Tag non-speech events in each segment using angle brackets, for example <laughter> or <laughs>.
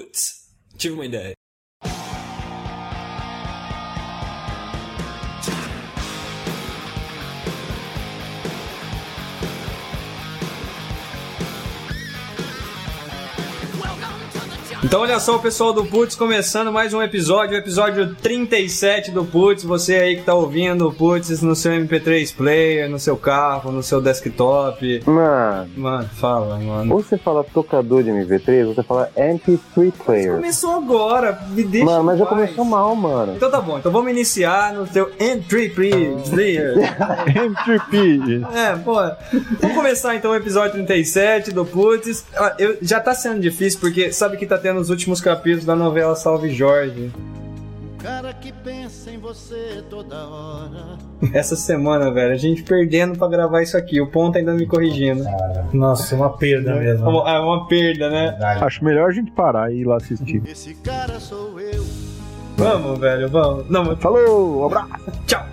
Putz, tive uma ideia. Então olha só o pessoal do Putz começando mais um episódio, o episódio 37 do Putz. Você aí que tá ouvindo o Putz no seu MP3 player, no seu carro, no seu desktop. Mano, Mano, fala, mano. ou você fala tocador de MV3, ou você fala MP3 player. Começou agora, me deixa. Mano, mas em já paz. começou mal, mano. Então tá bom, então vamos iniciar no teu entry player. M3P. É, pô. Vamos começar então o episódio 37 do Putz. Ah, eu- já tá sendo difícil porque sabe que tá tendo os últimos capítulos da novela Salve Jorge. Cara que pensa em você toda hora. Essa semana, velho, a gente perdendo pra gravar isso aqui. O ponto ainda me corrigindo. Nossa, uma perda É mesmo. uma, é uma perda, né? Acho melhor a gente parar e ir lá assistir. Esse cara sou eu. Vamos, velho, vamos. Não, mas- Falou, abraço. tchau.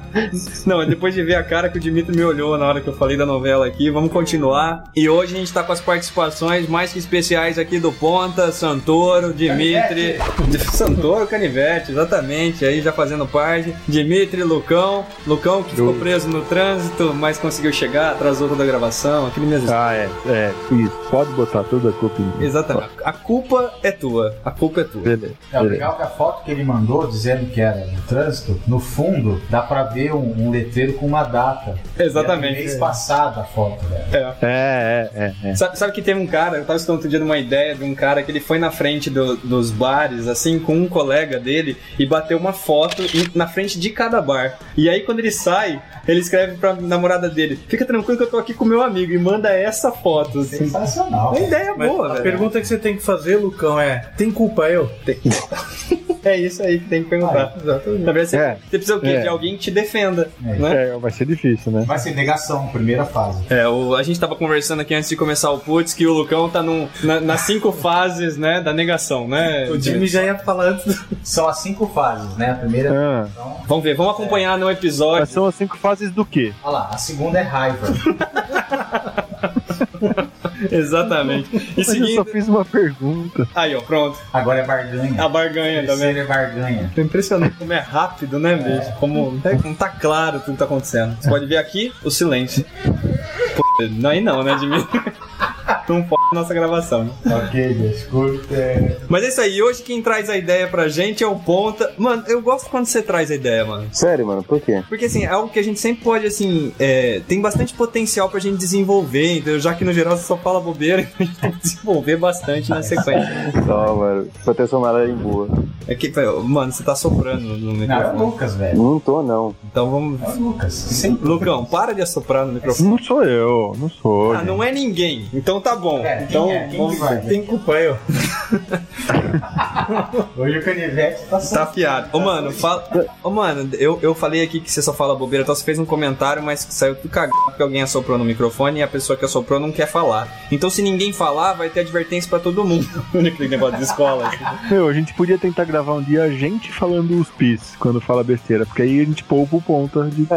Não, depois de ver a cara que o Dimitri me olhou na hora que eu falei da novela aqui, vamos continuar. E hoje a gente tá com as participações mais que especiais aqui do Ponta, Santoro, Dimitri. Santoro, Canivete, exatamente, aí já fazendo parte. Dimitri, Lucão. Lucão que ficou preso no trânsito, mas conseguiu chegar, atrasou toda a gravação, aquele mesmo. Ah, é, é, isso. Pode botar toda a culpa em mim. Exatamente. A culpa é tua. A culpa é tua. Beleza. É beleza. legal que a foto que ele mandou dizendo que era no trânsito, no fundo dá pra ver um, um letreiro com uma data. Exatamente. Era do Mês passado a foto, velho. É, é, é, é. Sabe, sabe que teve um cara, eu tava estudando outro dia numa ideia de um cara que ele foi na frente do- dos bares, assim, com um colega dele e bateu uma foto em- na frente de cada bar. E aí quando ele sai, ele escreve pra namorada dele: Fica tranquilo que eu tô aqui com meu amigo e manda essa foto. Assim. Sensacional. Uma ideia Mas boa, a velho. pergunta que você tem que fazer, Lucão, é: tem culpa eu? É isso aí que tem que perguntar. Ah, exatamente. Na verdade, você, É. você precisa o quê? É. De alguém que te defenda, né? É, vai ser difícil, né? Vai ser negação, primeira fase. É, o- a gente tava conversando aqui antes de começar o Putz que o Lucão tá num, na- nas cinco <laughs> fases, né, da negação, né? O Jimmy já ia falar antes. <laughs> do- São as cinco fases, né? A primeira. Ah, Então, Vamos ver, vamos acompanhar no episódio. são as cinco fases do quê? olha lá. A segunda é raiva. Exatamente. E Mas eu só seguindo. fiz uma pergunta. Aí, ó, pronto. Agora é barganha. A barganha também. Terceira é barganha. Tô impressionante como é rápido, né, bicho? Como é, não tá claro tudo que tá acontecendo. Você pode ver aqui o silêncio. Pô, não, aí não, né, Dimitri? <laughs> Não pode nossa gravação. ok, desculpa. Mas é isso aí, hoje quem traz a ideia pra gente é o Ponta. Mano, eu gosto quando você traz a ideia, mano. Sério, mano, por quê? Porque assim, é algo que a gente sempre pode, assim, é, tem bastante potencial pra gente desenvolver, entendeu? Já que no geral você só fala bobeira, <laughs> a gente tem que desenvolver bastante na sequência. Só, mano, só ter sonora em boa. É que, pô, mano, você tá soprando no Não, é o microfone. Lucas, velho. Não tô, não. Então vamos. É o Lucas. Sempre. Lucão, para de assoprar no microfone. Não sou eu, não sou. Ah, não é ninguém. Então tá bom. É, quem então é? Quem vamos que vai? ver. Tem culpa eu? Hoje o canivete tá Tá afiado. Ô, mano, fala. Ô, mano, eu, eu falei aqui que você só fala bobeira, então você fez um comentário, mas saiu tudo cagado porque alguém assoprou no microfone e a pessoa que assoprou não quer falar. Então, se ninguém falar, vai ter advertência pra todo <laughs> mundo. Aquele negócio de escola. assim. Meu, a gente podia tentar gravar um dia a gente falando os pis quando fala besteira, porque aí a gente poupa o ponta <laughs> de.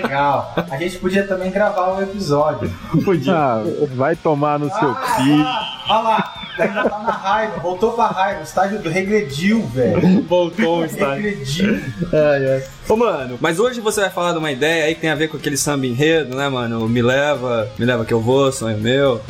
legal. A gente podia também gravar um episódio. Ah, vai tomar no seu Ah. pi. Olha lá, daí já tá na raiva, voltou pra raiva, o estágio do regrediu, velho. Voltou o estágio. Regrediu. Ô, mano, mas hoje você vai falar de uma ideia aí que tem a ver com aquele samba enredo, né, mano? Me leva, me leva que eu vou, sonho meu.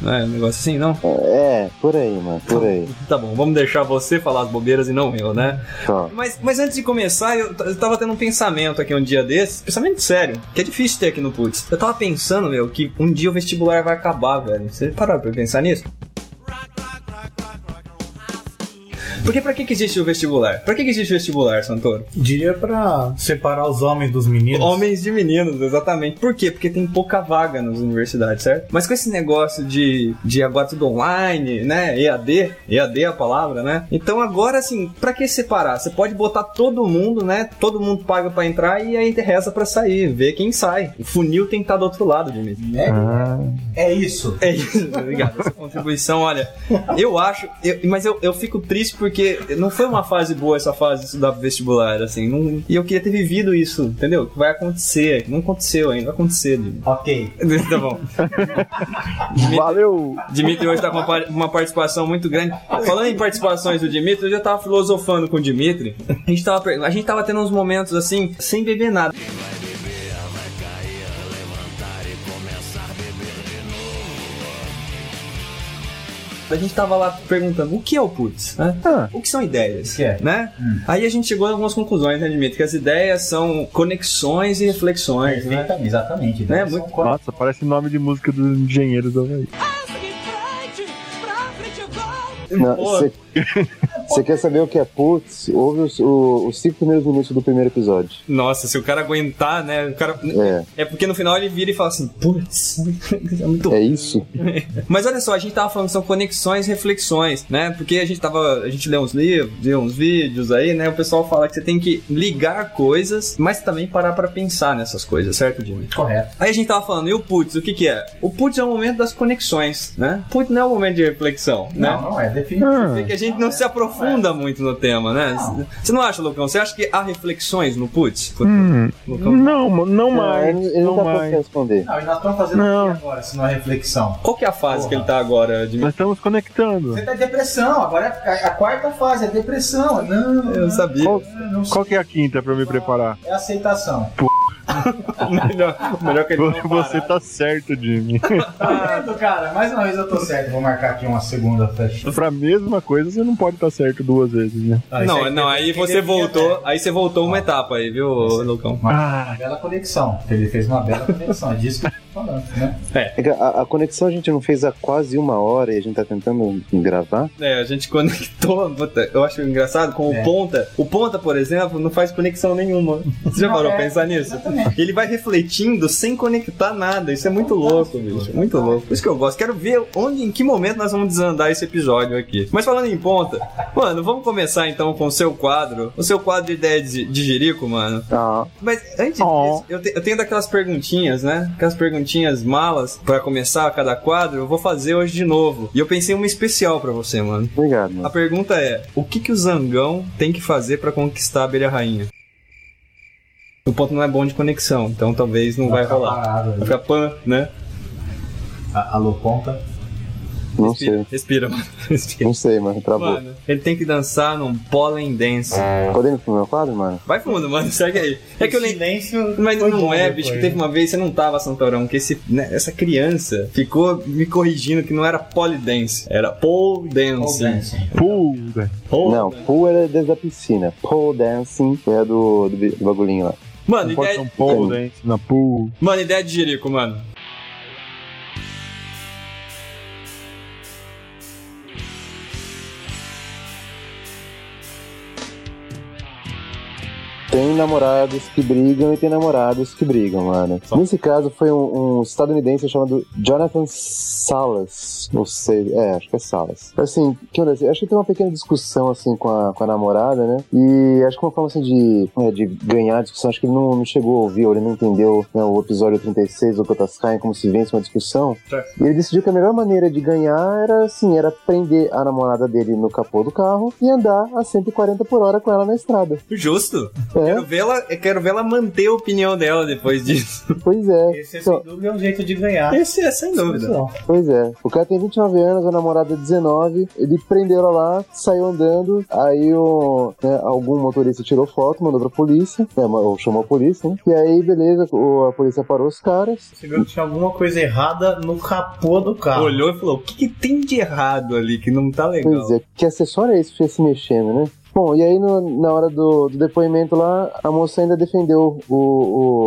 Não é um negócio assim, não? É, por aí, mano, por aí. <laughs> Tá bom, vamos deixar você falar as bobeiras e não eu, né? Só. Mas, mas antes de começar, eu, t- eu tava tendo um pensamento aqui um dia desses, pensamento sério, que é difícil ter aqui no Putz. Eu tava pensando, meu, que um dia o vestibular vai acabar, velho. Você parou pra pensar nisso? Porque pra que, que existe o vestibular? Pra que, que existe o vestibular, Santoro? Diria pra separar os homens dos meninos. Homens de meninos, exatamente. Por quê? Porque tem pouca vaga nas universidades, certo? Mas com esse negócio de, de agora tudo online, né? EAD, EAD é a palavra, né? Então agora, assim, pra que separar? Você pode botar todo mundo, né? Todo mundo paga pra entrar e aí reza pra sair, vê quem sai. O funil tem que estar do outro lado, Dimitri. Ah, É isso. É isso, obrigado. Essa contribuição, olha, eu acho, eu- mas eu, eu fico triste porque Porque não foi uma fase boa essa fase de estudar pro vestibular, assim. não- e eu queria ter vivido isso, entendeu? Vai acontecer. Não aconteceu ainda, vai acontecer. Dimitri. Ok. <laughs> tá bom. Valeu! Dimitri hoje tá com uma, par- uma participação muito grande. Falando em participações do Dimitri, eu já tava filosofando com o Dimitri. A gente tava, per- a gente tava tendo uns momentos assim, sem beber nada. A gente tava lá perguntando o que é o putz, né? Ah. O que são ideias? O que é? Né? Aí a gente chegou a algumas conclusões, né, Dimitri? Que as ideias são conexões e reflexões, né? Perfeitamente, exatamente. É, São muito- coisas- Nossa, parece nome de música dos engenheiros do Havaí. Não, Pô, Você você quer saber o que é putz? Ouve os, o- os cinco primeiros minutos do primeiro episódio. Nossa, se o cara aguentar, né? O cara. É, É porque no final ele vira e fala assim, putz, <laughs> é muito é isso? Mas olha só, a gente tava falando que são conexões e reflexões, né? Porque a gente tava. A gente lê uns livros, lê uns vídeos aí, né? O pessoal fala que você tem que ligar coisas, mas também parar pra pensar nessas coisas, certo, Jimmy? Correto. Aí a gente tava falando, e o putz, o que que é? O putz é o momento das conexões, né? Putz não é o momento de reflexão, Não, né? não é definitivo. Ah, É que a gente não se aprofunda muito no tema, né? Não. Você não acha, Lucão? Você acha que há reflexões no putz? hum, Lucão? não, mo- não mais. Não, ele Não não tá pronto pra mais. responder. Não, e nós estamos fazendo Não. o que agora, se não é reflexão? Qual que é a fase Porra. que ele tá agora, Jimmy? Nós estamos conectando. Você tá em depressão, agora é a, a quarta fase é depressão. Não, Eu não, sabia. Qual- não, não sei. Qual que é a quinta pra eu me preparar? É aceitação. melhor, melhor que ele não Você parar. tá certo, Jimmy. <laughs> Ah. Tá vendo, cara? Mais uma vez eu tô certo, vou marcar aqui uma segunda festa. pra mesma coisa, você não pode estar certo duas vezes, né? não, não, Ah, aí você voltou, aí você voltou uma etapa aí, viu, Lucão? Ah, Uma bela conexão. Ele fez uma bela conexão, é disso que eu tô falando, né? É que a, a conexão a gente não fez há quase uma hora e a gente tá tentando gravar. É, a gente <laughs> conectou, puta, eu acho engraçado, com o É. Ponta. O Ponta, por exemplo, não faz conexão nenhuma. Você já Não, parou é, pra pensar nisso? exatamente. Ele vai refletindo sem conectar nada. Isso é muito louco, bicho. Muito louco. Por isso que eu gosto. Quero ver onde, em que momento nós vamos desandar esse episódio aqui. Mas falando em Ponta, mano, vamos começar então com o seu quadro. O seu quadro de ideias de, de Jerico, mano. Ah, Mas antes Oh. disso, eu, te- eu tenho daquelas perguntinhas, né? Aquelas perguntinhas malas pra começar cada quadro, eu vou fazer hoje de novo. E eu pensei em uma especial pra você, mano. obrigado, A mano. pergunta é: o que que o Zangão tem que fazer pra conquistar a abelha rainha? O ponto não é bom de conexão, então talvez não vai Tá rolar. parado Vai ali. ficar pan, né? A- Alô, ponta. Não Respira, sei. respira, mano. <laughs> Respira. Não sei, mano. Travou. Mano, ele tem que dançar num pollen dance. Podemos ir pro meu quadro, mano? Vai fundo, mano, segue aí. É que eu nem, silêncio. Mas foi não bom é, depois, bicho, que né? teve uma vez, você não tava, Santorão, que esse, né, essa criança ficou me corrigindo que não era polidense, era pole Pole dance. dancing. pula, velho. Pole não, dance. pool era desde a piscina. Pole dancing é do, do, bi- do bagulhinho lá. Mano, Não pode ser ideia, um pole dance na pool. mano, ideia de Jerico, mano. Tem namorados que brigam e tem namorados que brigam, mano. Nesse caso foi um, um estadunidense chamado Jonathan Salas. Não sei, é, acho que é Salas. Assim, o que acontece? Acho que tem uma pequena discussão, assim, com a, com a namorada, né? E acho que uma forma, assim, de, é, de ganhar a discussão, acho que ele não, não chegou a ouvir, ou ele não entendeu né, o episódio 36 do Kotas Kain, como se vence uma discussão. E ele decidiu que a melhor maneira de ganhar era assim, era prender a namorada dele no capô do carro e andar a 140 por hora com ela na estrada. Justo. É, Quero ver ela, eu quero ver ela manter a opinião dela depois disso. pois é. Esse, sem dúvida, é um jeito de Ah. ganhar. <laughs> Esse é sem dúvida. Não. Pois é. O cara tem 29 anos, a namorada é 19, ele prendeu ela lá, saiu andando, aí o, né, algum motorista tirou foto, mandou pra polícia, né, ou chamou a polícia, né? E aí, beleza, o- a polícia parou os caras. Você viu que tinha alguma coisa errada no capô do carro. Olhou e falou: o que, que tem de errado ali que não tá legal? Pois é, que acessório é esse que fica se mexendo, né? Bom, e aí no- na hora do, do depoimento lá, a moça ainda defendeu o,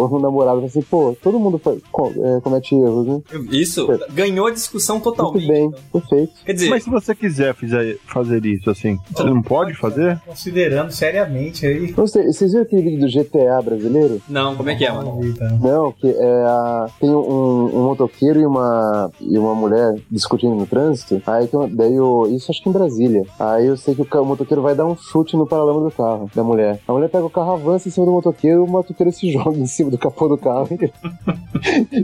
o, o namorado. Falou assim, pô, todo mundo faz- co- é, comete erros, né? Isso ganhou a discussão Muito totalmente. né?" bem, perfeito. Quer dizer, Mas se você quiser fizer- fazer isso assim, você não pode fazer? Considerando seriamente aí. Não sei, Então, vocês viram aquele vídeo do GTA brasileiro? não, como é que é, mano? tá Então, Não, que é a- tem um, um motoqueiro e uma, e uma mulher discutindo no trânsito. Aí tem um- daí o, isso acho que em Brasília. Aí eu sei que o, ca- o motoqueiro vai dar um chute chute no paralama do carro, da mulher. A mulher pega o carro, avança em cima do motoqueiro, o motoqueiro se <laughs> joga em cima do capô do carro <laughs>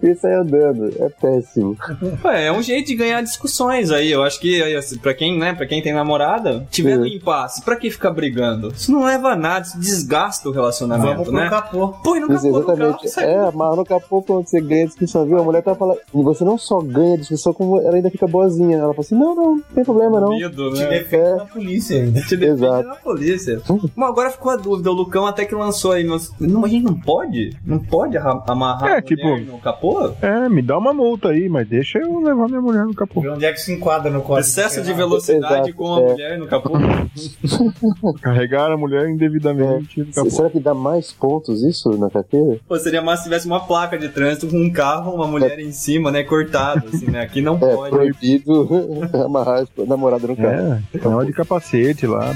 e sai andando. É péssimo. Ué, é um jeito de ganhar discussões aí. Eu acho que aí, assim, pra quem, né, para quem tem namorada, tiver Sim. no impasse, pra que ficar brigando? Isso não leva a nada, isso desgasta o relacionamento, Vamos pro né? capô. Põe no Isso, capô do carro, exatamente. sai É, amarra no capô quando você ganha a discussão, viu? A mulher tá falando. E você não só ganha a discussão, como ela ainda fica boazinha. Ela fala assim: não, não, não tem problema não. É. medo, Te né? defende da polícia ainda. Te defende Exato. na polícia. Mas agora ficou a dúvida, o Lucão até que lançou aí. Mas... Não, a gente não pode? Não pode arra- amarrar É, a mulher tipo- no capô? É, me dá uma multa aí, mas deixa eu levar minha mulher no capô. Ver onde é que se enquadra no código. Excesso de né? penal. velocidade Exato, com a é. mulher no capô. Carregar a mulher indevidamente no Se- capô. Será que dá mais pontos isso na carteira? Pô, seria massa se tivesse uma placa de trânsito com um carro, uma mulher em cima, né? Cortado, assim, né? Aqui não É, pode. proibido <laughs> amarrar a namorada no carro. É, então é de capacete lá.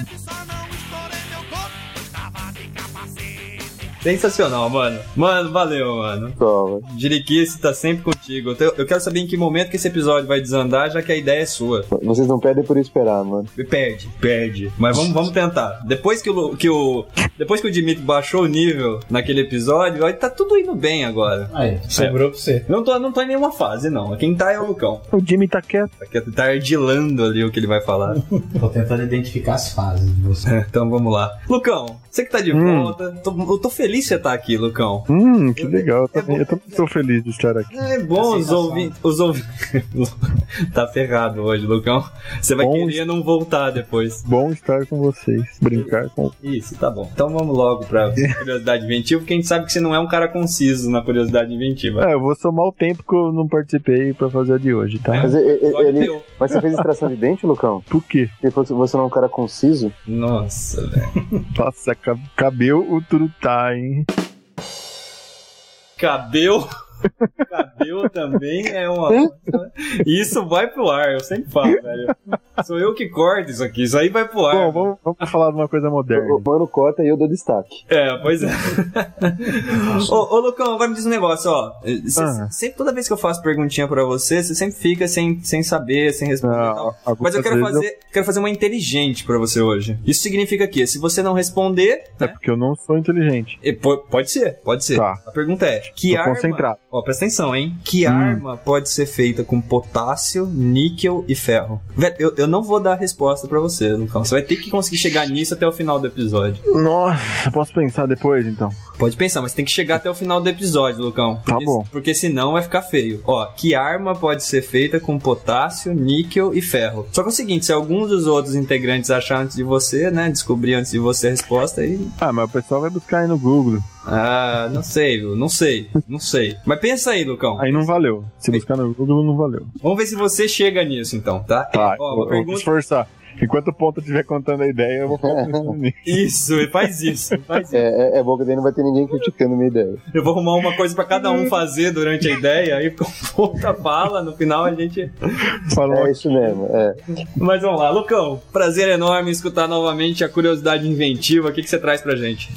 Sensacional, mano. Mano, valeu, mano. Toma. Jiriquice tá sempre contigo. Eu te- Eu quero saber em que momento que esse episódio vai desandar, já que a ideia é sua. Vocês não perdem por esperar, mano. Perde, perde. Mas vamos, vamos tentar. Depois que o, Lu- que o. Depois que o Dimitri baixou o nível naquele episódio, aí tá tudo indo bem agora. Aí. Sobrou pra você. Não tô, não tô em nenhuma fase, não. Quem tá é o Lucão. O Jimmy tá quieto. Tá que- Tá ardilando ali o que ele vai falar. <laughs> Tô tentando identificar as fases de você. Então vamos lá. Lucão, você que tá de Hum. volta. Tô- eu tô feliz que você tá aqui, Lucão. Hum, que legal. Eu também, eu também sou feliz de estar aqui. É bom, os Sensação. ouvintes. Os ouvi- <laughs> tá ferrado hoje, Lucão. Você vai Bom. querer não voltar depois. Bom estar com vocês. Brincar com. Isso, tá bom. Então vamos logo <laughs> pra curiosidade inventiva, porque a gente sabe que você não é um cara conciso na curiosidade inventiva. É, eu vou somar o tempo que eu não participei pra fazer a de hoje, tá? Mas, e- e- Só ele- teu. mas você fez extração de dente, Lucão? Por quê? Ele falou que você não é um cara conciso? Nossa, velho. Nossa, ca- cabeu o trutá, hein? <laughs> Cabelo. Cabelo também é uma. Isso vai pro ar, eu sempre falo, velho. Sou eu que corto isso aqui, isso aí vai pro ar. Bom, vamos, vamos falar de uma coisa O moderna. o mano corta e eu dou destaque. É, pois é. ô, <laughs> ô, Lucão, agora me diz um negócio, ó. Cê- Ah. sempre, toda vez que eu faço perguntinha pra você, você sempre fica sem, sem saber, sem responder e tal. Ah, Então, Mas eu algumas quero vezes fazer, quero fazer uma inteligente pra você hoje. Isso significa que se você não responder, É porque eu não sou inteligente. e po- pode ser, pode ser. Tá, A pergunta é: que tô arma? concentrado. Hum. Ó, presta atenção, hein? Que arma pode ser feita com potássio, níquel e ferro? Velho, eu, eu não vou dar a resposta pra você, Lucão. Você vai ter que conseguir chegar nisso até o final do episódio. Nossa, posso pensar depois então? Pode pensar, mas tem que chegar até o final do episódio, Lucão. Tá Porque- bom. Porque senão vai ficar feio. Ó, que arma pode ser feita com potássio, níquel e ferro? Só que é o seguinte, se alguns dos outros integrantes achar antes de você, né, descobrir antes de você a resposta, aí Ah, mas o pessoal vai buscar aí no Google. Ah, não sei, viu? Não sei, não sei. Mas pensa aí, Lucão. Aí não valeu. Se buscar no Google, não valeu. Vamos ver se você chega nisso, então, tá? Tá, Ó, uma eu vou, eu vou pergunta... esforçar. Enquanto o ponto estiver contando a ideia, eu vou <laughs> ficar pensando nisso. Isso, faz isso, faz isso. É, é, é bom que daí não vai ter ninguém criticando minha ideia. Eu vou arrumar uma coisa pra cada um fazer durante a ideia, aí <laughs> conta bala, no final a gente... Falou É isso mesmo, é. Mas vamos lá, Lucão, prazer enorme escutar novamente a curiosidade inventiva. O que, que você traz pra gente?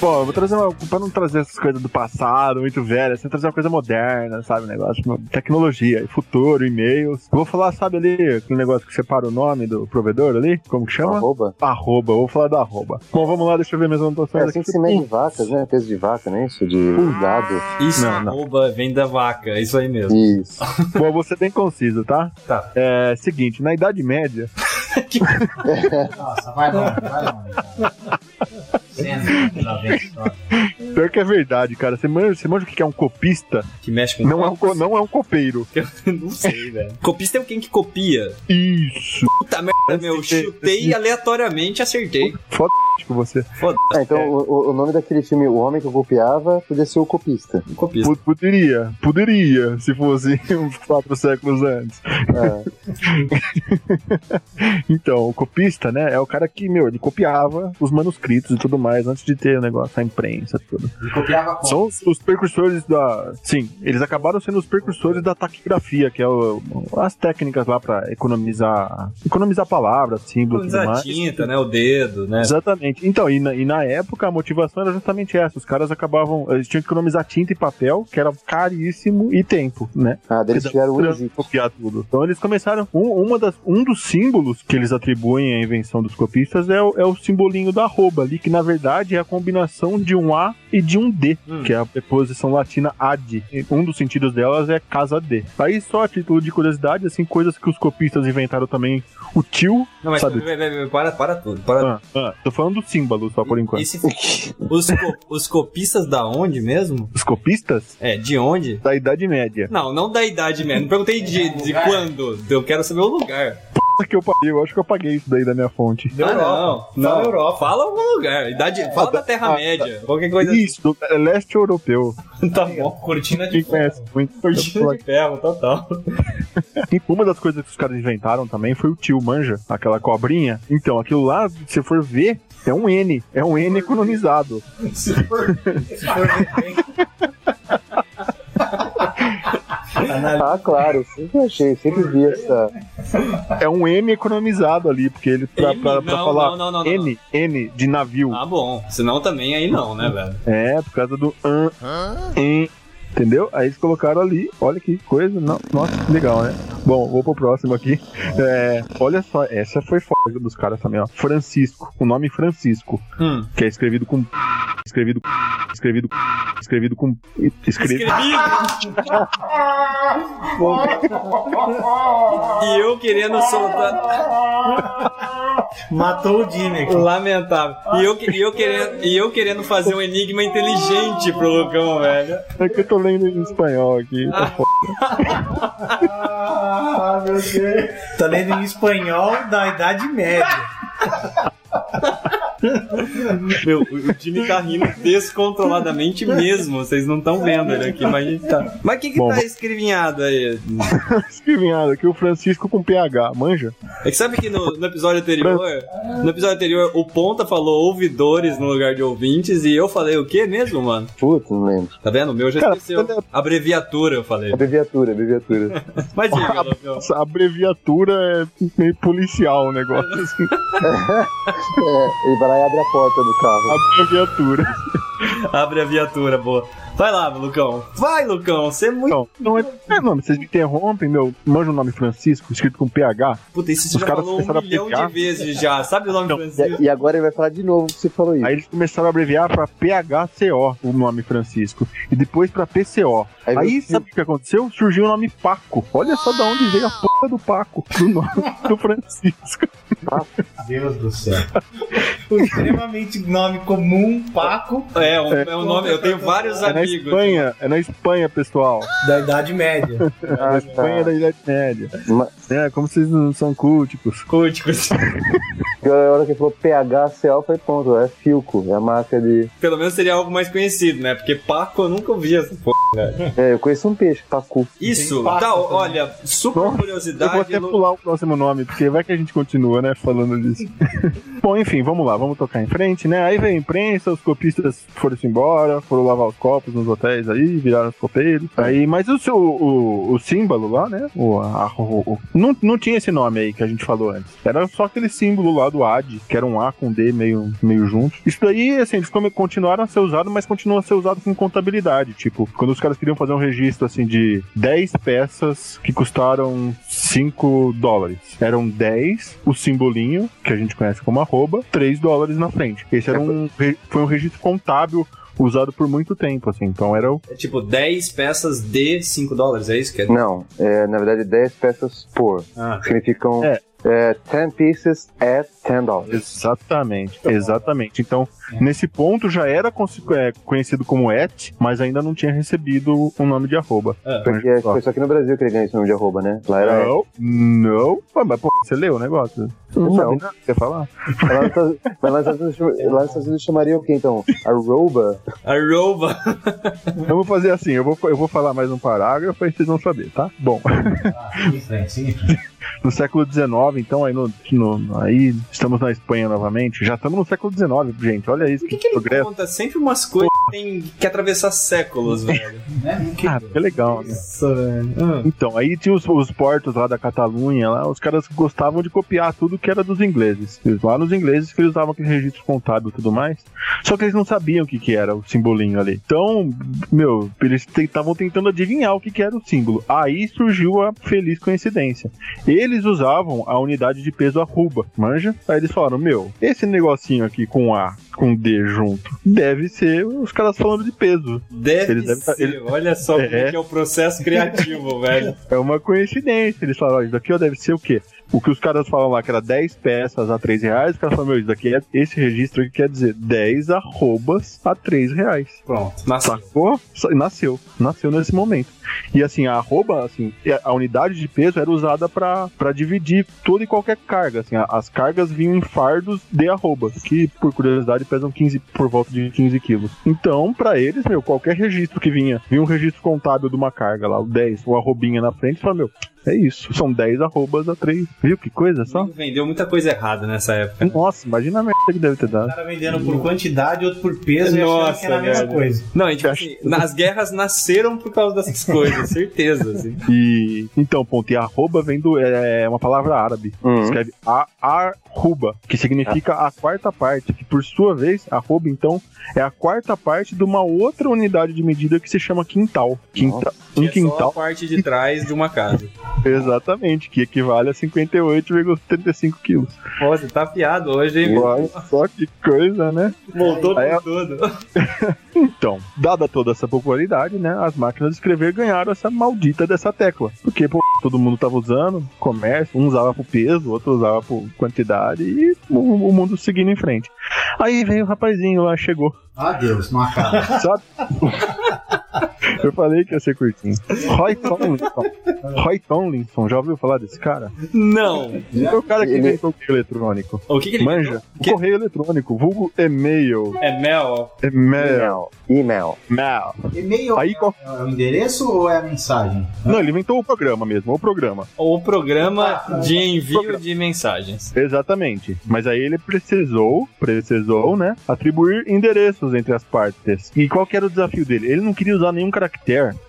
Bom, eu vou trazer uma. Pra não trazer essas coisas do passado, muito velhas, assim, trazer uma coisa moderna, sabe? Um negócio, uma tecnologia, futuro, e-mails. Vou falar, sabe ali, aquele negócio que separa o nome do provedor ali? Como que chama? Arroba. Arroba, vou falar do arroba. Bom, vamos lá, deixa eu ver minhas É anotações assim aqui. que se mede vacas, né? Peso de vaca, né? Isso, de gado. Isso, Não, não. arroba, vem da vaca, é isso aí mesmo. Isso. Bom, vou ser bem conciso, tá? Tá. É, seguinte, na Idade Média, Nossa, vai longe, vai longe. cara. Senta, lá vem a história. pior que é verdade, cara. Você manja, você manja o que que é um copista? Que mexe com... Não é um, co- não é um copeiro. <laughs> não sei, velho. Copista é quem que copia. Isso. Puta merda, meu, chutei e aleatoriamente acertei. Tipo, você. Ah, então o- o, o nome daquele filme, O Homem que Eu Copiava, podia ser o copista. Copista. Pu- Poderia, poderia, se fosse <laughs> uns quatro séculos antes. Ah, <laughs> Então, o copista, né, é o cara que, meu, ele copiava os manuscritos e tudo mais antes de ter o negócio, a imprensa, tudo. Ele copiava como? São os, os precursores da. Sim, eles acabaram sendo os precursores da taquigrafia, que é o- as técnicas lá pra economizar. Economizar palavras, símbolos e tudo Economizar mais. tinta, né? O dedo, né? Exatamente. Então, e na, e na época a motivação era justamente essa. Os caras acabavam. Eles tinham que economizar tinta e papel, que era caríssimo, e tempo, né? Ah, daí eles tiveram o Pra Egito. copiar tudo. Então eles começaram. Um, uma das, um dos símbolos que eles atribuem à invenção dos copistas é o, é o simbolinho da arroba ali, que na verdade é a combinação de um A e de um D, Hum. que é a preposição latina ad. E Um dos sentidos delas é casa D. Aí só a título de curiosidade, assim, coisas que os copistas inventaram também. O tio. Não, mas Sabe- vê, vê, vê, para, para tudo. Para... Ah, ah, tô falando do símbolo só por enquanto. <laughs> Esse- os, co- os copistas da onde mesmo? Os copistas É, de onde? da <laughs> Idade Média. Não, não da idade mesmo. Não perguntei de, de lugar. quando. Eu quero saber o lugar. Puta que eu pariu, eu acho que eu apaguei isso daí da minha fonte. Da Ah, Europa. não. Fala não. Europa. Fala algum lugar. Idade, fala da Terra-média. Qualquer coisa Isso, do é leste europeu. assim. <laughs> Tá bom. Cortina de Quem ferro. conhece muito. Cortina de ferro, total. <laughs> E uma das coisas que os caras inventaram também foi o tio Manja, aquela cobrinha. Então, aquilo lá, se você for ver, é um N. É um N economizado. Se for, se for ver bem. Analisa Ah, claro, sempre achei, sempre vi essa. É um N economizado ali, porque ele, pra, N? pra- pra Não, falar não, não, não, não, N, N de navio. Ah, bom. Senão também aí não, né, velho? É, por causa do an, en, entendeu? Aí eles colocaram ali, olha que coisa, não, nossa, que legal, né? Bom, vou pro próximo aqui. É, olha só, essa foi foda dos caras também, ó. Francisco, o nome Francisco, Hum. que é escrevido com escrevido escrevido escrevido com Escrevi. escrevido e eu querendo soltar. Matou o Dini aqui. Lamentável. E eu, que- e, eu querendo, e eu querendo fazer um enigma inteligente pro Lucão, velho. É que eu tô lendo em espanhol aqui. tá foda. Ah, meu Deus. Tá lendo em espanhol da Idade Média. Meu, o o time tá rindo descontroladamente mesmo. Vocês não estão vendo ele aqui, mas a gente tá. Mas o que, que Bom, tá escrevinhado aí? Escrevinhado Tá aqui o Francisco com PH, manja? É que sabe que no, no episódio anterior, no episódio anterior, o Ponta falou ouvidores no lugar de ouvintes e eu falei o quê mesmo, mano? Putz, não lembro. Tá vendo? O meu já Cara, esqueceu. olha- Abreviatura, eu falei. Abreviatura, abreviatura. Mas <laughs> diga, Lucão. Essa abreviatura é meio policial o negócio. assim. É, ele vai lá e abre a porta do carro. abreviatura. Abre a viatura, boa. Vai lá, Lucão. Vai, Lucão. Você é muito. Então, não é, é nome, vocês me interrompem, meu. Manja o nome Francisco, escrito com PH. Puta, isso você Os já caras falou um começaram a milhão pegar. de vezes já. Sabe o nome Então, francês? E, e agora ele vai falar de novo que você falou isso. Aí eles começaram a abreviar pra PHCO, o nome Francisco. E depois pra PCO. Aí Aí, veio- sabe o que aconteceu? Surgiu o nome Paco. Olha só da onde veio a porra do Paco, do nome do Francisco. Deus <laughs> do céu. Um extremamente nome comum, Paco, É, um, é um nome. Eu tenho vários É na amigos. Espanha, é na Espanha, pessoal. da é Idade Média. A Espanha da Idade Média. Ma- É, como vocês não são culticos. Cúticos. Pior é a hora que ele falou PHCO, foi ponto, é Filco, é a marca de. Pelo menos seria algo mais conhecido, né? Porque Paco eu nunca ouvi essa porra. É, eu conheço um peixe, Pacu. Isso, Paco tá, também. olha, super Nossa, Eu vou curiosidade. até Lu- pular o próximo nome, porque vai que a gente continua, né, falando disso. Bom, enfim, vamos lá, vamos tocar em frente, né? Aí veio a imprensa, os copistas foram-se embora, foram lavar os copos nos hotéis aí, viraram os copeiros. Aí, mas o, seu, o, o símbolo lá, né? O, a- o- o- não, não tinha esse nome aí que a gente falou antes. Era só aquele símbolo lá do AD, que era um A com D meio, meio junto. Isso daí, assim, eles come- continuaram a ser usado, mas continua a ser usado com contabilidade. Tipo, quando os caras queriam fazer um registro, assim, de 10 peças que custaram 5 dólares. Eram 10, o simbolinho, que a gente conhece como arroba, 3 dólares na frente. Esse era um, re- foi um registro contábil usado por muito tempo, assim. Então era o É tipo 10 peças de 5 dólares, é isso que é? Não, é, na verdade 10 peças por. Ah. Significam É. é. 10 pieces at 10 dólares. Exatamente, exatamente. Então, nesse ponto já era consi- é, conhecido como et, mas ainda não tinha recebido o nome de arroba. Então, Porque só- é, foi só aqui no Brasil que ele ganha esse nome de arroba, né? Lá era. Não, não. Ah, mas pô, você leu o negócio? Não. sabe nada que você falar? Lá nos Estados- Mas lá nos Estados Unidos- lá nos Estados Unidos chamaria o quê então? Arroba? Arroba. Eu vou fazer assim, eu vou, eu vou falar mais um parágrafo e vocês vão saber, tá? Bom. <laughs> Ah, Sim, sim, sim. no século XIX, então aí, no, no- aí estamos na Espanha novamente. Já estamos no século XIX, gente. Olha isso, Por que, que, que ele progresso. conta sempre umas coisas tem que atravessar séculos, velho. né? Ah, que legal, né? Nossa, velho. Ah. Então, aí tinha os, os portos lá da Catalunha, lá, os caras gostavam de copiar tudo que era dos ingleses. Eles- Lá nos ingleses que eles usavam aquele registro contábil e tudo mais. Só que eles não sabiam o que, que era o simbolinho ali. Então, meu, eles estavam tentando adivinhar o que, que era o símbolo. Aí surgiu a feliz coincidência. Eles usavam a unidade de peso arruba, manja? Aí eles falaram, meu, esse negocinho aqui com A, com D junto, deve ser os caras falando de peso. Deve Eles devem tá- ser. Olha só É. como é que é o processo criativo, velho. É uma coincidência. Eles falaram, ó, isso daqui ó, deve ser o quê? O que os caras falam lá, que era 10 peças a 3 reais, os caras falam, meu, isso daqui é esse registro aqui quer dizer 10 arrobas a 3 reais. Pronto. Nossa, Sacou? Sa- Nasceu. Nasceu nesse momento. E assim, a arroba, assim, e a- a unidade de peso era usada pra pra dividir toda e qualquer carga. Assim, a- as cargas vinham em fardos de arrobas, que por curiosidade pesam 15, por volta de 15 quilos. Então, pra eles, meu, qualquer registro que vinha, vinha um registro contábil de uma carga lá, o 10, uma arrobinha na frente, fala, meu, é isso, são 10 arrobas a 3. Viu que coisa só? vendeu muita coisa errada nessa época. Nossa, imagina a merda que deve ter O dado. cara vendendo por quantidade, outro por peso, e achando que Nossa, era a mesma velho. coisa. Não, e tipo assim, as guerras nasceram por causa <laughs> dessas coisas, certeza, assim. E então, ponto, e arroba vem do. É uma palavra árabe. Uhum. Hum. Escreve a arruba, que significa a quarta parte, que por sua vez, arroba então é a quarta parte de uma outra unidade de medida que se chama quintal. Quinta, Que é um só a quintal, parte de trás de uma casa. exatamente, que equivale a 58,75 quilos. Pô, você tá afiado hoje, hein? meu? Olha só que coisa, né? Voltou Aí, ó. com tudo. Então, dada toda essa popularidade, né, as máquinas de escrever ganharam essa maldita dessa tecla. Porque, pô, todo mundo tava usando, comércio, um usava por peso, outro usava por quantidade e o, o mundo seguindo em frente. Aí veio o rapazinho lá, chegou. Ah, Deus, não acaba. Sabe? Eu falei que ia ser curtinho. Roy Tomlinson. Roy Tomlinson, já ouviu falar desse cara? Não. Foi o cara que Ele- inventou o correio eletrônico. O que que ele... Manja? Que- Correio eletrônico, vulgo e-mail. É mel? É. E-mail. E-mail. E-mail. Mail. E-mail Aí qual... é o endereço ou é a mensagem? Não, ele inventou o programa mesmo, o programa. O programa de envio Ah, Programa. de mensagens. Exatamente. Mas aí ele precisou, precisou, né? Atribuir endereços entre as partes. E qual que era o desafio dele? Ele não queria usar nenhum caractere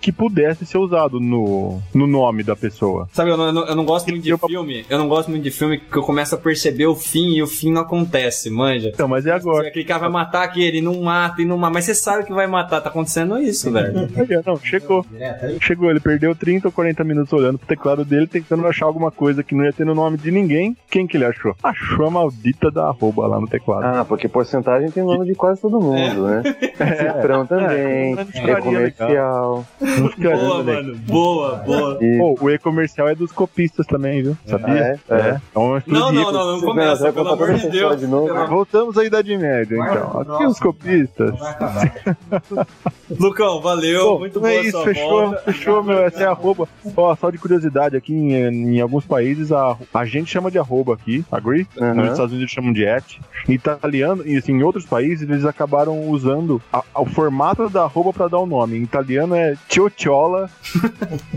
que pudesse ser usado no, no nome da pessoa. Sabe, eu não, eu não- eu não gosto muito de Eu- filme. Eu não gosto muito de filme que eu começo a perceber o fim e o fim não acontece, manja. Então, mas é agora. Você vai clicar, vai matar aquele, não mata e não mata. Mas você sabe que vai matar, tá acontecendo isso, <laughs> velho. Olha, Não, chegou. Direto aí? Chegou, ele perdeu 30 ou 40 minutos olhando pro teclado dele, tentando achar alguma coisa que não ia ter no nome de ninguém. Quem que ele achou? Achou a maldita da arroba lá no teclado. Ah, porque porcentagem tem nome de quase todo mundo, né? É. <laughs> Cifrão também. É. É comercial. Não fica Boa, olhando, né? mano. Boa, boa. E... Pô, o e-comercial é dos copistas também, viu? Sabia? É, é. um Não, estudinho. não, não, não começa, vai pelo contar amor toda de essa história Deus. de novo? Pelo- Voltamos à Idade Média, então. Aqui os copistas. Não vai acabar. Lucão, valeu, Pô, muito não boa é a isso, sua fechou, volta. fechou, meu, essa é a arroba. Ó, só de curiosidade, aqui em, em alguns países a, a gente chama de arroba aqui, agree? Aham. Nos Estados Unidos chamam de at. Em italiano, e assim, em outros países eles acabaram usando a- a- o formato da arroba pra dar o nome. Em italiano é <laughs> ciocciola,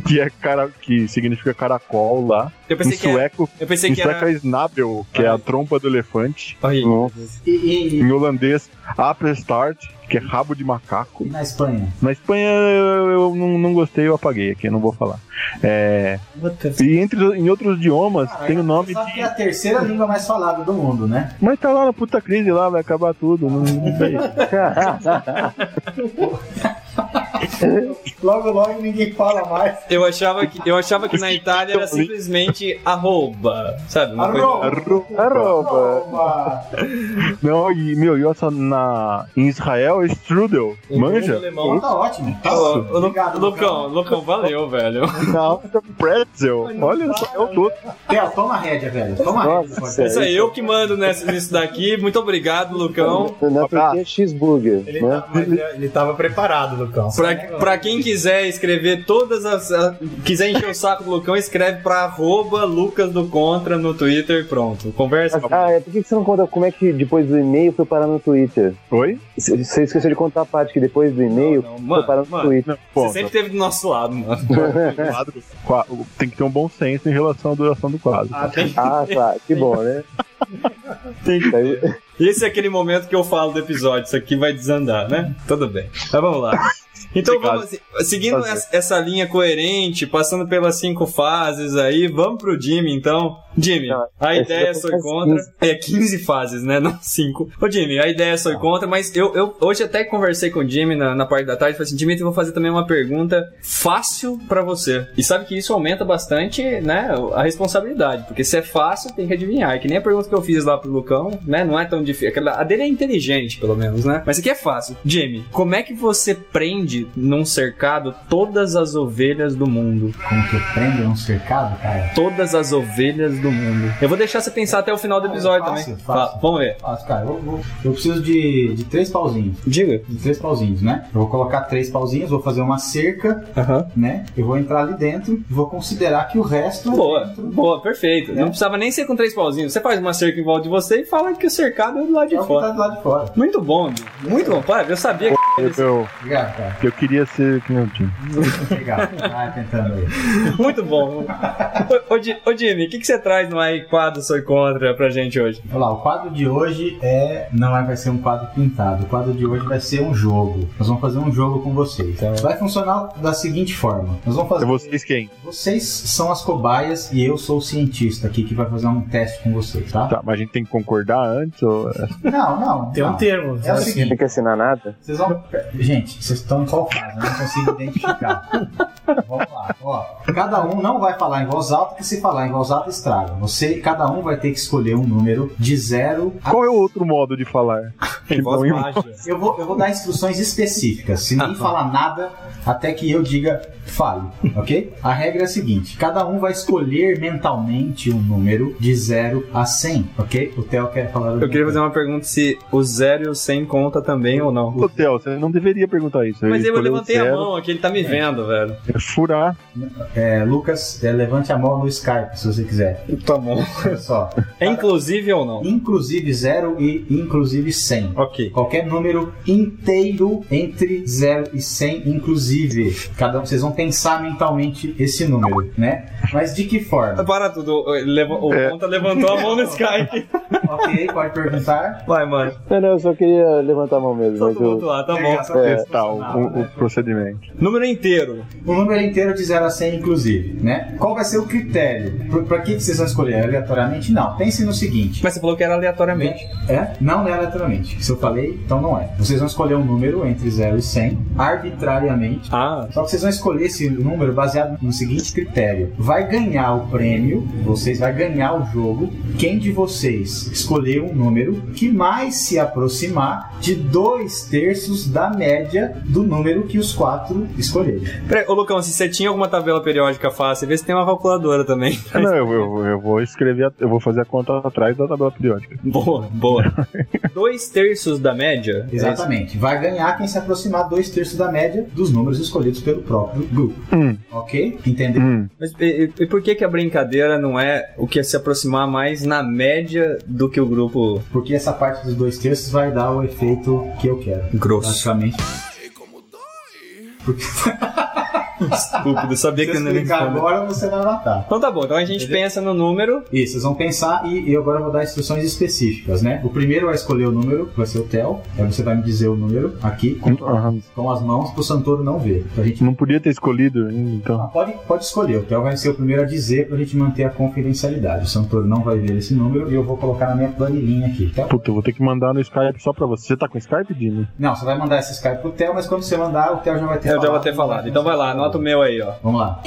que é cara, que significa caracol lá. Eu Em pensei que era. sueco, Eu pensei em que sueco era. é snabel, que é a trompa do elefante. Olha aí. Nossa. E, e- Em holandês, apestart, que é rabo de macaco. e na Espanha? Na Espanha eu, eu não, não gostei, eu apaguei aqui, eu não vou falar. É, e entre, em outros idiomas Ah, tem o nome Só que de. é a terceira língua mais falada do mundo, né? Mas tá lá na puta crise lá, vai acabar tudo. Não, não <laughs> sei. Logo, logo ninguém fala mais. Eu achava que, eu achava que na é Itália era simplesmente arroba, sabe? Uma coisa... Arroba. Arroba. Não, e meu, e olha só, na, em Israel é strudel. O Manja? alemão. Tá ótimo. Tá Ô, ótimo. ô, Lu- Obrigado, Lucão, Lucão, valeu, velho. Na alta pretzel. Olha só, é o todo. Theo, toma a rédea, velho. Toma a rédea. Nossa, pode. Isso aí, eu que mando nessa, nisso daqui. Muito obrigado, Lucão. Na Turquia é cheeseburger, Ele, é né? tá- mas ele- ele tava preparado, Lucão. Pra, pra quem quiser escrever todas as. a- quiser encher o saco do Lucão, escreve pra arroba Lucas do Contra no Twitter e pronto. Conversa com Ah, é, por que que você não conta como é que depois do e-mail foi parar no Twitter? Oi? C- Você esqueceu de contar a parte que depois do e-mail Não, não, foi parar mano, no mano, Twitter. Não, você ponto. sempre esteve do nosso lado, mano. O quadro- <laughs> qua- Ah, <laughs> o- Tem que ter um bom senso em relação à duração do quadro. Ah, tá, que bom, né? Tem que Daí- Esse é aquele momento que eu falo do episódio, isso aqui vai desandar, né? Tudo bem. Mas vamos lá. Então vamos, seguindo Fazer. essa- essa linha coerente, passando pelas cinco fases aí, vamos pro Jimmy então. Jimmy, Não, a esse ideia já foi sou mais contra. 15. É 15 fases, né? <laughs> Não 5. Ô Jimmy, a ideia sou contra, mas eu, eu hoje até conversei com o Jimmy na, na parte da tarde, falei assim, Jimmy, eu vou fazer também uma pergunta fácil pra você. E sabe que isso aumenta bastante, né, a responsabilidade, porque se é fácil, tem que adivinhar. É que nem a pergunta que eu fiz lá pro Lucão, né, não é tão difícil. Aquela, a dele é inteligente, pelo menos, né? Mas aqui é fácil. Jimmy, como é que você prende num cercado todas as ovelhas do mundo? Como que eu prendo num cercado, cara? Todas as ovelhas do mundo. Eu vou deixar você pensar até o final do Ah, episódio fácil, também. fácil. Fala, vamos ver. Ah, cara, eu, eu- eu preciso de, de três pauzinhos. Diga. De três pauzinhos, né? Eu vou colocar três pauzinhos, vou fazer uma cerca, Aham. né? Eu vou entrar ali dentro e vou considerar que o resto. é Boa, boa, perfeito. Né? Não precisava nem ser com três pauzinhos. Você faz uma cerca em volta de você e fala que o cercado é do lado de É o que fora. tá do lado de fora. Muito bom, Bi. muito bom. Parabéns, eu sabia que. Eu, <laughs> eu, Obrigado, cara. eu queria ser que nem o Jim. Obrigado. Vai tentando aí. Muito bom. ô, ô, Di- ô, Jimmy, o que, que você traz no aí quadro Sou Contra pra gente hoje? Olha lá, o quadro de hoje é. Não é- vai ser um quadro pintado. O quadro de hoje vai ser um jogo. Nós vamos fazer um jogo com vocês. Vai funcionar da seguinte forma: Nós vamos fazer. Eu vou ser quem? Vocês são as cobaias e eu sou o cientista aqui que vai fazer um teste com vocês, tá? Tá, mas a gente tem que concordar antes ou... Não, não. Tem um não. termo. É o seguinte. Tem que assinar nada? Vocês vão. Gente, vocês estão em qual fase? Eu não consigo identificar. Vamos lá. Ó, cada um não vai falar em voz alta, porque se falar em voz alta, estraga. Você, cada um vai ter que escolher um número de 0 a. Qual é o outro modo de falar? Em voz não em- baixa. Eu vou, eu vou dar instruções específicas. Se ninguém falar nada, até que eu diga fale, ok? A regra é a seguinte: cada um vai escolher mentalmente um número de 0 a 100, ok? O Theo quer falar. um Eu queria fazer um- uma pergunta se o zero e o 100 conta também ou não. Ô, Theo, você não deveria perguntar isso. Mas eu escolheu levantei a zero, mão aqui, ele tá me vendo, velho. é Furar. É, Lucas, é, levante a mão no Skype se você quiser. Tá bom. <laughs> Olha só. É inclusive ou não? Inclusive 0 e inclusive 100. Ok. Qualquer número inteiro entre 0 e 100, inclusive. Cada um, vocês vão pensar mentalmente esse número, né? Mas de que <laughs> forma? Para tudo, É o- leva- o É. Ponta levantou a mão no Skype. ok, pode perguntar. <laughs> Vai, mano. Não, não, eu só queria levantar a mão mesmo, Todo mas mundo eu. lá, tá Legal, bom. só É. testar o, o- o procedimento. Número inteiro. né? O número inteiro de 0 a 100, inclusive, né? Qual vai ser o critério? Pra- Pra que vocês vão escolher? Aleatoriamente? Não. Pense no seguinte. Mas você falou que era aleatoriamente. É? Não é aleatoriamente. Se eu falei, então não é. Vocês vão escolher um número entre 0 e 100, arbitrariamente. Ah, Só que vocês vão escolher esse número baseado no seguinte critério: vai ganhar o prêmio, vocês vai ganhar o jogo, quem de vocês escolher um número que mais se aproximar de dois terços da média do número que os quatro escolherem. peraí, ô Lucão, se você tinha alguma tabela periódica fácil, vê se tem uma calculadora também. <laughs> Ah, Não, eu, eu- eu vou escrever, a- eu vou fazer a conta atrás da tabela periódica. Boa, <laughs> boa. Dois terços da média? É Exatamente. Vai ganhar quem se aproximar dois terços da média dos números escolhidos pelo próprio grupo. Hum. Ok? Entendeu? Hum, Mas e, e- e por que, que a brincadeira não é o que é se aproximar mais na média do que o grupo Porque essa parte dos dois terços vai dar o efeito que eu quero. grosso? Basicamente. <laughs> Estúpido, sabia Se que eu eu não ia explicar responder. agora, você vai matar. Então tá bom, então a gente pensa no número. Isso, vocês vão pensar e eu agora vou dar instruções específicas, né? O primeiro vai escolher o número, que vai ser o Theo. Aí você vai me dizer o número aqui um com, aham. com as mãos pro Santoro não ver. Pra gente. não podia ter escolhido, ainda, então. Ah, Pode, pode escolher, o Theo vai ser o primeiro a dizer pra gente manter a confidencialidade. O Santoro não vai ver esse número e eu vou colocar na minha planilhinha aqui. tá? Theo- Puta, eu vou ter que mandar no Skype só pra você. Você tá com Skype, Jimmy? Não, você vai mandar esse Skype pro Theo, mas quando você mandar, o Theo já vai ter Eu já vou ter falado. Então É, vai lá, anota o meu aí, ó. Vamos lá.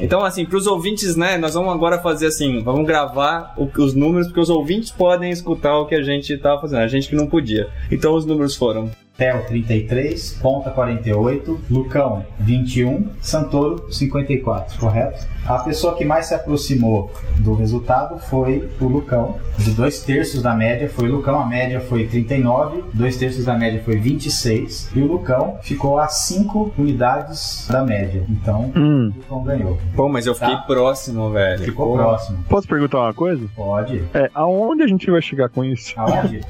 Então, assim, pros ouvintes, né, nós vamos agora fazer assim, vamos gravar o- os números, porque os ouvintes podem escutar o que a gente tava fazendo, a gente que não podia. Então os números foram. Theo 33, Ponta 48, Lucão 21, Santoro 54, correto? A pessoa que mais se aproximou do resultado foi o Lucão. De dois terços da média foi o Lucão, a média foi 39, dois terços da média foi 26 e o Lucão ficou a 5 unidades da média. Então Hum. o Lucão ganhou. Pô, mas eu fiquei Tá. próximo, velho. Ficou Pô. próximo. Posso perguntar uma coisa? Pode. Ah, É, aonde a gente vai chegar com isso? Aonde?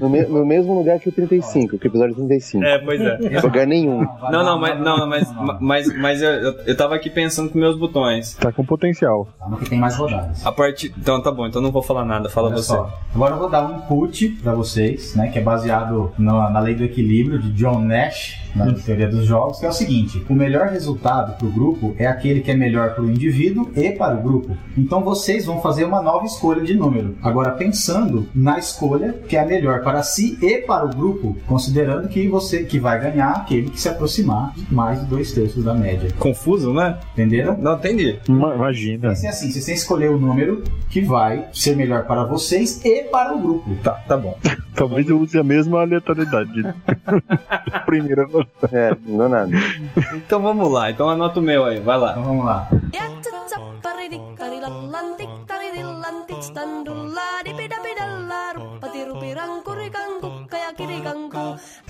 No, me- no mesmo lugar que o 35, que o episódio episódio 35. É, pois é. Em Lugar nenhum. vai Não, lá, não, mas, vai lá, não, vai mas, lá. mas, mas eu, eu- eu tava aqui pensando com meus botões. Tá com potencial. Calma que tem mais rodadas. A parte. Então tá bom, então não vou falar nada, fala Olha você. só. Agora eu vou dar um input pra vocês, né, que é baseado na, na lei do equilíbrio de John Nash, na Uhum. teoria dos jogos, que é o seguinte: o melhor resultado para o grupo é aquele que é melhor para o indivíduo e para o grupo. Então vocês vão fazer uma nova escolha de número. Agora pensando na escolha que é a melhor para si e para o grupo, considerando que você que vai ganhar aquele que se aproximar de mais de dois terços da média. Confuso, né? Entenderam? Não, entendi. Ima- Imagina. Pensem assim, vocês têm que escolher o número que vai ser melhor para vocês e para o grupo. Tá, tá bom. Talvez eu use a mesma <laughs> aleatoriedade. Primeira. É, não dá nada. Então vamos lá, então anota o meu aí, vai lá. Então vamos lá.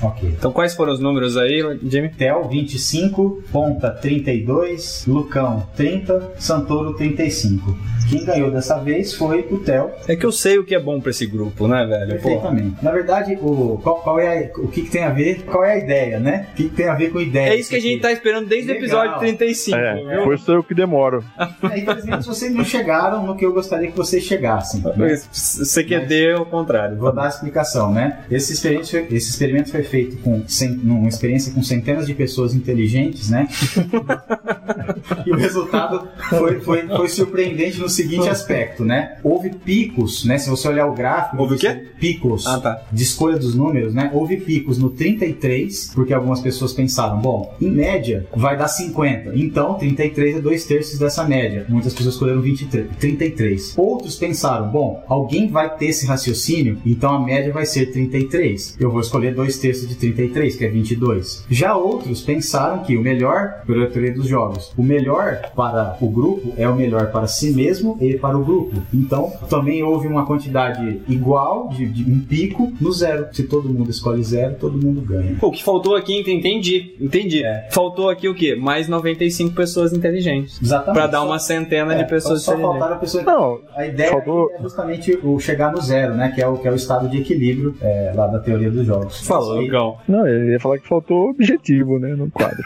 Ok. Então quais foram os números aí, Jimmy? Tel 25, Ponta 32, Lucão 30, Santoro 35. Quem ganhou dessa vez foi o Tel, É que eu sei o que é bom pra esse grupo, né, velho? Pô, perfeitamente. Na verdade, o, qual, qual é a- o que, que tem a ver? Qual é a ideia, né? O que, que tem a ver com ideia? é isso que a gente tá esperando desde o Legal. episódio 35, É, viu? por isso eu que demoro. É, Infelizmente, vocês não chegaram no que eu gostaria que <laughs> vocês chegassem. né? Você quer é deu ao contrário. Vou dar a explicação, né? Esse experimento foi, esse experimento foi feito com cen- numa experiência com centenas de pessoas inteligentes, né? <laughs> e o resultado foi, foi- foi surpreendente no seguinte aspecto, né? Houve picos, né? Se você olhar o gráfico, Houve o quê? Picos Ah, tá. de escolha dos números, né? Houve picos no 33, porque algumas pessoas pensaram, bom, em média vai dar 50, então 33 é dois terços dessa média. Muitas pessoas escolheram 23, 33. Outros pensaram, bom, alguém vai ter esse raciocínio, então a média vai ser 33. Eu vou escolher dois terços de 33, que é 22. Já outros pensaram que o melhor, pela teoria dos jogos, o melhor para o grupo é o melhor para si mesmo e para o grupo. Então, também houve uma quantidade igual de, de um pico no zero. Se todo mundo escolhe zero, todo mundo ganha. O que faltou aqui, ent- entendi, entendi. É. Faltou aqui o quê? Mais 95 pessoas inteligentes. Exatamente. Pra dar uma centena Tá É, de pessoas Só, só inteligentes. faltaram pessoas. Não, A ideia Faltou- é justamente o chegar no zero, né? Que é o, que é o estado de equilíbrio é, lá da teoria dos jogos. Falou, E- Lucão. não, eu ia falar que faltou objetivo, né? No quadro.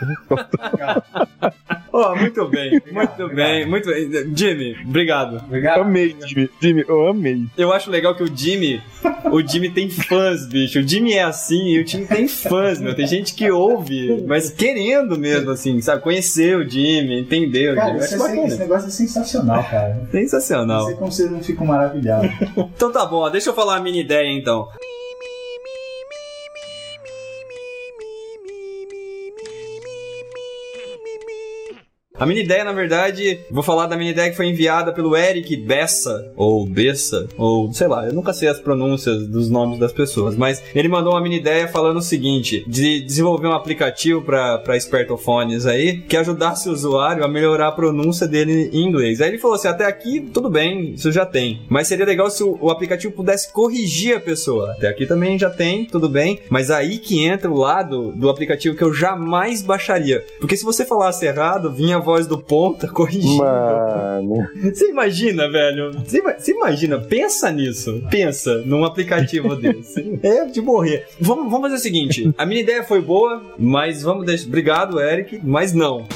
Oh, muito <laughs> bem, muito Obrigado, bem, muito bem. Jimmy, obrigado. Obrigado. <laughs> amei, Jimmy. Jimmy, eu amei. Eu acho legal que o Jimmy, o Jimmy tem fãs, bicho. O Jimmy é assim e o Jimmy tem fãs, meu. Tem gente que ouve, mas querendo mesmo, assim, sabe? Conhecer o Jimmy, entender o Cara, Jimmy. esse, Acho bacana. esse negócio é sensacional, cara. Não Sensacional. sei como vocês não ficam maravilhados. Então tá bom, ó, deixa eu falar a minha ideia então. A minha ideia, na verdade, vou falar da minha ideia que foi enviada pelo Eric Bessa, ou Bessa, ou sei lá, eu nunca sei as pronúncias dos nomes das pessoas, mas ele mandou uma mini ideia falando o seguinte: de desenvolver um aplicativo para espertofones aí que ajudasse o usuário a melhorar a pronúncia dele em inglês. Aí ele falou assim: até aqui tudo bem, isso já tem, mas seria legal se o, o aplicativo pudesse corrigir a pessoa. Até aqui também já tem, tudo bem, mas aí que entra o lado do aplicativo que eu jamais baixaria, porque se você falasse errado, vinha a voz do ponta corrigindo. Mano. Você imagina, velho? Você ima- você imagina, pensa nisso. Pensa num <laughs> aplicativo desse. É de morrer. Vamos, vamos fazer o seguinte: a minha ideia foi boa, mas vamos deixar. Obrigado, Eric, mas não.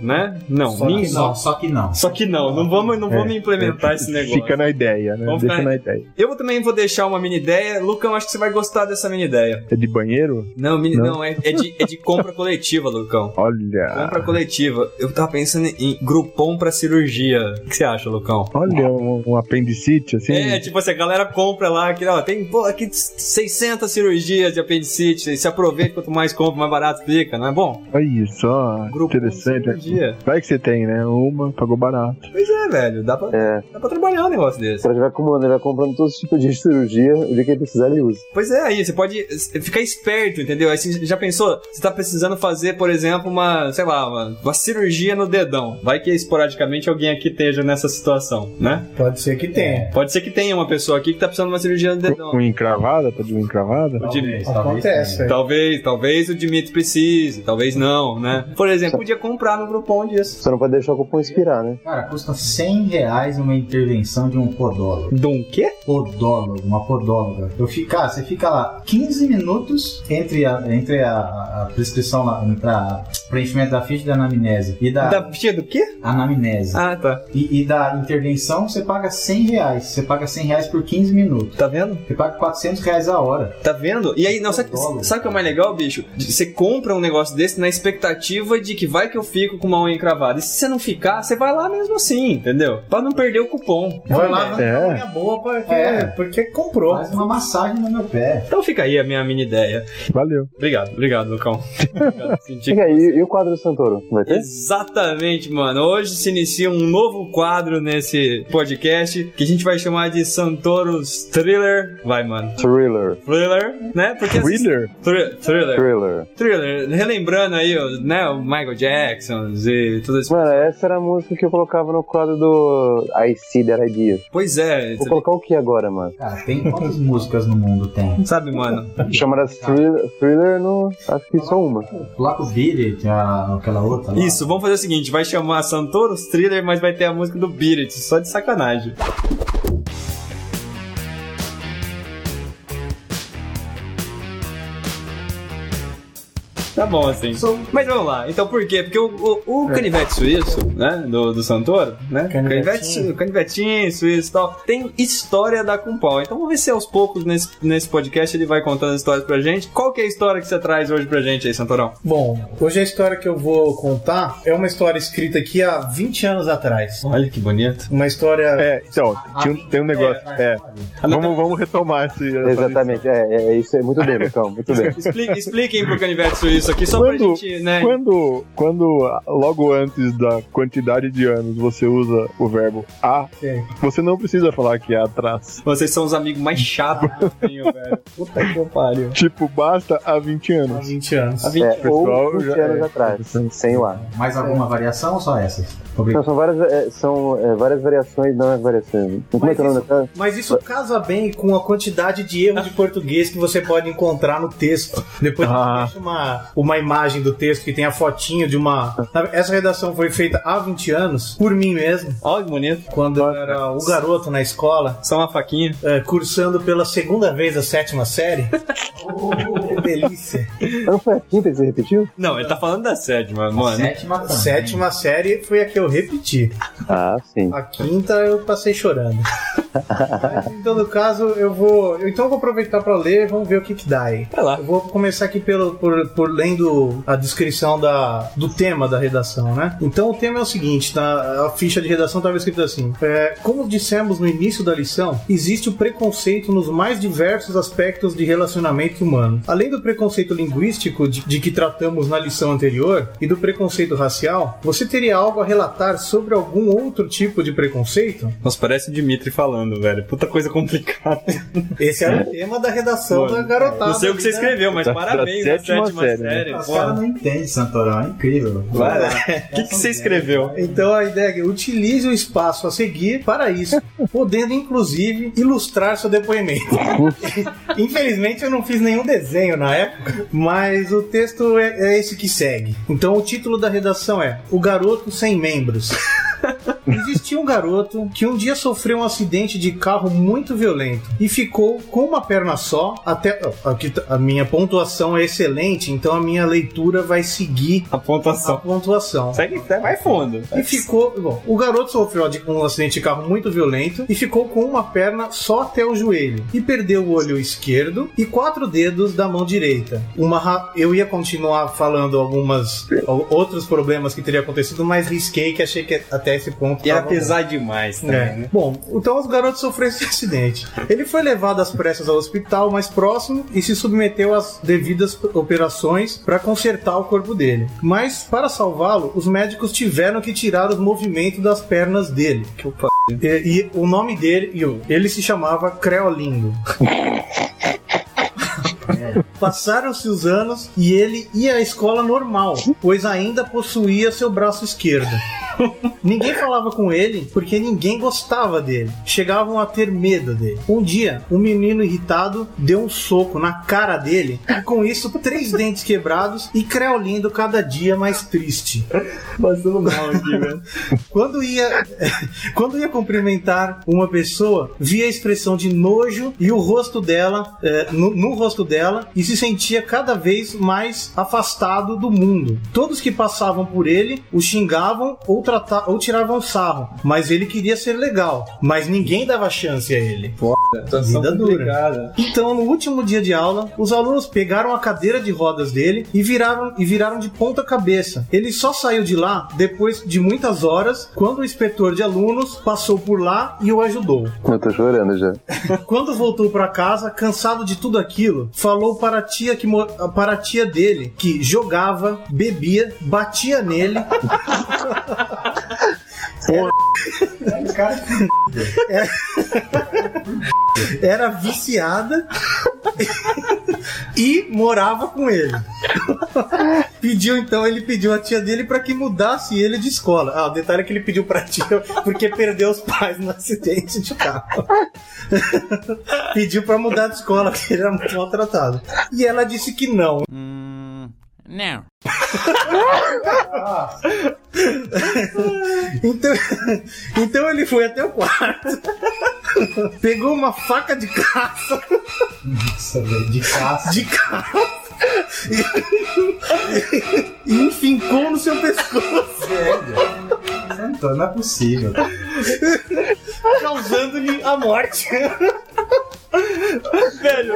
Né? Não. Só que Ninguém. não, só que não. Só que não, não vamos, não vamos implementar esse negócio. É, Fica na ideia, né? Vamos Deixa ficar- na ideia. Eu também vou deixar uma mini ideia. Lucão, acho que você vai gostar dessa mini ideia. É de banheiro? Não, mini, não. Não. é, é de, é de compra coletiva, Lucão. Olha. Compra coletiva. Eu tava pensando em grupom pra cirurgia. O que você acha, Lucão? Olha, um, um apendicite, assim. É, tipo assim, a galera compra lá, que, ó, tem pô, aqui 600 cirurgias de apendicite, se aproveita, quanto mais compra, mais barato fica, não é bom? Olha só, Um Grupo interessante. né? de cirurgia. Vai que você tem, né? Uma, pagou barato. Pois é, velho, dá pra, É. dá pra trabalhar um negócio desse. O cara já vai acumulando, ele vai comprando todos os tipos de cirurgia, o dia que ele precisar ele usa. Pois é, aí você pode eh, ficar esperto, entendeu? Aí você já pensou, você tá precisando fazer, por exemplo, uma, sei lá, uma, uma cirurgia no dedão. Vai que esporadicamente alguém aqui esteja nessa situação, né? Pode ser que tenha. Pode ser que tenha uma pessoa aqui que tá precisando de uma cirurgia no dedão. Um encravada, tá de uma encravada? É, Talvez, Acontece. é. Talvez, talvez o Dimitri precise, talvez não, né? Por exemplo, podia comprar no cupom disso. Você não pode deixar o cupom expirar, né? Cara, custa 100 reais uma intervenção de um podólogo. Dom quê? Podólogo, uma podóloga. Eu fico, cara, você fica lá 15 minutos entre a, entre a, a prescrição lá, pra preenchimento da ficha e da anamnese. E da, Da ficha do quê? anamnese. Ah, tá. E, e da intervenção você paga 100 reais. Você paga 100 reais por 15 minutos. Tá vendo? Você paga 400 reais a hora. Tá vendo? E aí, não, sabe, sabe o que é o mais legal, bicho? Você compra um negócio desse na expectativa de que vai que eu fico com uma unha encravada. E se você não ficar, você vai lá mesmo assim, entendeu? Pra não perder o cupom. Vai lá, vai É. dar minha boa porque, É. porque comprou. Faz uma massagem no meu pé. Então fica aí a minha mini ideia. Valeu. Obrigado, obrigado, Lucão. <laughs> Obrigado, senti Tipo Fica aí, e, e o quadro do Santoro? Vai ter? Exatamente, mano. Hoje se inicia um novo quadro nesse podcast que a gente vai chamar de Santoros Thriller. Vai, mano. Thriller. Thriller, né? Porque Wheeler? Thr- thriller. Thriller. Thriller. Relembrando aí, o- né, o Michael Jackson e tudo isso. Mano, essa era a música que eu colocava no quadro do I See That Idea. Pois é, Vou colocar o que agora, mano? Cara, tem quantas músicas no mundo tem? sabe, mano? Chamadas thriller, thriller no. Acho que só uma. Laco Billy, que é a- aquela outra. lá. Isso, vamos fazer o seguinte, vai chamar Santoros Thriller, mas vai ter a música do Beat It, só de sacanagem. Tá bom assim. Sou- Mas vamos lá, então por quê? Porque o, o, o canivete suíço, né? Do, do Santoro, né? Canivetinho. É. Canivete, su- canivetinho suíço e tal. Tem história da Cumpal. Então vamos ver se aos poucos nesse, nesse podcast ele vai contando histórias pra gente. Qual que é a história que você traz hoje pra gente aí, Santorão? Bom, hoje a história que eu vou contar é uma história escrita aqui há 20 anos atrás. Olha que bonito. Uma história. É, então, tinha um- tem um negócio. É. Vamos, vamos retomar esse. essa Exatamente, é, é isso é muito bem, Lucão, muito <laughs> bem. Explique, expliquem pro Canivete Suíço aqui, só pra Quando- gente, né? Quando, quando ah, logo antes da quantidade de anos você usa o verbo a, É. você não precisa falar que é atrás. Vocês são os amigos mais chatos que eu tenho, velho. Puta que pariu. Tipo, basta há 20 Há anos. 20 anos. A 20 anos. É, ou Pessoal, 20 já- anos é. atrás, sem o ar. Mais alguma variação ou só essa? Obrigado. Não, são várias, é, são, é, várias variações, não é variações. Como é que é o nome daquela? Mas isso casa bem com a quantidade de erros de português que você pode encontrar no texto. Depois Ah. a gente deixa uma, uma imagem do texto que tem a fotinha de uma. Sabe, Essa redação foi feita há 20 anos, por mim mesmo, Olha que bonito. quando eu era o garoto na escola, um Só uma faquinha. eh, cursando pela segunda vez a sétima série. Que delícia! Ah, Não foi a quinta que você repetiu? Não, ele tá falando da sétima, mano. Sétima. A sétima série foi a que eu repeti. Ah, sim. A quinta eu passei chorando. Mas, em todo caso, eu vou. eu- Então eu vou aproveitar pra ler e vamos ver o que, que dá aí. Vai lá. Eu vou começar aqui pelo, por, por lendo a descrição da, do tema da redação, né? Então o tema é o seguinte, tá? a ficha de redação estava escrita assim. é, como dissemos no início da lição, existe o preconceito nos mais diversos aspectos de relacionamento humano. Além do preconceito linguístico de, de que tratamos na lição anterior e do preconceito racial, você teria algo a relatar sobre algum outro tipo de preconceito? Nossa, parece o Dimitri falando, velho. Puta coisa complicada. Esse era o tema da redação Mano, da garotada. Não sei o que você ali, né? escreveu, mas Da- parabéns da da sétima, sétima série, né? série. Os pô. caras não entendem Santorão, é incrível. Vai lá. O que, que você escreveu? Então a ideia é que utilize o espaço a seguir para isso, podendo inclusive ilustrar seu depoimento. Infelizmente eu não fiz nenhum desenho na época, mas o texto é, é esse que segue. Então o título da redação é O Garoto Sem Membros. Existia um garoto que um dia sofreu um acidente de carro muito violento e ficou com uma perna só até. Aqui tá- A minha pontuação é excelente, então a minha leitura vai seguir A a pontuação. pontuação. Segue, segue mais fundo. E ficou. Bom, o garoto sofreu de- um acidente de carro muito violento e ficou com uma perna só até o joelho. E perdeu o olho esquerdo e quatro dedos da mão direita. Uma ra- Eu ia continuar falando algumas al- outros problemas que teria acontecido, mas risquei que achei que até esse ponto. E era tava bom. pesado demais também, É. né? Bom, então os garotos sofreram esse acidente. Ele foi levado às pressas ao hospital mais próximo e se submeteu às devidas operações para consertar o corpo dele. Mas, para salvá-lo, os médicos tiveram que tirar os movimentos das pernas dele. Que opa. E, e o nome dele, e o- ele se chamava <laughs> Creolindo. Passaram-se os anos e ele ia à escola normal, pois ainda possuía seu braço esquerdo. Ninguém falava com ele porque ninguém gostava dele. Chegavam a ter medo dele. Um dia, um menino irritado deu um soco na cara dele e com isso três dentes quebrados e Creolindo cada dia mais triste. Passando mal aqui, né? velho. Quando ia, quando ia cumprimentar uma pessoa, via a expressão de nojo e o rosto dela eh, no, no rosto dela e se sentia cada vez mais afastado do mundo. Todos que passavam por ele o xingavam ou, trata- ou tiravam sarro, mas ele queria ser legal, mas ninguém dava chance a ele. Situação Vida dura. complicada. Então, no último dia de aula, os alunos pegaram a cadeira de rodas dele e viraram, e viraram de ponta cabeça. Ele só saiu de lá depois de muitas horas, quando o inspetor de alunos passou por lá e o ajudou. Eu tô chorando já. Quando voltou pra casa, cansado de tudo aquilo, falou para a tia que mo- para a tia dele que jogava, bebia, batia nele, Aí, cara, era viciada e morava com ele. pediu então, ele pediu a tia dele para que mudasse ele de escola. Ah, o detalhe é que ele pediu pra tia porque perdeu os pais no acidente de carro. pediu pra mudar de escola, <laughs> porque ele era muito maltratado. E ela disse que não. Now. <laughs> Então, então ele foi até o quarto, <laughs> pegou uma faca de caça, nossa, velho, de caça. de caça, e, e enfincou no seu pescoço, <laughs> <laughs> Então, não é possível. causando-lhe a morte. Velho,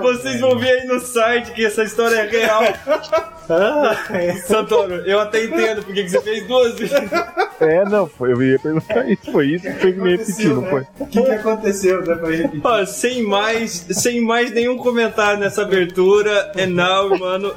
vocês vão ver aí no site que essa história é real. Ah. <laughs> Santoro, eu até entendo porque que você fez duas vezes. É, não, foi, eu ia perguntar É. isso, foi isso que fez me repetir, né? não foi? O que, que aconteceu, né, pra gente? Ó, sem mais, sem mais nenhum comentário nessa abertura. É now, mano.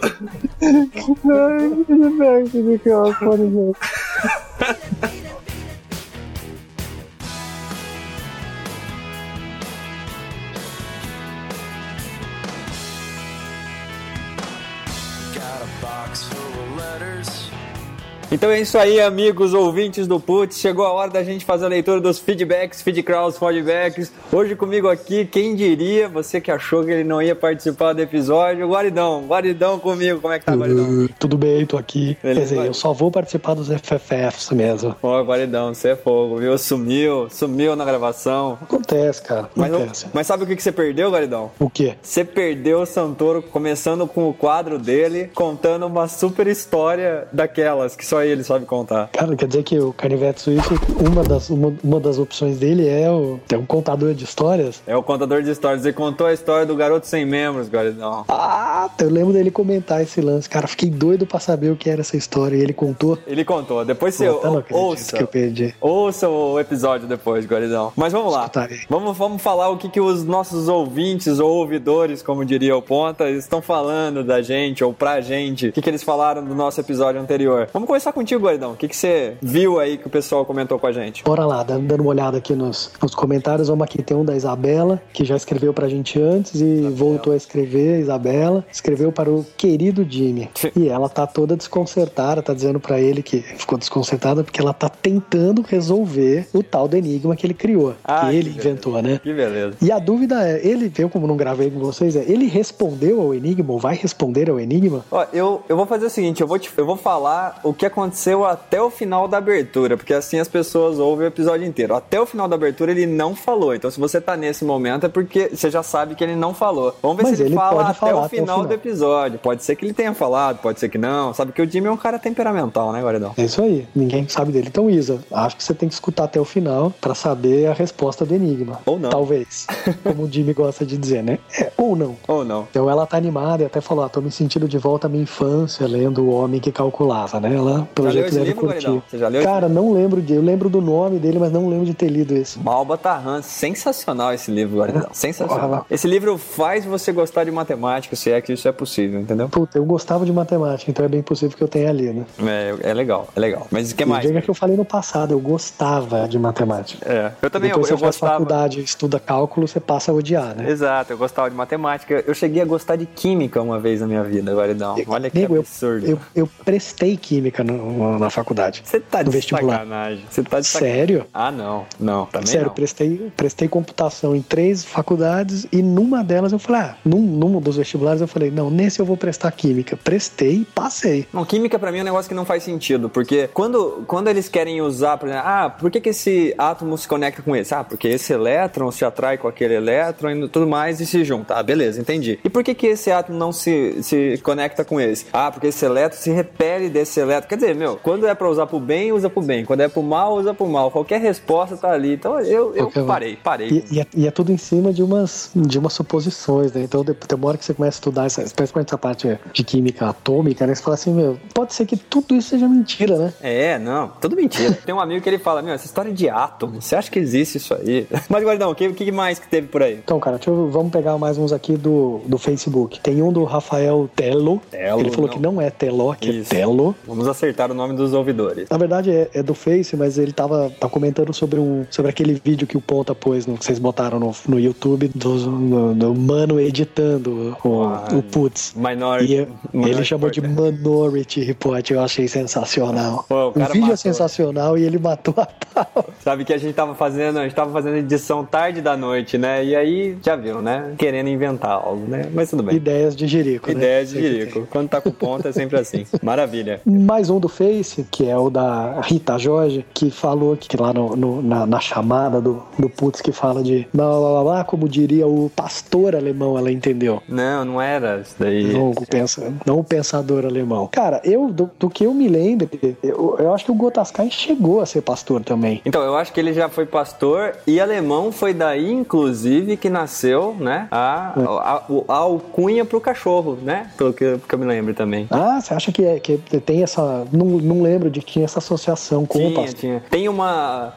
Então é isso aí, amigos ouvintes do Putz. Chegou a hora da gente fazer a leitura dos feedbacks, feedcrawls, feedbacks. Hoje comigo aqui, quem diria, você que achou que ele não ia participar do episódio, Guaridão. Guaridão comigo, como é que tá, Guaridão? Uh, tudo bem, tô aqui. Beleza, Quer dizer, vai. eu só vou participar dos FFFs mesmo. Ó, Guaridão, você é fogo, viu? Sumiu, sumiu na gravação. Acontece, cara. Mas, não- Acontece. mas sabe o que que você perdeu, Guaridão? O quê? Você perdeu o Santoro começando com o quadro dele, contando uma super história daquelas que só ele sabe contar. Cara, quer dizer que o Canivete Suíço, uma das, uma, uma das opções dele é o, é um contador de histórias. É o contador de histórias. Ele contou a história do garoto sem membros, Guaridão. Ah, eu lembro dele comentar esse lance, cara. Fiquei doido pra saber o que era essa história. E ele contou. Ele contou. Depois você Pô, até não acredito ouça. que eu perdi. Ouça o episódio depois, Guaridão. Mas vamos lá. Escutarei. Vamos, vamos falar o que, que os nossos ouvintes ou ouvidores, como diria o Ponta, estão falando da gente ou pra gente. O que, que eles falaram do nosso episódio anterior. Vamos começar contigo, Guaridão. O que, que você viu aí que o pessoal comentou com a gente? Bora lá, dando dando uma olhada aqui nos, nos comentários. Vamos aqui, tem um da Isabela, que já escreveu pra gente antes e voltou a escrever, Isabela. Escreveu para o querido Jimmy. E ela tá toda desconcertada, tá dizendo pra ele que ficou desconcertada porque ela tá tentando resolver o tal do enigma que ele criou, Ah, que ele que inventou, né? Que beleza. E a dúvida é, ele, eu como não gravei com vocês, é, ele respondeu ao enigma ou vai responder ao enigma? Ó, eu, eu vou fazer o seguinte, eu vou, te- eu vou falar o que aconteceu até o final da abertura, porque assim as pessoas ouvem o episódio inteiro. Até o final da abertura ele não falou, então se você tá nesse momento é porque você já sabe que ele não falou. Vamos ver Mas se ele, ele fala pode até, falar o final do episódio. Pode ser que ele tenha falado, pode ser que não. Sabe que o Jimmy é um cara temperamental, né, Guaridão? É isso aí, ninguém sabe dele. Então, Isa, acho que você tem que escutar até o final pra saber a resposta do enigma. Ou não. <laughs> Talvez. Como o Jimmy gosta de dizer, né? É, ou não. Ou não? Então ela tá animada e até falou: ah, tô me sentindo de volta à minha infância, lendo O Homem que Calculava, né? Ela, pelo Já leu jeito, esse deve livro, Guaridão? curtir. Você já leu esse Cara, não lembro de. Eu lembro do nome dele, mas não lembro de ter lido esse. Malba Tarhan, sensacional esse livro, Guaridão. Sensacional. Porra. Esse livro faz você gostar de matemática, se é que isso é possível, entendeu? Puta, eu gostava de matemática, então é bem possível que eu tenha lido. É, é legal, é legal. Mas o que mais? Diga que eu falei no passado, eu gostava de matemática. É, eu também eu, Depois eu você faz gostava. faculdade, estuda cálculo, você passa a odiar, né? Exato, eu gostava de matemática. Eu cheguei a gostar de química uma vez na minha vida, Guaridão. Olha que Nego, eu- absurdo. Eu, eu prestei química no, no- na faculdade. Você tá No de vestibular. sacanagem. Você tá de sacanagem. Sério? Ah, não. Não, também Sério, não. prestei, prestei computação em três faculdades e numa delas eu falei, ah, num, num dos vestibulares eu falei, não, nesse eu vou prestar química. Prestei e passei. Não, química pra mim é um negócio que não faz sentido, porque quando, quando eles querem usar, por exemplo, ah, por que, que esse átomo se conecta com esse? Ah, porque esse elétron se atrai com aquele elétron e tudo mais e se junta. Ah, beleza, entendi. E por que, que esse átomo não se, se conecta com esse? Ah, porque esse elétron se repele desse elétron. Quer dizer, meu, quando é pra usar pro bem, usa pro bem. Quando é pro mal, usa pro mal. Qualquer resposta tá ali. Então eu, eu Qualquer um. parei, parei. E, e é, e é tudo em cima de umas, de umas suposições, né? Então, de- tem uma hora que você começa a estudar, essa, principalmente essa parte de química atômica, né? Você fala assim, meu, pode ser que tudo isso seja mentira, né? É, não, tudo mentira. Tem um amigo que ele fala, meu, essa história de átomo, você acha que existe isso aí? <laughs> Mas, Guardão, o que, o que mais que teve por aí? Então, cara, deixa eu- vamos pegar mais uns aqui do, do Facebook. Tem um do Rafael Telo. Telo, ele falou não. que não é Teló, que Isso. é Telo. Vamos acertar o nome dos ouvidores. Na verdade é, é do Face, mas ele tava, tá comentando sobre, um, sobre aquele vídeo que o Ponta pôs, no, que vocês botaram no, no YouTube, do, do- do mano editando o, Ah, o Putz. Minority. E eu- ele Minority chamou de Report. Minority Report, eu achei sensacional. Pô, o o cara vídeo matou. é sensacional e ele matou a pau. Sabe que a gente tava fazendo, a gente tava fazendo edição tarde da noite, né? E aí, já viu, né? Querendo inventar algo, né? Mas tudo bem. Ideias de Jerico, né? Ideia de Sei que tem. Jerico. Quando tá com ponta é sempre <laughs> assim. Maravilha. Mais um do Face, que é o da Rita Jorge, que falou que lá no- no- na, na chamada do, do Putz que fala de blá blá blá blá, como diria o pastor alemão, ela entendeu. Não, não era isso daí. Não o, pensa, não o pensador alemão. Cara, eu do, do que eu me lembro, eu, eu acho que o Gotaskai chegou a ser pastor também. Então, eu acho que ele já foi pastor e alemão foi daí, inclusive, que nasceu, né? A, a, o- a alcunha pro cachorro, né? Pelo que, que eu me lembro também. Ah, você acha que, é, que tem essa. Não, não lembro de que tinha essa associação com o Tinha, pastor. tinha. é Tem uma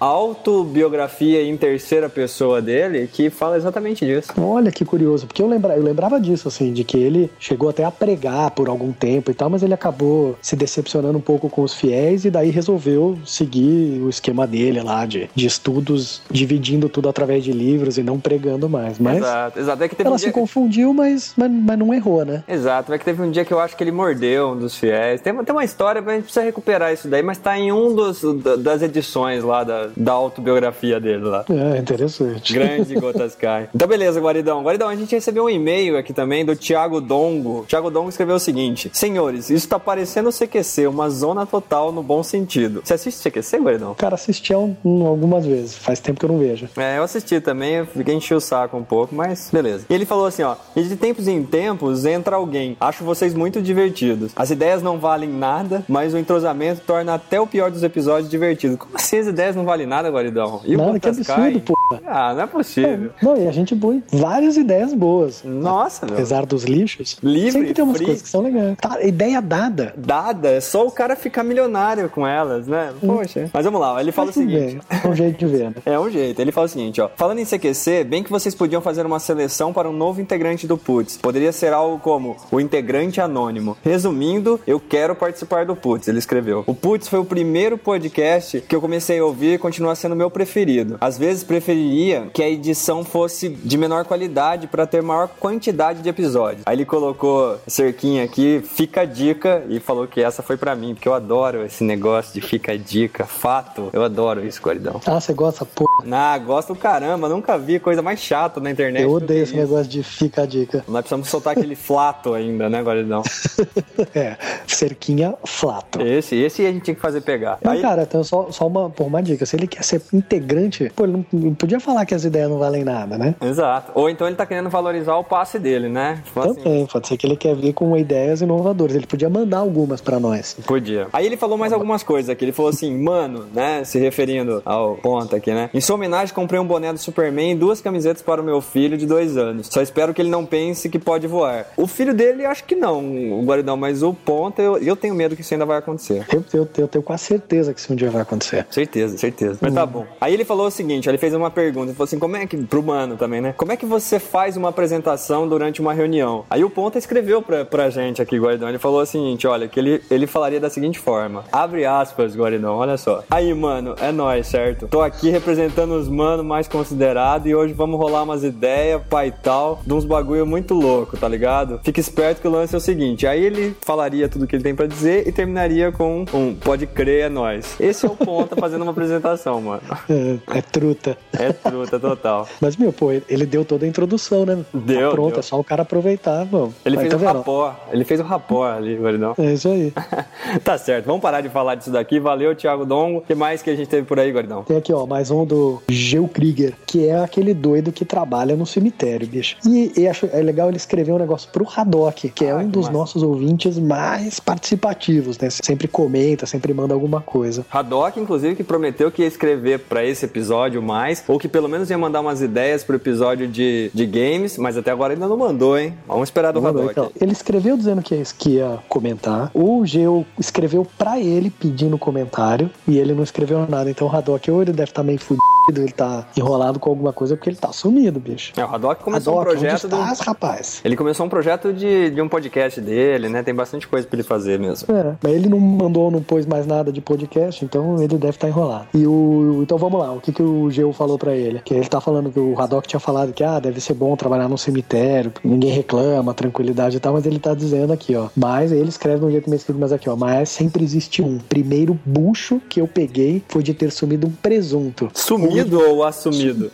autobiografia em terceira pessoa dele que fala exatamente disso. Olha que curioso, porque eu, lembra, eu lembrava disso, assim, de que ele chegou até a pregar por algum tempo e tal, mas ele acabou se decepcionando um pouco com os fiéis e daí resolveu seguir o esquema dele lá de, de estudos, dividindo tudo através de livros e não pregando mais. Mas Exato, exato. É que teve ela um dia... se confundiu, mas, mas, mas não errou, né? Exato, é que teve um dia que eu acho que ele mordeu um dos fiéis. Tem, uma- tem uma história, mas a gente precisa recuperar isso daí, mas tá em um dos, da- das edições lá da, da autobiografia dele <laughs> lá. É, interessante. Grande Gotas Cai. Então, beleza, Guaridão. Guaridão, a gente recebeu um e-mail aqui também do Thiago Dongo. Thiago Dongo escreveu o seguinte: Senhores, isso tá parecendo o CQC, uma zona total no bom sentido. Você assiste CQC, Guaridão? Cara, assisti a um- um algumas vezes, faz tempo que eu não vejo. É, eu assisti também, eu fiquei enchendo o saco um pouco, mas beleza. E ele falou assim, ó, e de tempos em tempos entra alguém, acho vocês muito divertidos. As ideias não valem nada, mas o entrosamento torna até o pior dos episódios divertido. Como assim as ideias não valem nada, Guaridão? E Nada, que Pontas Caem? absurdo, pô. Ah, não é possível. Não, e a gente põe várias ideias boas. né? Nossa, meu. Apesar dos lixos, Livre, sempre tem umas free. coisas que são legais. Tá, ideia dada. Dada, é só o cara ficar milionário com elas, né? Poxa. Mas vamos lá, ele fala o Hum. Tudo seguinte. bem, É um jeito de ver, né? É um jeito. Ele fala o seguinte, ó. Falando em CQC, bem que vocês podiam fazer uma seleção para um novo integrante do Putz. Poderia ser algo como o integrante anônimo. Resumindo, eu quero participar do Putz, ele escreveu. O Putz foi o primeiro podcast que eu comecei a ouvir e continua sendo meu preferido. Às vezes preferiria que a edição fosse de menor qualidade para ter maior quantidade de episódios. Aí ele colocou cerquinha aqui, fica a dica, e falou que essa foi pra mim, porque eu adoro esse negócio de fica a dica, fato. Eu adoro isso, Guaridão. Ah, você gosta, pô. Ah, gosto do caramba, nunca vi coisa mais chata na internet. Eu do que odeio esse isso. negócio de fica a dica. Nós precisamos soltar aquele flato ainda, né, Guaridão? <laughs> É, cerquinha flato. Esse, esse a gente tinha que fazer pegar. Mas, Aí- cara, então só, só uma, pô, uma dica. Se ele quer ser integrante, pô, ele não, não podia falar que as ideias não valem nada, né? Exato. Ou então ele tá querendo valorizar o passe dele, né? Tipo assim, Também, Então, pode ser que ele quer vir com ideias inovadoras. Ele podia mandar algumas pra nós. Podia. Aí ele falou mais algumas coisas aqui. Ele falou assim, mano, né? Se referindo ao ponta aqui, né? Em sua homenagem, comprei um boné do Superman e duas camisetas para o meu filho de dois anos. Só espero que ele não pense que pode voar. O filho dele, acho que não, o Guaridão, mas o ponta, eu, eu tenho medo que isso ainda vai acontecer. Eu, eu, eu tenho quase certeza que isso um dia vai acontecer. Certeza, certeza. Mas tá bom. Aí ele falou o seguinte, ele fez uma pergunta, ele falou assim, como é que, pro mano também, né? Como é que você faz uma apresentação durante uma reunião? Aí o Ponta escreveu pra, pra gente aqui, Guaridão, ele falou o seguinte, olha, que ele, ele falaria da seguinte forma, abre aspas, Guaridão, olha só. Aí, mano, é nóis, certo? Tô aqui representando juntando os mano mais considerado e hoje vamos rolar umas ideias, pai e tal, de uns bagulho muito louco, tá ligado? Fica esperto que o lance é o seguinte, aí ele falaria tudo que ele tem pra dizer e terminaria com um pode crer, é nóis. Esse é o ponta fazendo uma apresentação, mano. É, é truta. É truta total. Mas, meu, pô, ele deu toda a introdução, né? Deu, Tá pronto, deu. é só o cara aproveitar, mano. Ele Aí, fez tá o vendo? rapó, ele fez o rapó ali, Maridão. É isso aí. <laughs> tá certo, vamos parar de falar disso daqui. Valeu, Thiago Dongo. O que mais que a gente teve por aí, Gordão? Tem aqui, ó, mais um do Geo Krieger, que é aquele doido que trabalha no cemitério, bicho. E, e acho é legal ele escrever um negócio pro Haddock, que é Ah, um que dos massa. nossos ouvintes mais participativos, né? Sempre comenta, sempre manda alguma coisa. Haddock, inclusive, que prometeu que ia escrever pra esse episódio mais, ou que pelo menos ia mandar umas ideias pro episódio de, de games, mas até agora ainda não mandou, hein? Vamos esperar do Mandou, Haddock. então. Ele escreveu dizendo que ia, que ia comentar. O Geo escreveu pra ele pedindo comentário e ele não escreveu nada. Então o Haddock, ou ele deve estar meio fudido, ele tá enrolado com alguma coisa, porque ele tá sumido, bicho. É, o Haddock começou Haddock, um projeto onde do. estás, rapaz? Ele começou um projeto de, de um podcast dele, né? Tem bastante coisa pra ele fazer mesmo. É, mas ele não mandou, não pôs mais nada de podcast, então ele deve estar enrolado. E o. Então vamos lá, o que, que o Geu falou pra ele? Que ele tá falando que o Haddock tinha falado que ah, deve ser bom trabalhar num cemitério, ninguém reclama, tranquilidade e tal, mas ele tá dizendo aqui, ó. Mas ele escreve no jeito meio escrito, mas aqui, ó. Mas sempre existe um. Primeiro bucho que eu peguei foi de ter sumido um presunto. Sumido ou assumido?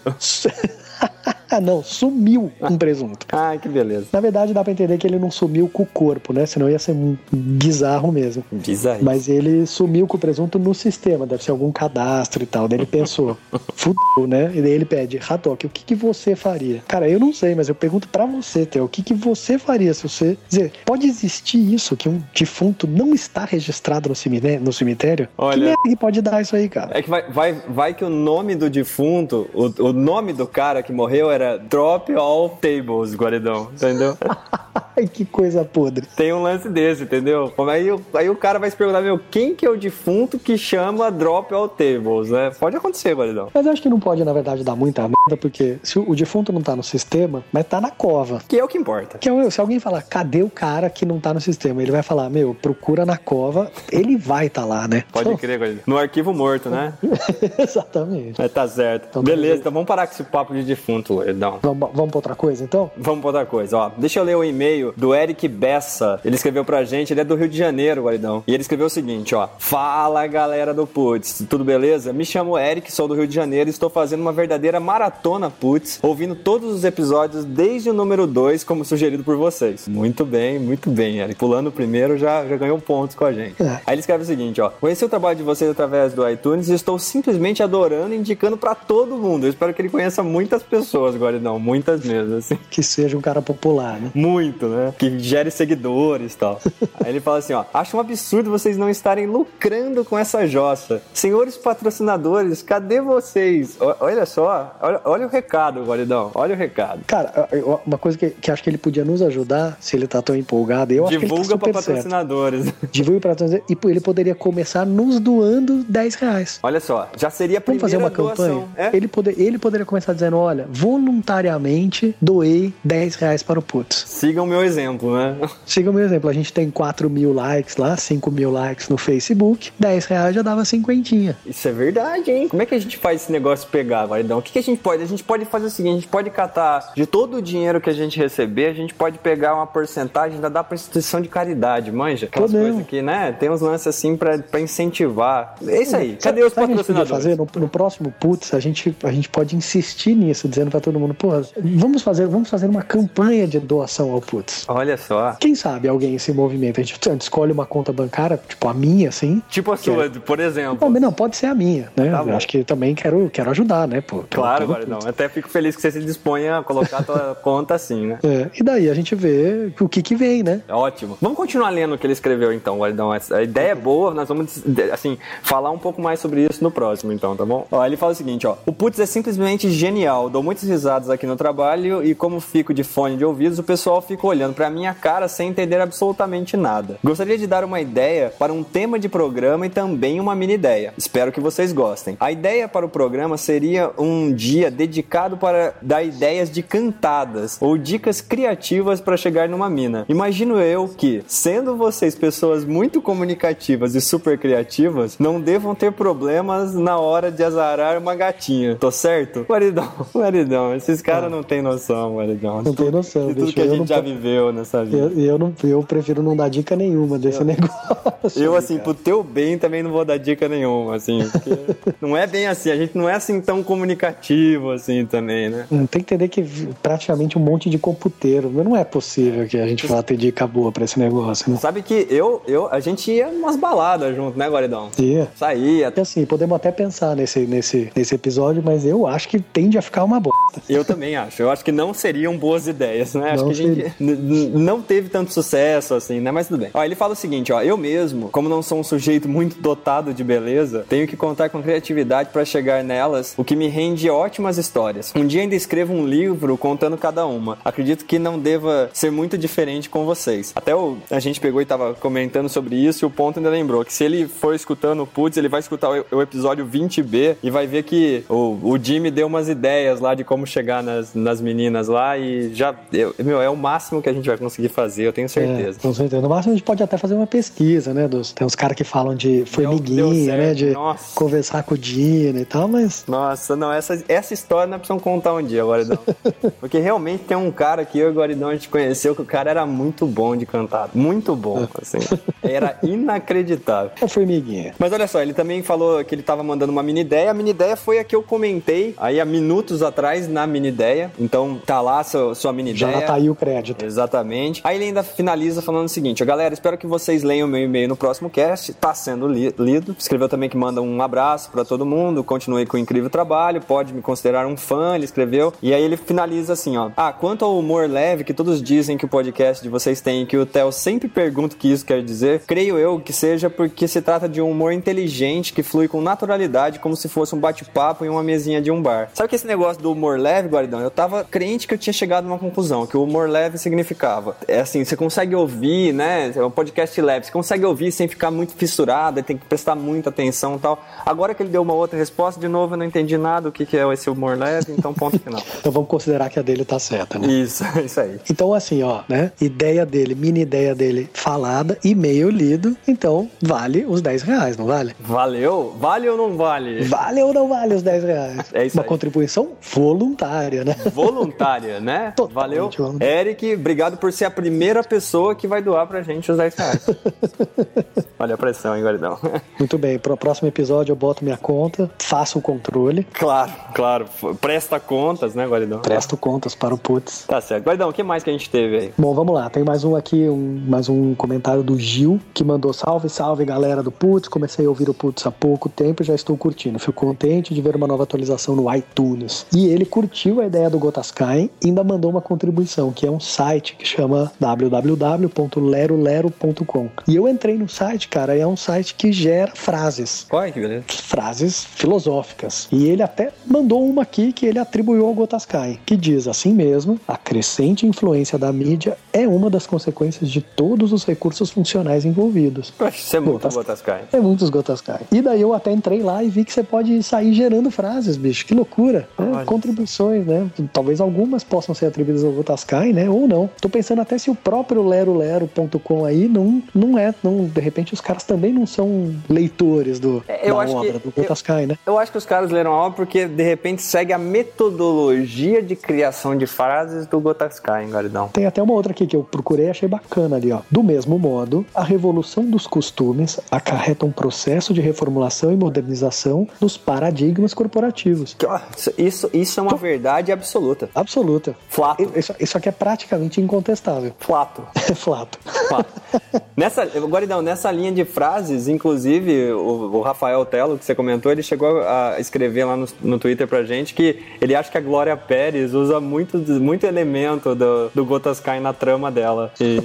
ah, não, sumiu um presunto. <laughs> Ai, que beleza. Na verdade, dá pra entender que ele não sumiu com o corpo, né? Senão ia ser um bizarro mesmo. Bizarro. Mas ele sumiu com o presunto no sistema, deve ser algum cadastro e tal. Daí ele pensou, fudeu, né? E daí ele pede, Haddock, o que, que você faria? Cara, eu não sei, mas eu pergunto pra você, Theo, o que, que você faria se você. Quer dizer, pode existir isso, que um defunto não está registrado no cemitério? No cemitério? Olha- Que merda que pode dar isso aí, cara? É que vai, vai, vai que o nome do defunto, o, o nome do cara que morreu era Drop All Tables, Guaridão, entendeu? Ai, que coisa podre. Tem um lance desse, entendeu? Como Aí, o- aí o cara vai se perguntar, meu, quem que é o defunto que chama Drop All Tables, né? Pode acontecer, Guaridão. Mas eu acho que não pode, na verdade, dar muita merda, porque se o o defunto não tá no sistema, mas tá na cova. Que é o que importa. Que é o- se alguém falar, cadê o cara que não tá no sistema? Ele vai falar, meu, procura na cova, ele vai tá lá, né? Pode Então, crer, Guaridão. No arquivo morto, né? <laughs> Exatamente. É, tá certo. Então, Beleza, beleza. então vamos parar com esse papo de defunto, Guaridão. Vamos, vamos pra outra coisa, então? Vamos pra outra coisa, ó. Deixa eu ler o e-mail do Eric Bessa. Ele escreveu pra gente, ele é do Rio de Janeiro, guaridão. E ele escreveu o seguinte, ó. Fala, galera do Putz. Tudo beleza? Me chamo Eric, sou do Rio de Janeiro e estou fazendo uma verdadeira maratona Putz, ouvindo todos os episódios desde o número 2, como sugerido por vocês. Muito bem, muito bem, Eric. Pulando o primeiro já, já ganhou pontos com a gente. É. Aí ele escreve o seguinte, ó. Conheci o trabalho de vocês através do iTunes e estou simplesmente adorando e indicando pra todo mundo. Eu espero que ele conheça muitas pessoas, guaridão. Muitas mesmo, assim. Que seja um cara popular, né? Muito, né? Que gere seguidores e <laughs> tal. Aí ele fala assim, ó. Acho um absurdo vocês não estarem lucrando com essa jossa. Senhores patrocinadores, cadê vocês? O- olha só. Olha, olha o recado, Guaridão. Olha o recado. Cara, eu- eu- uma coisa que, que acho que ele podia nos ajudar, se ele tá tão empolgado, eu acho que Divulga ele tá pra super certo. patrocinadores. Divulga pra patrocinar. E pô, ele poderia começar nos doando 10 reais. Olha só. Já seria a primeira Vamos fazer uma doação. campanha? É? Ele, poder, ele poderia começar dizendo, olha, voluntariamente doei 10 reais para o Putz. Sigam o meu exemplo, né? Siga o meu exemplo, a gente tem 4 mil likes lá, 5 mil likes no Facebook, 10 reais já dava cinquentinha. Isso é verdade, hein? Como é que a gente faz esse negócio pegar, Guaridão? O que, que a gente pode? A gente pode fazer o seguinte, a gente pode catar de todo o dinheiro que a gente receber, a gente pode pegar uma porcentagem e dar pra instituição de caridade, manja? Aquelas Podemos. coisas que, né? Tem uns lances assim pra, pra incentivar. É isso aí. Cadê Sabe- os sabe o que a gente podia patrocinadores? fazer? No, no próximo putz, a gente, a gente pode insistir nisso, dizendo pra todo mundo, porra, vamos fazer, vamos fazer uma campanha de doação ao putz. Olha só. Quem sabe alguém se movimenta? A gente, a gente escolhe uma conta bancária, tipo a minha, assim. Tipo a sua, por Bom, exemplo. mas não, pode ser a minha, né? Tá Eu bom. acho que também quero, quero ajudar, né, pô? Claro, Todo- Guaridão. Até fico feliz que você se disponha a colocar a tua <laughs> conta assim, né? É, e daí a gente vê o que que vem, né? É Ótimo. Vamos continuar lendo o que ele escreveu então, Guaridão. Essa- A ideia é boa, nós vamos, assim, falar um pouco mais sobre isso no próximo, então, tá bom? Ó, ele fala o seguinte, ó. O Putz é simplesmente genial. Dou muitas risadas aqui no trabalho e como fico de fone de ouvidos, o pessoal fica olhando olhando pra minha cara sem entender absolutamente nada. Gostaria de dar uma ideia para um tema de programa e também uma mini ideia. Espero que vocês gostem. A ideia para o programa seria um dia dedicado para dar ideias de cantadas ou dicas criativas para chegar numa mina. Imagino eu que, sendo vocês pessoas muito comunicativas e super criativas, não devam ter problemas na hora de azarar uma gatinha. Tô certo? Maridão, <laughs> maridão, esses caras não têm noção, maridão. Não tem noção, De tudo bicho, que a Tá. Então, eu gente não já po- viveu nessa vida. Eu, eu, não, eu prefiro não dar dica nenhuma desse negócio. Eu, assim, pro teu bem também não vou dar dica nenhuma, assim. Porque não é bem assim, a gente não é assim tão comunicativo, assim, também, né? Hum, Tem que entender que vi- praticamente um monte de computeiro. Mas não é possível que a gente vá ter dica boa pra esse negócio, né? Sabe que eu, eu, a gente ia umas baladas junto, né, Guaridão? E, Saía. e assim, podemos até pensar nesse, nesse, nesse episódio, mas eu acho que tende a ficar uma bosta. Eu também acho. Eu acho que não seriam boas ideias, né? acho Não que a gente n- n- não teve tanto sucesso, assim, né? Mas tudo bem. Ó, ele fala o seguinte, ó. Eu mesmo, como não sou um sujeito muito dotado de beleza, tenho que contar com criatividade pra chegar nelas, o que me rende ótimas histórias. Um dia ainda escrevo um livro contando cada uma. Acredito que não deva ser muito diferente com vocês. Até o, a gente pegou e tava comentando sobre isso e o ponto ainda lembrou que se ele for escutando o Putz, ele vai escutar o, o episódio 20B e vai ver que o, o Jimmy deu umas ideias lá de como chegar nas, nas meninas lá e já. eu- meu, é o máximo que a gente vai conseguir fazer, eu tenho certeza. É, com certeza. No máximo a gente pode até fazer uma pesquisa, né? dos- tem uns caras que falam de Deu formiguinha, certo, né? De nossa. conversar com o Dino e tal, mas. Nossa, não, essa, essa história nós precisamos contar um dia, Guaridão. Porque realmente tem um cara que eu e o Guaridão a gente conheceu que o cara era muito bom de cantar. Muito bom, assim. Era inacreditável. É formiguinha. Mas olha só, ele também falou que ele tava mandando uma mini ideia. A mini ideia foi a que eu comentei aí há minutos atrás na mini ideia. Então tá lá sua, sua mini Já ideia. tá aí o crédito. Exatamente. Aí ele ainda finaliza falando o seguinte: ó, galera, espero que vocês leiam meu e-mail no próximo cast. Tá sendo li- lido. Escreveu também que manda um abraço pra todo mundo. Continue com o incrível trabalho. Pode me considerar um fã. Ele escreveu. E aí ele finaliza assim: ó. Ah, quanto ao humor leve que todos dizem que o podcast de vocês tem e que o Theo sempre pergunta o que isso quer dizer, creio eu que seja porque se trata de um humor inteligente que flui com naturalidade, como se fosse um bate-papo em uma mesinha de um bar. Sabe que esse negócio do humor leve, Guaridão? Eu tava crente que eu tinha chegado numa conclusão, que o humor leve significava. É assim, você consegue ouvir, né? É um podcast leve, você consegue ouvir sem ficar muito fissurado, aí tem que prestar muita atenção e tal. Agora que ele deu uma outra resposta, de novo eu não entendi nada o que, que é esse humor leve, então ponto final. Então vamos considerar que a dele tá certa, né? <laughs> Isso, isso aí. Então, assim, ó, né? Ideia dele, mini ideia dele falada, e-mail lido, então vale os 10 reais, não vale? Valeu? Vale ou não vale? Vale ou não vale os 10 reais? É isso Uma aí. contribuição voluntária, né? voluntária, né? Totalmente Valeu. voluntária. Eric, obrigado por ser a primeira pessoa que vai doar pra gente os 10 reais. <laughs> Olha a pressão, hein, Guaridão? <laughs> Muito bem, pro próximo episódio eu boto minha conta, faço o controle, claro, claro. Presta contas, né, Guaridão? presto contas para o Putz. Tá certo. Guaridão, o que mais que a gente teve aí? Bom, vamos lá. Tem mais um aqui, um- mais um comentário do Gil, que mandou salve, salve galera do Putz. Comecei a ouvir o Putz há pouco tempo e já estou curtindo. Fico contente de ver uma nova atualização no iTunes. E ele curtiu a ideia do Gotaskai e ainda mandou uma contribuição, que é um site que chama www.lerolero.com. E eu entrei no site, cara, e é um site que gera frases Olha que beleza. frases filosóficas. E ele até mandou uma aqui que ele atribuiu ao Gotaskai, que diz assim mesmo: a crescente influência da mídia é uma das consequências de todos os recursos funcionais envolvidos. Poxa, Você é muito Gotas- Gotaskai. É muitos Gotaskai. E daí eu até entrei lá e vi que você pode sair gerando frases, bicho. Que loucura. né? Olha. Contribuições, né? Talvez algumas possam ser atribuídas ao Gotaskai, né? Ou não. Tô pensando até se o próprio lerolero.com aí não, não é. Não, de repente os caras também não são leitores do, É, eu da acho que- obra do eu- Gotaskai, né? Eu acho que os caras leram a obra porque, de repente, segue a metodologia de criação de frases do Gotaskai, hein, Guaridão? Tem até uma outra aqui que eu procurei e achei bacana ali, ó. Do mesmo modo, a revolução dos costumes acarreta um processo de reformulação e modernização dos paradigmas corporativos. Que, ó, isso- Isso, isso é uma verdade absoluta. Absoluta. Flato. Isso, isso aqui é praticamente incontestável. <laughs> Flato. É flato. Fato. nessa, Guaridão, nessa linha de frases, inclusive, o, o Rafael Telo, que você comentou, ele chegou a escrever lá no, no Twitter pra gente que ele acha que a Glória Pérez usa muito, muito elemento do, do Gotas Cai na trama dela. E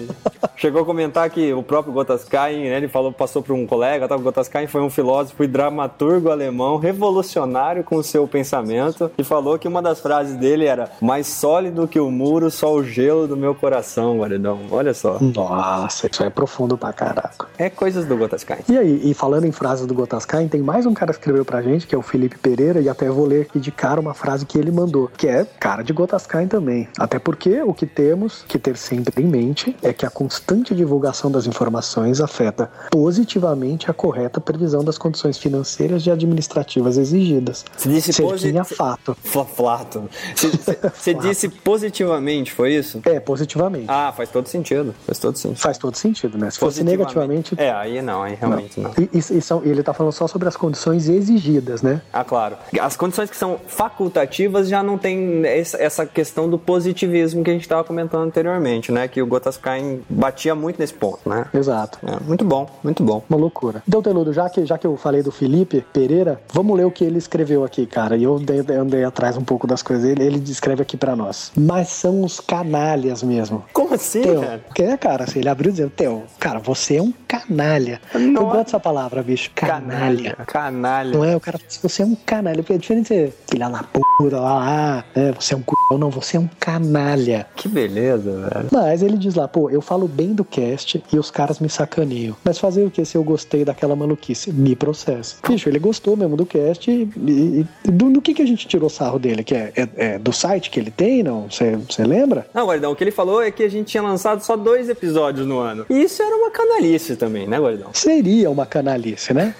Chegou a comentar que o próprio Gotaskai, né, ele falou, passou por um colega, tá? o Gotaskai foi um filósofo e dramaturgo alemão, revolucionário com o seu pensamento, e falou que uma das frases dele era: Mais sólido que o muro, só o gelo do meu coração, Guaridão. Olha só. Nossa, isso é profundo pra caraca. É coisas do Gotaskai. E aí, e falando em frases do Gotaskai, tem mais um cara que escreveu pra gente, que é o Felipe Pereira, e até vou ler aqui de cara uma frase que ele mandou, que é cara de Gotaskai também. Até porque o que temos que ter sempre em mente é que a constante divulgação das informações afeta positivamente a correta previsão das condições financeiras e administrativas exigidas. Você disse Cerquinha posi- fato. Fla- Flato. Você- <laughs> Você você disse positivamente, foi isso? É, positivamente. Ah, faz todo sentido. Faz todo sentido. Faz todo sentido, né? Se fosse Positivamente- negativamente, É, aí não, aí realmente não. E, e- e são- e ele tá falando só sobre as condições exigidas, né? Ah, claro. As condições que são facultativas já não tem essa essa questão do positivismo que a gente estava comentando anteriormente, né? Que o Gotaskai batia muito nesse ponto, né? Exato. É, muito bom, muito bom. Uma loucura. Então, Teludo, já que, já que eu falei do Felipe Pereira, vamos ler o que ele escreveu aqui, cara. E eu dei- andei atrás um pouco das coisas. Ele, ele descreve aqui pra nós. Mas são os canalhas mesmo. Como assim, Teu, cara? que é, cara, assim, ele abriu dizendo, Teu, cara, você é um canalha. Nossa. Eu gosto dessa palavra, bicho. Canalha. Canalha. Não é? O cara, se você é um canalha, é diferente de ser filha da puta, lá, lá, né? você é um c... não, você é um canalha. Que beleza, velho. Mas ele diz lá, pô, eu falo bem do cast e os caras me sacaneiam. Mas fazer o que se eu gostei daquela maluquice? Me processo. Bicho, ele gostou mesmo do cast e, e- e do, do que, que a gente tirou sarro dele? Que é, é- é do site que ele tem, não? Você lembra? Não, Guaridão, o que ele falou é que a gente tinha lançado só dois episódios no ano. E isso era uma canalice também, né, Guaridão? Seria uma canalice, <laughs> né?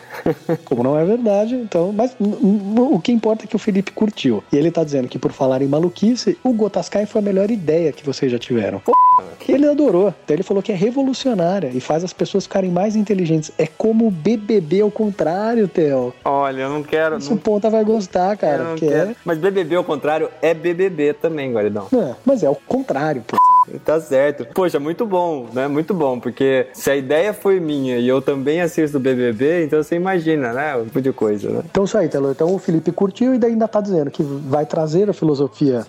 Como não é verdade, então. Mas n- n- o que importa é que o Felipe curtiu. E ele tá dizendo que, por falar em maluquice, o Gotaskai foi a melhor ideia que vocês já tiveram. Ele adorou. Então ele falou que é revolucionária e faz as pessoas ficarem mais inteligentes. É como o BBB ao contrário, Theo. Olha, eu não quero. Isso o Ponta vai gostar, cara. eu não porque quero. é... Mas BBB, ao contrário, é BBB também, Guaridão. É, mas é o contrário, pô. Tá certo. Poxa, muito bom, né? Muito bom, porque se a ideia foi minha e eu também assisto o BBB, então você imagina, né? O tipo de coisa, né? Então isso aí, Telo. Então o Felipe curtiu e daí ainda tá dizendo que vai trazer a filosofia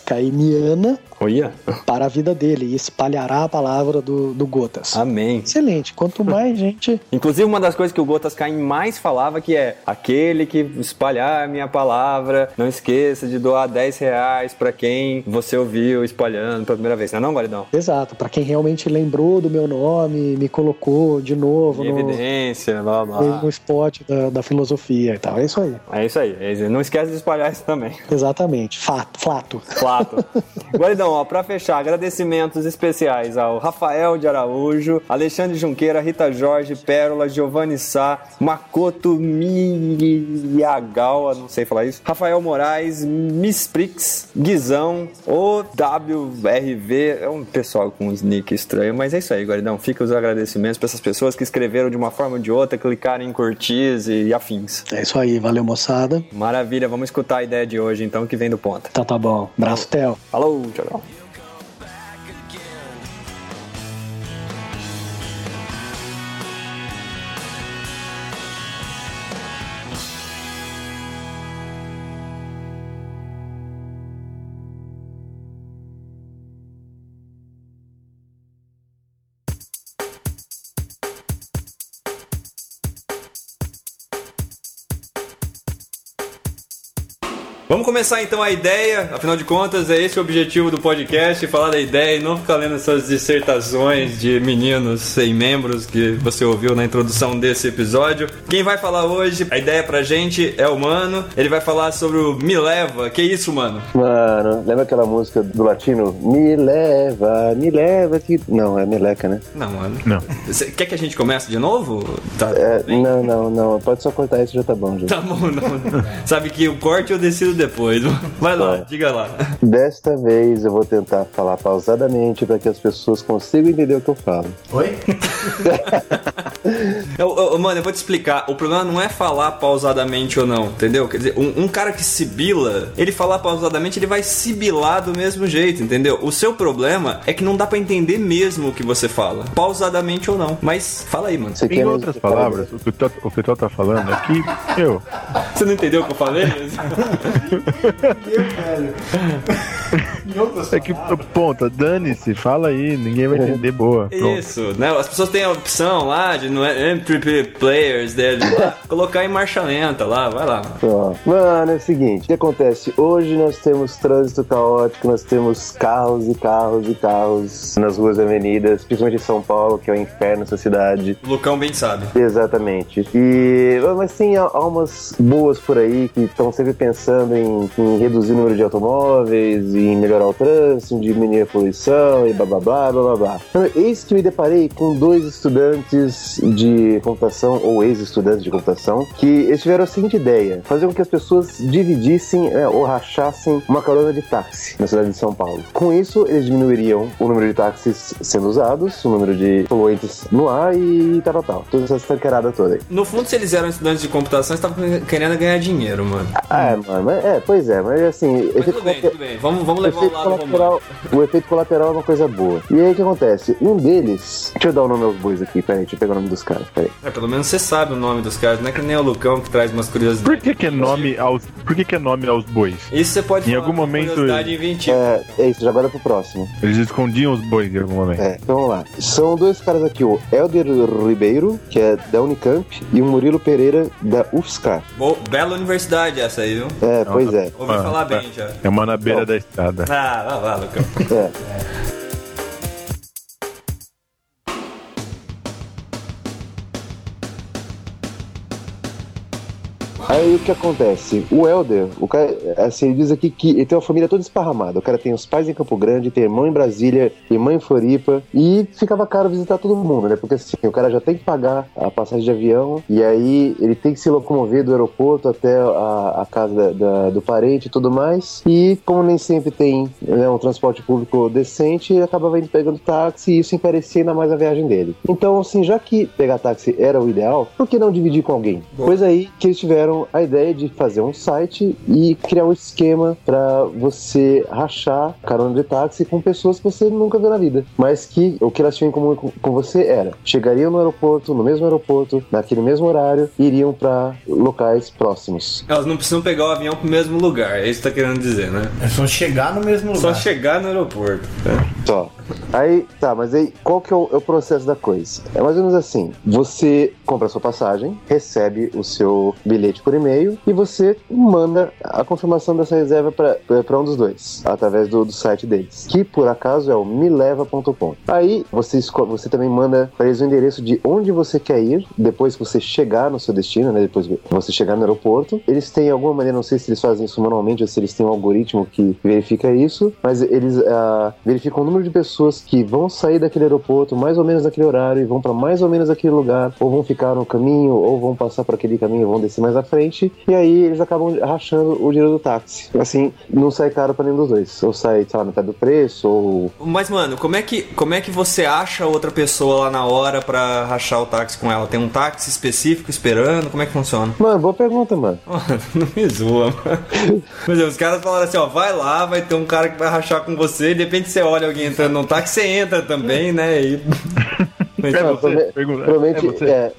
gotascaimiana Olha. para a vida dele e espalhará a palavra do, do Gotas. Amém. Excelente. Quanto mais gente. Inclusive, uma das coisas que o Gotas Caim mais falava que é aquele que espalhar a minha palavra, não esqueça de doar 10 reais pra quem você ouviu espalhando pela primeira vez. Não é não, Guaridão? Exato, para quem realmente lembrou do meu nome, me colocou de novo Em no, evidência, blá blá. no spot da, da filosofia e tal. É isso aí. É isso aí. é isso aí. Não esquece de espalhar isso também. Exatamente. Fato, flato. Plato. Guaridão, ó, pra fechar, agradecimentos especiais ao Rafael de Araújo, Alexandre Junqueira, Rita Jorge, Pérola, Giovanni Sá, Makoto Miyagawa, não sei falar isso, Rafael Moraes, Misprix, Guizão, OWRV, é um pessoal com uns nick estranho, mas é isso aí, Guaridão. Fica os agradecimentos pra essas pessoas que escreveram de uma forma ou de outra, clicaram em curtis e afins. É isso aí. Valeu, moçada. Maravilha, vamos escutar a ideia de hoje então, que vem do ponta. Então tá bom. Braço, Theo. Falou, tchau, tchau. Vamos começar então a ideia, afinal de contas é esse o objetivo do podcast, falar da ideia e não ficar lendo essas dissertações de meninos sem membros que você ouviu na introdução desse episódio. Quem vai falar hoje, a ideia pra gente é o Mano, ele vai falar sobre o Me Leva, que isso Mano? Mano, lembra aquela música do latino? Me leva, me leva que. Não, é meleca, né? Não, mano. Não. Você quer que a gente comece de novo? Tá, É, bem? não, não, não. Pode só cortar isso já tá bom, já. Tá bom, não. não. Sabe que o corte eu decido depois. Vai lá, Vai. diga lá. Desta vez eu vou tentar falar pausadamente pra que as pessoas consigam entender o que eu falo. Oi? Eu- eu- eu- mano, eu vou te explicar. O problema não é falar pausadamente ou não, entendeu? Quer dizer, um, um cara que sibila, ele falar pausadamente, ele vai sibilar do mesmo jeito, entendeu? O seu problema é que não dá pra entender mesmo o que você fala, pausadamente ou não. Mas fala aí, mano. Você Em mesmo outras que eu fale? palavras, o que o Tó- o que o Tó tá falando é que, meu, Você não entendeu o que eu falei? Meu velho. Em outras é que palavras, ponta, dane-se, fala aí, ninguém vai entender, boa. Pronto. <laughs> Isso, né? As pessoas têm a opção lá de é, no M3P Players, né, de <laughs> lá, colocar em marcha lenta lá, vai lá. Ó, Mano, é o seguinte, o que acontece? Hoje nós temos trânsito caótico, nós temos carros e carros e carros nas ruas e avenidas, principalmente em São Paulo, que é o inferno essa cidade. O Lucão bem sabe. Exatamente. E mas tem al- almas boas por aí que estão sempre pensando em, em reduzir o número de automóveis, em melhorar o trânsito, em diminuir a poluição e blá blá blá blá blá blá. Então, Eis que me deparei com dois estudantes de computação, ou ex-estudantes de computação, que eles tiveram a seguinte ideia: fazer com que as pessoas dividissem é, ou rachassem uma carona de táxi na cidade de São Paulo. Com isso, eles diminuiriam o número de táxis sendo usados, o número de poluentes no ar e tal, tal, tal. Toda essa estancarada toda aí. No fundo, se eles eram estudantes de computação, eles estavam querendo ganhar dinheiro, mano. Ah, é, mano, mas- é, pois é, mas assim. Hum. Mas efeito tudo bem, colater- tudo bem. Vamos, vamos o levar o efeito, lado romântico. colateral, o efeito colateral é uma coisa boa. E aí o que acontece? Um deles. Deixa eu dar o nome aos bois aqui, peraí, deixa eu pegar o nome dos caras, peraí. É, pelo menos você sabe o nome dos caras, não é que nem o Lucão que traz umas curiosidades. Por que, que é nome aos. Por que, que é nome aos bois? Isso você pode Em falar algum com momento- curiosidade inventiva. É, é isso, já vai lá pro próximo. Eles escondiam os bois em algum momento. É, então vamos lá. São dois caras aqui, o Helder Ribeiro, que é da Unicamp, e o Murilo Pereira, da UFSCar. Bo- bela universidade essa aí, viu? É, pois é. Ouvi Ah, falar tá. bem já. É uma na beira da estrada. Ah, vá lá, Lucão. é. Aí o que acontece? O Helder, o cara, assim, ele diz aqui que ele tem uma família toda esparramada. O cara tem os pais em Campo Grande, tem irmão em Brasília, irmã em Floripa, e ficava caro visitar todo mundo, né? Porque assim, o cara já tem que pagar a passagem de avião, e aí ele tem que se locomover do aeroporto até a, a casa da- da- do parente e tudo mais. E como nem sempre tem né, um transporte público decente, ele acabava indo pegando táxi e isso encarecia ainda mais a viagem dele. Então, assim, já que pegar táxi era o ideal, por que não dividir com alguém? Boa. Pois aí que eles tiveram a ideia de fazer um site e criar um esquema pra você rachar carona de táxi com pessoas que você nunca viu na vida, mas que o que elas tinham em comum com com você era chegariam no aeroporto, no mesmo aeroporto, naquele mesmo horário, e iriam pra locais próximos. Elas não precisam pegar o avião pro mesmo lugar, é isso que tá querendo dizer, né? É É só chegar no mesmo Só lugar. chegar no aeroporto. né? Só. Aí, tá, mas aí, qual que é o, é o processo da coisa? É mais ou menos assim: você compra a sua passagem, recebe o seu bilhete por e-mail e você manda a confirmação dessa reserva para um dos dois, através do, do site deles, que por acaso é o mileva.com. Aí, você, esco- você também manda para eles o endereço de onde você quer ir, depois que você chegar no seu destino, né? Depois que você chegar no aeroporto. Eles têm alguma maneira, não sei se eles fazem isso manualmente ou se eles têm um algoritmo que verifica isso, mas eles ah, verificam o número de pessoas que vão sair daquele aeroporto mais ou menos naquele horário e vão para mais ou menos aquele lugar, ou vão ficar no caminho, ou vão passar por aquele caminho, vão descer mais à frente, e aí eles acabam rachando o dinheiro do táxi. Assim, não sai caro para nenhum dos dois. Ou sai, sei lá, metade do preço, ou Mas, mano, como é, que, como é que você acha outra pessoa lá na hora pra rachar o táxi com ela? Tem um táxi específico esperando? Como é que funciona? Mano, boa pergunta, mano. Mano, <laughs> não me zoa, mano. Por exemplo, os caras falaram assim, ó, vai lá, vai ter um cara que vai rachar com você, e de repente você olha alguém entrando num táxi, você entra também, né? E... <laughs> tipo, É você? Não, Ah, prome- Pergunta. É Provavelmente, você? <laughs> é,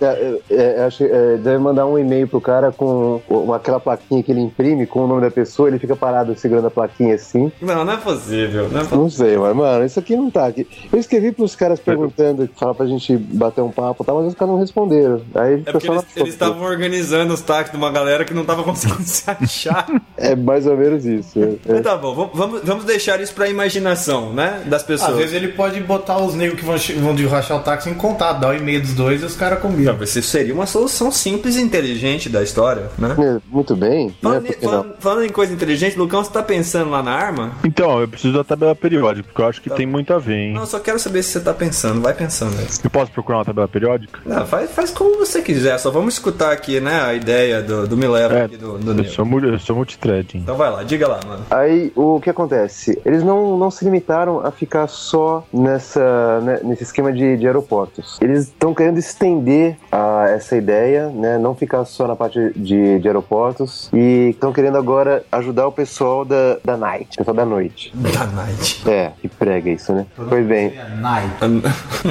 é, é, é, acho, é, deve mandar um e-mail pro cara com uma- aquela plaquinha que ele imprime com o nome da pessoa, ele fica parado segurando a plaquinha assim. Não, não é possível, não é <laughs> possível. Não sei, mas, mano, isso aqui não tá aqui. Eu escrevi pros caras perguntando, falar pra gente bater um papo e tal, mas os caras não responderam. Aí É ficou porque só eles na foto. eles estavam organizando os táxis de uma galera que não tava <laughs> conseguindo se achar. É mais ou menos isso. É. Mas tá bom, vamos- vamos, vamos deixar isso pra imaginação, né? Das Às vezes pessoas. ele pode botar os negros que vão, che- vão de rachar o táxi em contato, dar o e-mail dos dois e os caras combinam. Isso seria uma solução simples e inteligente da história, né? É, Muito bem, né? Falando, Por em- que não? falando- falando em coisa inteligente, Lucão, você tá pensando lá na arma? Então, eu preciso da tabela periódica, porque eu acho que tem muito a ver, hein? Não, eu só quero saber se você tá pensando, vai pensando aí. Eu posso procurar uma tabela periódica? Não, faz, faz como você quiser, só vamos escutar aqui, né, a ideia do, do Mileva É, aqui do, do eu Neo. sou, mul- eu sou multithreading. Então vai lá, diga lá, <laughs> mano. Aí o que acontece? Eles não, não se limitaram a ficar só nessa né, nesse esquema sistema de, de aeroportos. Eles estão querendo estender ah, essa ideia, né? Não ficar só na parte de, de aeroportos. E estão querendo agora ajudar o pessoal da, da night, pessoal da noite. Da Night. É, que prega isso, né? Pois bem. Night.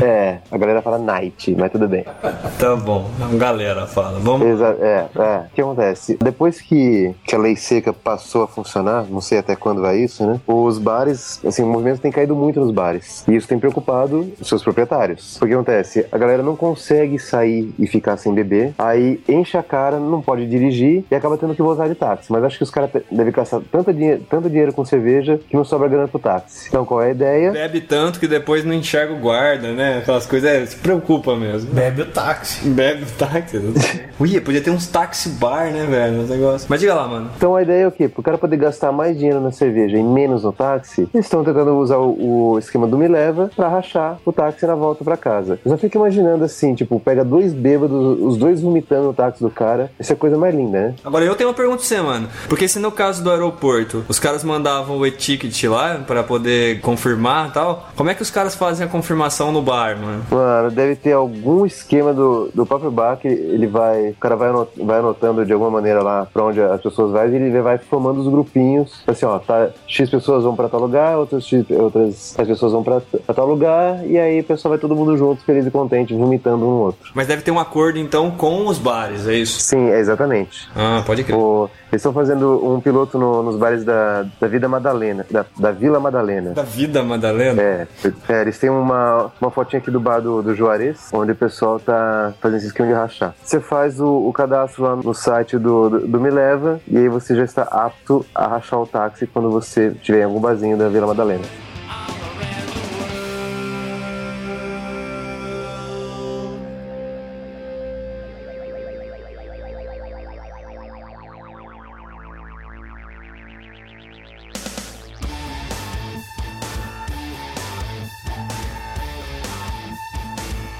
É, a galera fala night, mas tudo bem. Tá bom. Galera, fala. Vamos. Exa- é, é. O que acontece? Depois que, que a lei seca passou a funcionar, não sei até quando vai isso, né? Os bares, assim, o movimento tem caído muito nos bares. E isso tem preocupado os seus proprietários. Porque acontece? A galera não consegue sair e ficar sem beber, aí enche a cara, não pode dirigir e acaba tendo que voltar de táxi. Mas acho que os caras te- devem gastar tanto, dinhe- tanto dinheiro com cerveja que não sobra grana pro táxi. Então qual é a ideia? Bebe tanto que depois não enxerga o guarda, né? Aquelas coisas, é, se preocupa mesmo. Bebe o táxi. Bebe o táxi. <laughs> Ui, podia ter uns táxi bar, né, velho? Uns negócios. Mas diga lá, mano. Então a ideia é o quê? Pro cara poder gastar mais dinheiro na cerveja e menos no táxi, eles estão tentando usar o, o esquema do Me Leva pra rachar o táxi na volta pra casa. Eu só fico imaginando assim, tipo, pega dois bêbados, os dois vomitando no táxi do cara. Essa é a coisa mais linda, né? Agora eu tenho uma pergunta pra você, mano. Porque se no caso do aeroporto, os caras mandavam o etiquete lá pra poder confirmar e tal, como é que os caras fazem a confirmação no bar, mano? Mano, deve ter algum esquema do, do próprio bar que ele vai. O cara vai, ano- vai anotando de alguma maneira lá pra onde as pessoas vão e ele vai formando os grupinhos. Assim, ó, tá, X pessoas vão pra tal lugar, outras, X, outras as pessoas vão pra, pra tal lugar, e aí o pessoal vai todo mundo junto, feliz e contente, vomitando um no outro. Mas deve ter um acordo então com os bares, é isso? Sim, é exatamente. Ah, pode crer. O- eles estão fazendo um piloto no- nos bares da, da Vida Madalena, da, da Vila Madalena. Da vida, Madalena. É, é, eles têm uma, uma fotinha aqui do bar do, do Juarez, onde o pessoal tá fazendo esse esquema de rachar. Você faz o, o cadastro lá no site do, do, do Me Leva, e aí você já está apto a rachar o táxi quando você estiver em algum barzinho da Vila Madalena.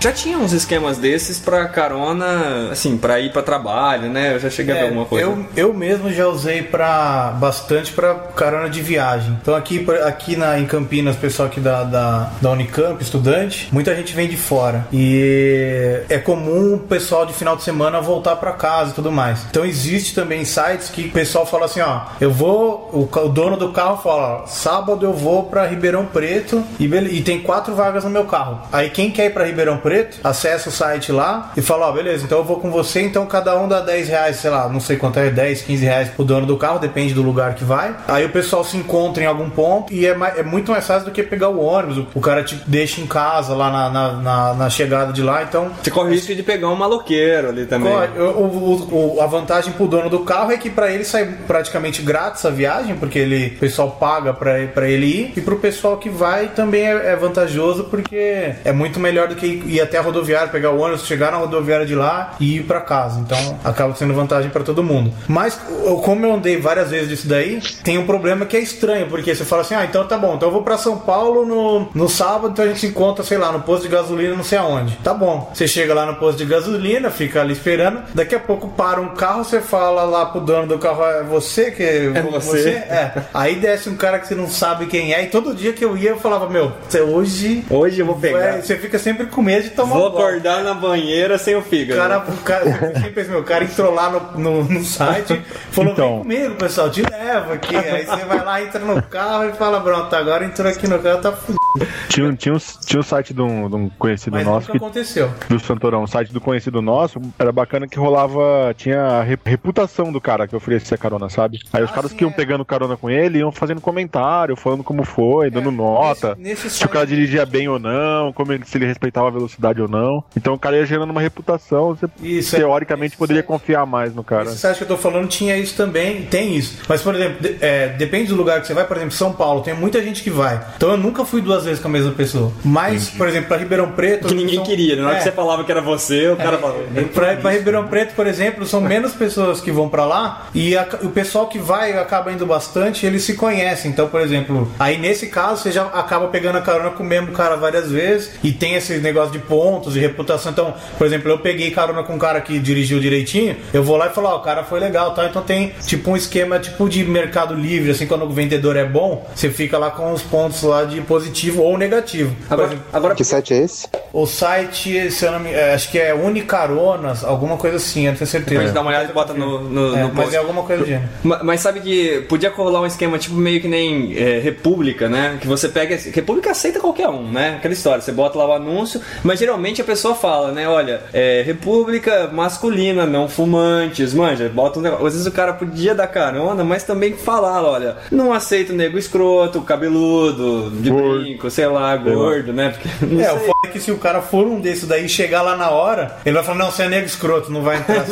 Já tinha uns esquemas desses pra carona, assim, pra ir pra trabalho, né? Eu já cheguei a ver É, alguma coisa. Eu, eu mesmo já usei para bastante para carona de viagem. Então aqui, pra- aqui na, em Campinas, pessoal aqui da, da, da Unicamp, estudante, muita gente vem de fora. E é comum o pessoal de final de semana voltar para casa e tudo mais. Então existe também sites que o pessoal fala assim, ó, eu vou, o, ca- o dono do carro fala, ó, sábado eu vou para Ribeirão Preto e, bele- e tem quatro vagas no meu carro. Aí quem quer ir para Ribeirão Preto, acessa o site lá e fala, ó, beleza, então eu vou com você, então cada um dá 10 reais, sei lá, não sei quanto é, 10, 15 reais pro dono do carro, depende do lugar que vai. Aí o pessoal se encontra em algum ponto e é, mai- é muito mais fácil do que pegar o ônibus. O- O cara te deixa em casa lá na, na, na- na chegada de lá, então Você corre o risco de pegar um maloqueiro ali também. Corre. O- é? o- o- a vantagem pro dono do carro é que pra ele sai praticamente grátis a viagem, porque ele, o pessoal paga pra pra ele ir. E pro pessoal que vai também é, é vantajoso, porque é muito melhor do que ir ir até a rodoviária, pegar o ônibus, chegar na rodoviária de lá e ir pra casa. Então acaba sendo vantagem pra todo mundo. Mas o- como eu andei várias vezes disso daí, tem um problema que é estranho, porque você fala assim: ah, então tá bom, então eu vou pra São Paulo no, no sábado, então a gente se encontra, sei lá, no posto de gasolina, não sei aonde. Tá bom. Você chega lá no posto de gasolina, fica ali esperando. Daqui a pouco para um carro, você fala lá pro dono do carro, é você que. É você." É. Aí desce um cara que você não sabe quem é, e todo dia que eu ia, eu falava, meu, você hoje. Hoje eu vou pegar. vai- Você fica sempre com medo de tomar Vou um golpe. acordar na banheira sem o O fígado. cara, o <laughs> cara, eu pensei, meu, o cara entrou lá no, no, no site, falou: Então. vem comigo, pessoal, te leva aqui. Aí você vai lá, entra no carro e fala: pronto, agora entrou aqui no carro, tá fudido. Tinha, um- tinha, um, tinha um site de um, de um conhecido Mas nosso nunca que aconteceu. do Santorão, o site do conhecido nosso, era bacana que rolava, tinha a re- reputação do cara que oferecia carona, sabe? Aí Ah, os caras que é. iam pegando carona com ele, iam fazendo comentário, falando como foi, dando nota, É, nesse- nesse se o cara site- dirigia bem ou não, como ele, se ele respeitava a velocidade ou não. Então o cara ia gerando uma reputação, você Isso, é. teoricamente Esse poderia site- confiar mais no cara. Esse site que eu tô falando tinha isso também, tem isso. Mas, por exemplo, de- é, depende do lugar que você vai, por exemplo, São Paulo, tem muita gente que vai. Então eu nunca fui duas vezes com a mesma pessoa. Mas, por exemplo, pra Ribeirão Preto. Que ninguém são- queria, né? Na hora É. que você falava que era você, o cara falava. É, Pra, pra Ribeirão Preto, por exemplo, são menos pessoas que vão pra lá e a- o pessoal que vai acaba indo bastante, eles se conhecem. Então, por exemplo, aí nesse caso você já acaba pegando a carona com o mesmo cara várias vezes e tem esse negócio de pontos, de reputação. Então, por exemplo, eu peguei carona com um cara que dirigiu direitinho, eu vou lá e falo, ó, o cara foi legal, tá? Então tem tipo um esquema tipo de mercado livre, assim, quando o vendedor é bom, você fica lá com os pontos lá de positivo ou negativo. Por Agora, exemplo, agora Que site é esse? O site, se eu não me, é, acho que é Unicaronas, alguma coisa assim, eu não tenho certeza. Depois dá uma olhada e bota no, no, É, no mas post. é alguma coisa do gênero. Ma- Mas, sabe que podia rolar um esquema tipo meio que nem é, República, né? Que você pega. esse- República aceita qualquer um, né? Aquela história, você bota lá o anúncio, mas geralmente a pessoa fala, né? Olha, é, República masculina, não fumantes, manja, bota um negócio. Às vezes o cara podia dar carona, mas também falar, olha, não aceito nego escroto, cabeludo, de brinco, sei lá, gordo, né? Porque não É, sei. o foda é que se o cara for um desses daí e chegar lá na hora, ele vai falar, não, você é negro escroto, não vai entrar.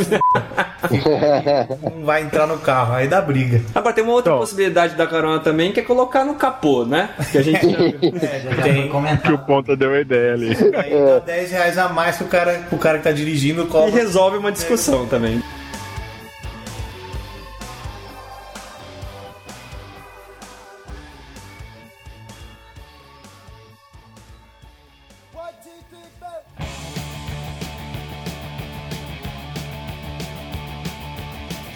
não vai entrar no carro, aí dá briga. Agora tem uma outra possibilidade da carona também, que é colocar no capô, né? Que a gente É, Tem. Que o Ponta deu a ideia ali. Aí tá? dá 10 reais a mais pro cara, pro cara que tá dirigindo E cobra. resolve uma discussão também.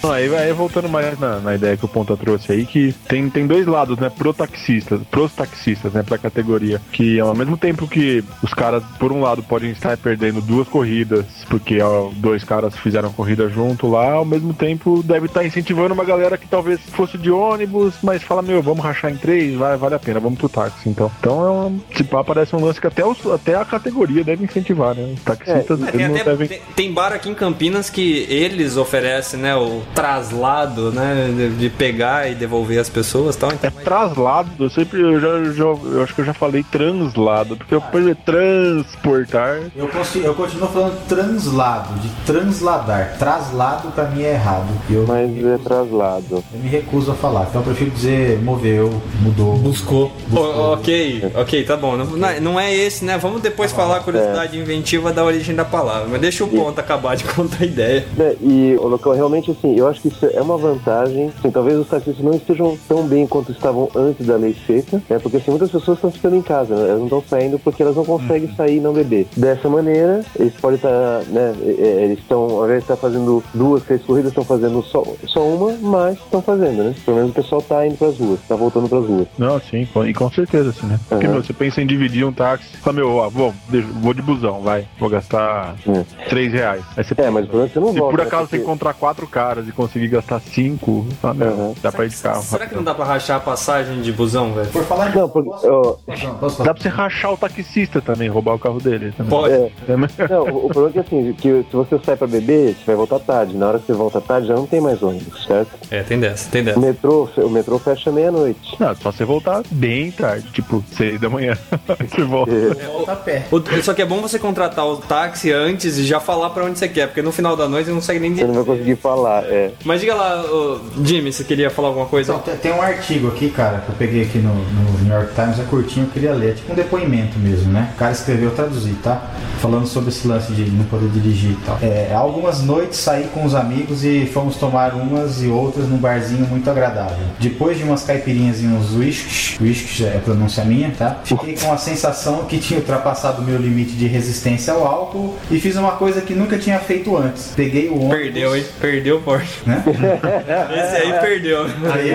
Não, Aí, aí voltando mais na, na ideia que o Ponta trouxe aí, que tem, tem dois lados, né? Pro taxistas, pros taxistas, né? Pra categoria. Que ao mesmo tempo que os caras, por um lado, podem estar perdendo duas corridas, porque ó, dois caras fizeram corrida junto lá, ao mesmo tempo deve estar incentivando uma galera que talvez fosse de ônibus, mas fala, meu, vamos rachar em três, vai, vale a pena, vamos pro táxi. Então, então é um, se pá, parece um lance que até, os, até a categoria deve incentivar, né? Os taxistas É, eles Tem, não até- devem. tem- tem bar aqui em Campinas que eles oferecem, né, o traslado, né, de, de pegar e devolver as pessoas, e tal. Então, Traslado, eu sempre, eu já, eu já- eu acho que eu já falei translado, porque eu posso transportar. Eu, consi- eu continuo falando translado, de transladar. Traslado pra mim é errado. Eu, Mas é traslado. eu me recuso a falar. Então eu prefiro dizer moveu, mudou. Buscou. o- ok, ok, tá bom. Não, não- não é esse, né? Vamos depois falar a curiosidade inventiva da origem da palavra. Mas deixa o ponto acabar de contar a ideia. É, E, ô, Lucão, realmente, assim, eu acho que isso é uma vantagem. Assim, talvez os taxistas não estejam tão bem quanto estavam antes da lei seca, né? Porque, assim, muitas pessoas estão ficando em casa, né? elas não estão saindo porque elas não conseguem Uhum. sair e não beber. Dessa maneira, eles podem estar, né? é, é, Eles estão, ao invés de estar fazendo duas, três corridas, estão fazendo só, só uma, mas estão fazendo, né? Pelo menos o pessoal tá indo pras ruas, tá voltando pras ruas. Não, sim, com- e com certeza, assim, né? Porque, Uhum. meu, você pensa em dividir um táxi, fala, meu, ó, vou, deixa- vou de busão, vai, vou gastar Hum. três reais. Aí você É, mas o problema é que você não se volta. por né? acaso você Porque- encontrar quatro caras e conseguir gastar cinco, fala, meu, Uhum. dá pra ir de carro. Será que não dá pra rachar a passagem de busão, velho? Por falar Não, porque. ó, Não, posso falar? Dá pra você rachar o taxista também, roubar o carro dele. Também. Pode. é, Não, o o problema é que assim, que se você sai pra beber, você vai voltar tarde. Na hora que você volta tarde, já não tem mais ônibus, certo? É, tem dessa, tem O dessa. metrô, o metrô fecha meia-noite. Não, só você voltar bem tarde, tipo, seis da manhã. <laughs> você volta. É. Volta a pé. O- Só que é bom você contratar o táxi antes e já falar pra onde você quer, porque no final da noite você não consegue nem Você não vai conseguir falar, é. Mas diga lá, ô, Jimmy, você queria falar alguma coisa? Então, tem- tem um artigo aqui, cara, que eu peguei aqui no, no New York Times, é curtinho, eu queria ler. É tipo um depoimento mesmo, né? O cara escreveu, eu traduzi, tá? Falando sobre esse lance de não poder dirigir e tal. É, algumas noites saí com os amigos e fomos tomar umas e outras num barzinho muito agradável. Depois de umas caipirinhas e uns whisks, whisks é a pronúncia minha, tá? Fiquei com a sensação que tinha ultrapassado o meu limite de resistência ao álcool e fiz uma coisa que nunca tinha feito antes. Peguei o ônibus... Perdeu, hein? Perdeu forte. Né? <laughs> É. Esse aí perdeu. Aí,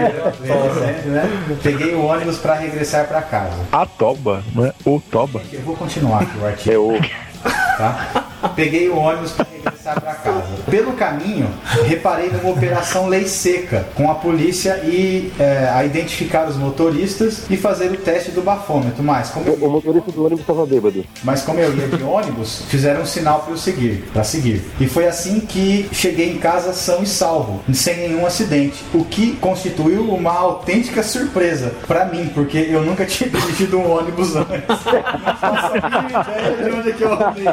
né? <laughs> Peguei o ônibus pra regressar pra casa. A toba, não é? O toba. Eu vou continuar aqui o artigo. É o. tá? Peguei o ônibus para regressar para casa. Pelo caminho, reparei numa operação lei seca com a polícia e é, a identificar os motoristas e fazer o teste do bafômetro. Mas como O eu, motorista do ônibus tava bêbado. mas como eu ia de ônibus, fizeram um sinal para eu seguir, para seguir. E foi assim que cheguei em casa são e salvo, sem nenhum acidente, o que constituiu uma autêntica surpresa para mim, porque eu nunca <laughs> tinha dirigido um ônibus antes. Não faço a mínima ideia de onde é que eu andei.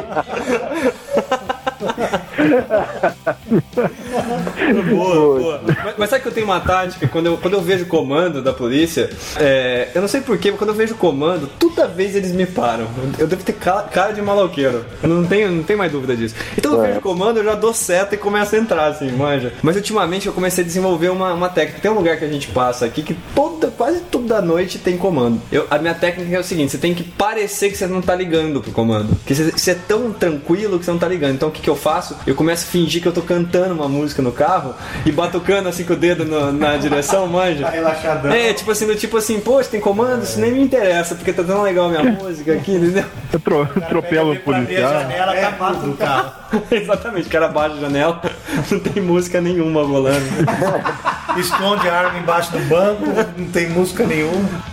Boa, boa. Mas, mas sabe que eu tenho uma tática? Quando eu, quando eu vejo o comando da polícia, é, eu não sei porquê, mas quando eu vejo o comando, toda vez eles me param. Eu devo ter ca- cara de maloqueiro. Não tenho, não tenho mais dúvida disso. Então eu vejo o comando, eu já dou seta e começo a entrar, assim, manja. Mas ultimamente eu comecei a desenvolver uma, uma técnica. Tem um lugar que a gente passa aqui que toda, quase toda noite tem comando. Eu- a minha técnica é o seguinte: você tem que parecer que você não tá ligando pro comando. Porque você, você é tão tranquilo que você não tá ligando. Então o que, que eu faço, eu começo a fingir que eu tô cantando uma música no carro e batucando assim com o dedo no- na direção, manja. Tá relaxadão. É, tipo assim, do tipo assim, poxa, tem comando? Isso nem me interessa, porque tá tão legal a minha música aqui, entendeu? <laughs> Eu tro- atropelo o um policial. janela, É tá mato do carro. Exatamente, o cara baixa a janela, <laughs> não tem música nenhuma rolando. Esconde a arma embaixo do banco, não tem música nenhuma.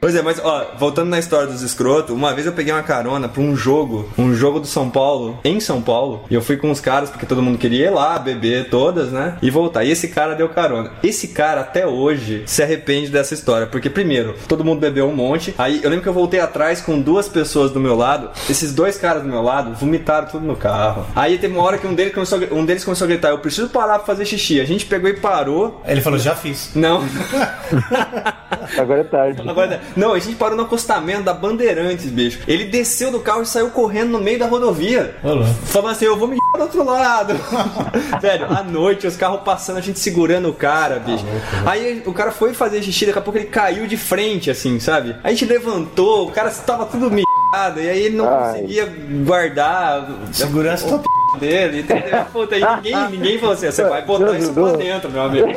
Pois é, mas ó, voltando na história dos escroto, uma vez eu peguei uma carona pra um jogo, um jogo do São Paulo, em São Paulo, e eu fui com os caras porque todo mundo queria ir lá, beber todas, né? E voltar. E esse cara deu carona. Esse cara até hoje se arrepende dessa história, porque primeiro, todo mundo bebeu um monte, aí eu lembro que eu voltei atrás com duas pessoas do meu lado, esses dois caras do meu lado vomitaram tudo no carro. Aí teve uma hora que um deles começou a, gri- um deles começou a gritar: "Eu preciso parar pra fazer xixi". A gente pegou e parou. Ele falou, já fiz. Não. <laughs> Agora é tarde. Então, Agora, não, a gente parou no acostamento da Bandeirantes, bicho. Ele desceu do carro e saiu correndo no meio da rodovia. Falando assim, eu vou me do outro lado. <laughs> Velho, à noite, os carros passando, a gente segurando o cara, bicho. Aí o cara foi fazer xixi, daqui a pouco ele caiu de frente, assim, sabe? A gente levantou, o cara estava tudo mijado, e aí ele não Ai. conseguia guardar Segurança o p... dele, entendeu? Puta, aí ninguém, ninguém falou assim, você vai botar isso pra dentro, meu amigo.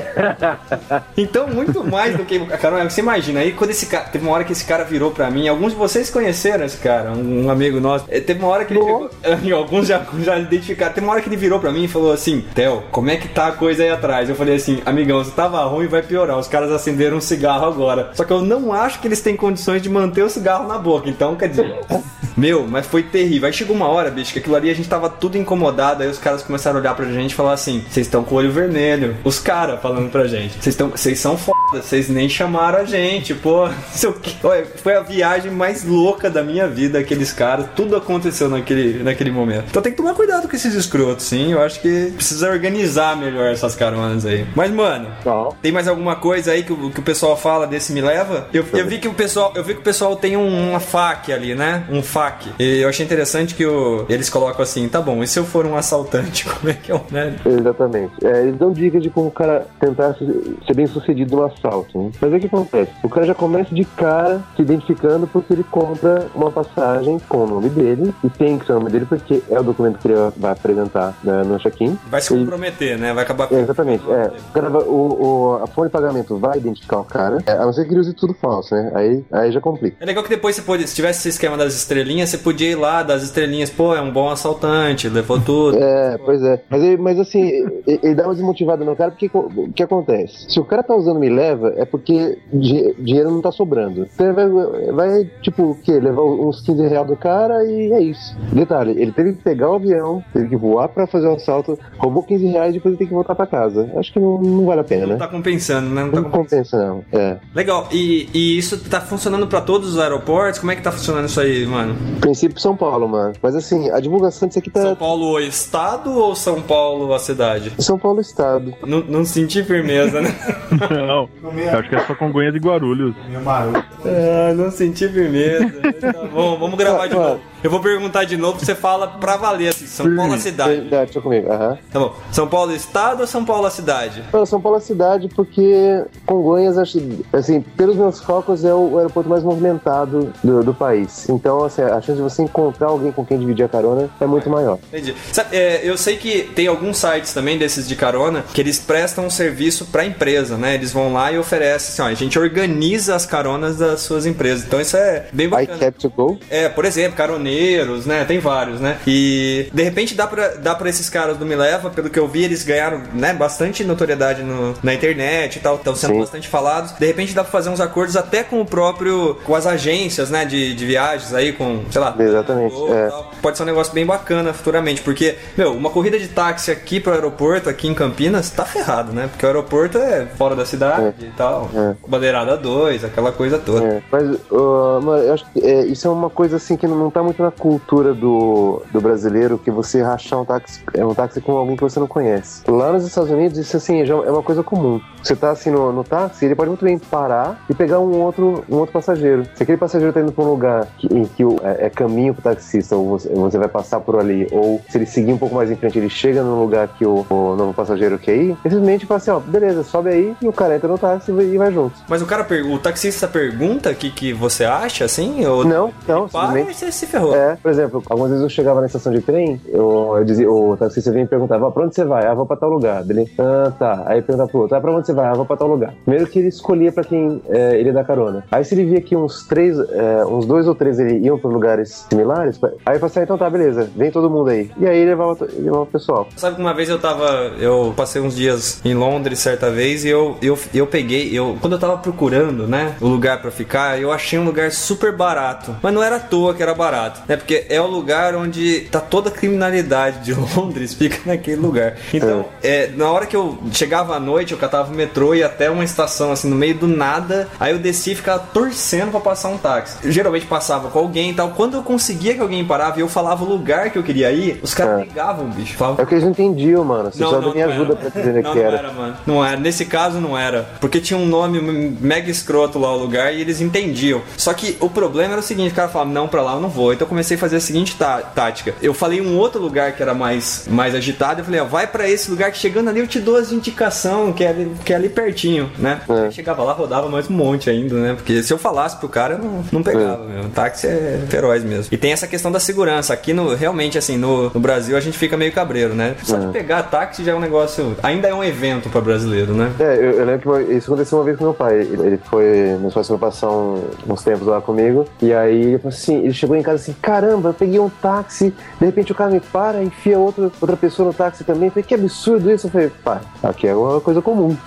Então, muito mais do que. Cara, você imagina, aí quando esse cara. Teve uma hora que esse cara virou pra mim. Alguns de vocês conheceram esse cara, um, um amigo nosso. Eh, Teve uma hora que ele <laughs> pegou- e Alguns já, já identificaram. Teve uma hora que ele virou pra mim e falou assim: Theo, como é que tá a coisa aí atrás? Eu falei assim: Amigão, você tava ruim, vai piorar. Os caras acenderam um cigarro agora. Só que eu não acho que eles têm condições de manter o cigarro na boca. Então, quer dizer. <laughs> Meu, mas foi terrível. Aí chegou uma hora, bicho, que aquilo ali a gente tava tudo incomodado. Aí os caras começaram a olhar pra gente e falar assim: vocês estão com o olho vermelho. Os caras falando pra gente: vocês estão, vocês são foda, vocês nem chamaram a gente, pô. <laughs> Não sei o quê. Olha, foi a viagem mais louca da minha vida, aqueles caras. Tudo aconteceu naquele, naquele momento. Então tem que tomar cuidado com esses escrotos, sim. Eu acho que precisa organizar melhor essas caronas aí. Mas, mano, Não. tem mais alguma coisa aí que o, que o pessoal fala desse me leva? Eu, eu vi que o pessoal, eu vi que o pessoal tem um- uma fac ali, né? Um fac. E eu achei interessante que o, eles colocam assim, tá bom, e se eu for um assaltante, <laughs> como é que eu, né? Exatamente. É, eles dão dicas de como o cara tentar se- ser bem sucedido no assalto. Né? Mas aí o que acontece? O cara já começa de cara se identificando porque ele compra uma passagem com o nome dele e tem que ser o nome dele porque é o documento que ele vai apresentar né, no check-in. Vai se Ele- comprometer, né? Vai acabar é, com exatamente. É, o cara vai- o, o- a folha de pagamento vai identificar o cara, é, a não ser que ele use tudo falso, né? Aí, aí já complica. É legal que depois você pode, se tivesse esse esquema das estrelinhas, você podia ir lá das estrelinhas, pô, é um bom assaltante, levou tudo. É, pois é. Mas, ele- <laughs> mas assim, ele, ele dá uma desmotivada no cara, porque co- o que acontece? Se o cara tá usando me leva, é porque di- dinheiro não tá sobrando. Então ele vai, vai, tipo, o quê? Levar uns 15 reais do cara e é isso. Detalhe, ele teve que pegar o avião, teve que voar pra fazer o assalto, roubou 15 reais e depois ele tem que voltar pra casa. Acho que não, não vale a pena, Não né? tá compensando, né? Não tá Não compensando. compensa, não. É. Legal, e, e isso tá funcionando pra todos os aeroportos? Como é que tá funcionando isso aí, mano? Princípio São Paulo, mano. Mas assim, a divulgação disso aqui São tá. Paulo o estado ou São Paulo a cidade? São Paulo Estado. Não, não senti firmeza, né? <laughs> <laughs> Não, eu acho que é só Congonha de Guarulhos. Meu maroto. ah, não senti firmeza. Tá bom, vamos gravar de Ué. novo. Eu vou perguntar de novo, você fala pra valer assim, São Paulo a cidade. Verdade, deixa comigo. Aham. Tá bom. São Paulo estado ou São Paulo a cidade? Não, São Paulo é cidade porque Congonhas, acho, assim, pelos meus cálculos, é o aeroporto mais movimentado do, do país. Então, assim, a chance de você encontrar alguém com quem dividir a carona é muito maior. Entendi. Sabe, é, eu sei que tem alguns sites também desses de carona que eles prestam um serviço pra empresa, né? Eles vão lá e oferecem assim, ó, a gente organiza as caronas das suas empresas. Então isso é bem I bacana. kept to go. É, por exemplo, caroneiros, né? Tem vários, né? E de repente dá pra, dá pra esses caras do Me Leva, pelo que eu vi, eles ganharam né, bastante notoriedade no- na internet e tal, estão sendo Sim. bastante falados. De repente dá pra fazer uns acordos até com o próprio, com as agências, né? De, de viagens aí, com, sei lá. Exatamente, Gol e é. tal. Pode ser um negócio bem bacana futuramente, porque, meu, uma corrida de táxi aqui pro aeroporto, aqui em Campinas, tá ferrado, né? Porque o aeroporto é fora da cidade e tal. É. Bandeirada 2, aquela coisa toda. É, mas, ah, mano, eu acho que é, isso é uma coisa assim que não, não tá muito na cultura do, do brasileiro, que que você rachar um táxi, é um táxi com alguém que você não conhece. Lá nos Estados Unidos, isso assim, já é uma coisa comum. Você tá assim no, no táxi, ele pode muito bem parar e pegar um outro, um outro passageiro. Se aquele passageiro tá indo pra um lugar que, em que o- é, é caminho pro taxista, ou você, você vai passar por ali, ou se ele seguir um pouco mais em frente, ele chega no lugar que o, o novo passageiro quer ir, ele simplesmente fala assim, ó, beleza, sobe aí, e o cara entra no táxi e vai- e vai junto. Mas o cara, per- o taxista pergunta o que, que você acha, assim? Ou... Não, não, Para e simplesmente- você se ferrou. É, por exemplo, algumas vezes eu chegava na estação de trem, eu, eu dizia, o taxista vinha e perguntava, "Ah, pra onde você vai? Ah, vou pra tal lugar. Ele, ah, tá. Aí perguntava pro outro, ah, pra onde você vai? Ah, vou pra tal lugar. Primeiro que ele escolhia pra quem é, ele ia dar carona. Aí se ele via que uns três, é, uns dois ou três ele iam pra lugares similares, aí eu falava assim, ah, então tá, beleza, vem todo mundo aí. E aí ele levava, to- ele levava o pessoal. Sabe que uma vez eu tava. Eu passei uns dias em Londres certa vez e eu, eu, eu peguei. Eu, quando eu tava procurando, né? O lugar pra ficar, eu achei um lugar super barato. Mas não era à toa que era barato, né? Porque é o lugar onde tá toda a criminalidade de <laughs> Londres, fica naquele lugar. Então, é, na hora que eu chegava à noite, eu catava o metrô e ia até uma estação assim, no meio do nada. Aí eu desci e ficava torcendo pra passar um táxi. Eu, geralmente passava com alguém e tal. Quando eu conseguia que alguém parava e eu falava o lugar que eu queria ir, os caras ligavam, bicho. Falavam, É o que eles não entendiam, mano. Você Não, só não, me não ajuda era. pra dizer Não, que não era. era, mano. Não era. Nesse caso não era. Porque tinha um nome mega escroto lá o lugar e eles entendiam. Só que o problema era o seguinte: o cara falava, não, pra lá eu não vou. Então eu comecei a fazer a seguinte tá- tática. Eu falei um outro lugar que era mais, mais agitado. Eu falei, ó, vai pra esse lugar que chegando ali eu te dou as indicações, que é ali, que é ali pertinho, né? Aí Chegava lá, rodava mais um monte ainda, né? Porque se eu falasse pro cara, eu não, não pegava, meu. Táxi é feroz mesmo. E tem essa questão da segurança. Aqui, no, realmente, assim, no, no Brasil a gente fica meio cabreiro, né? Só de pegar táxi já é um negócio. Ainda é um evento pra brasileiro, né? É, eu, eu lembro que uma- isso aconteceu uma vez com meu pai. Ele, ele foi, meus pais foram passar um- uns tempos lá comigo. E aí ele falou assim, ele chegou em casa assim, caramba, eu peguei um táxi, de repente o cara me para, enfia outro, outra pessoa no táxi também. Eu falei, que absurdo isso. Eu falei, pai, aqui é uma coisa comum. <laughs>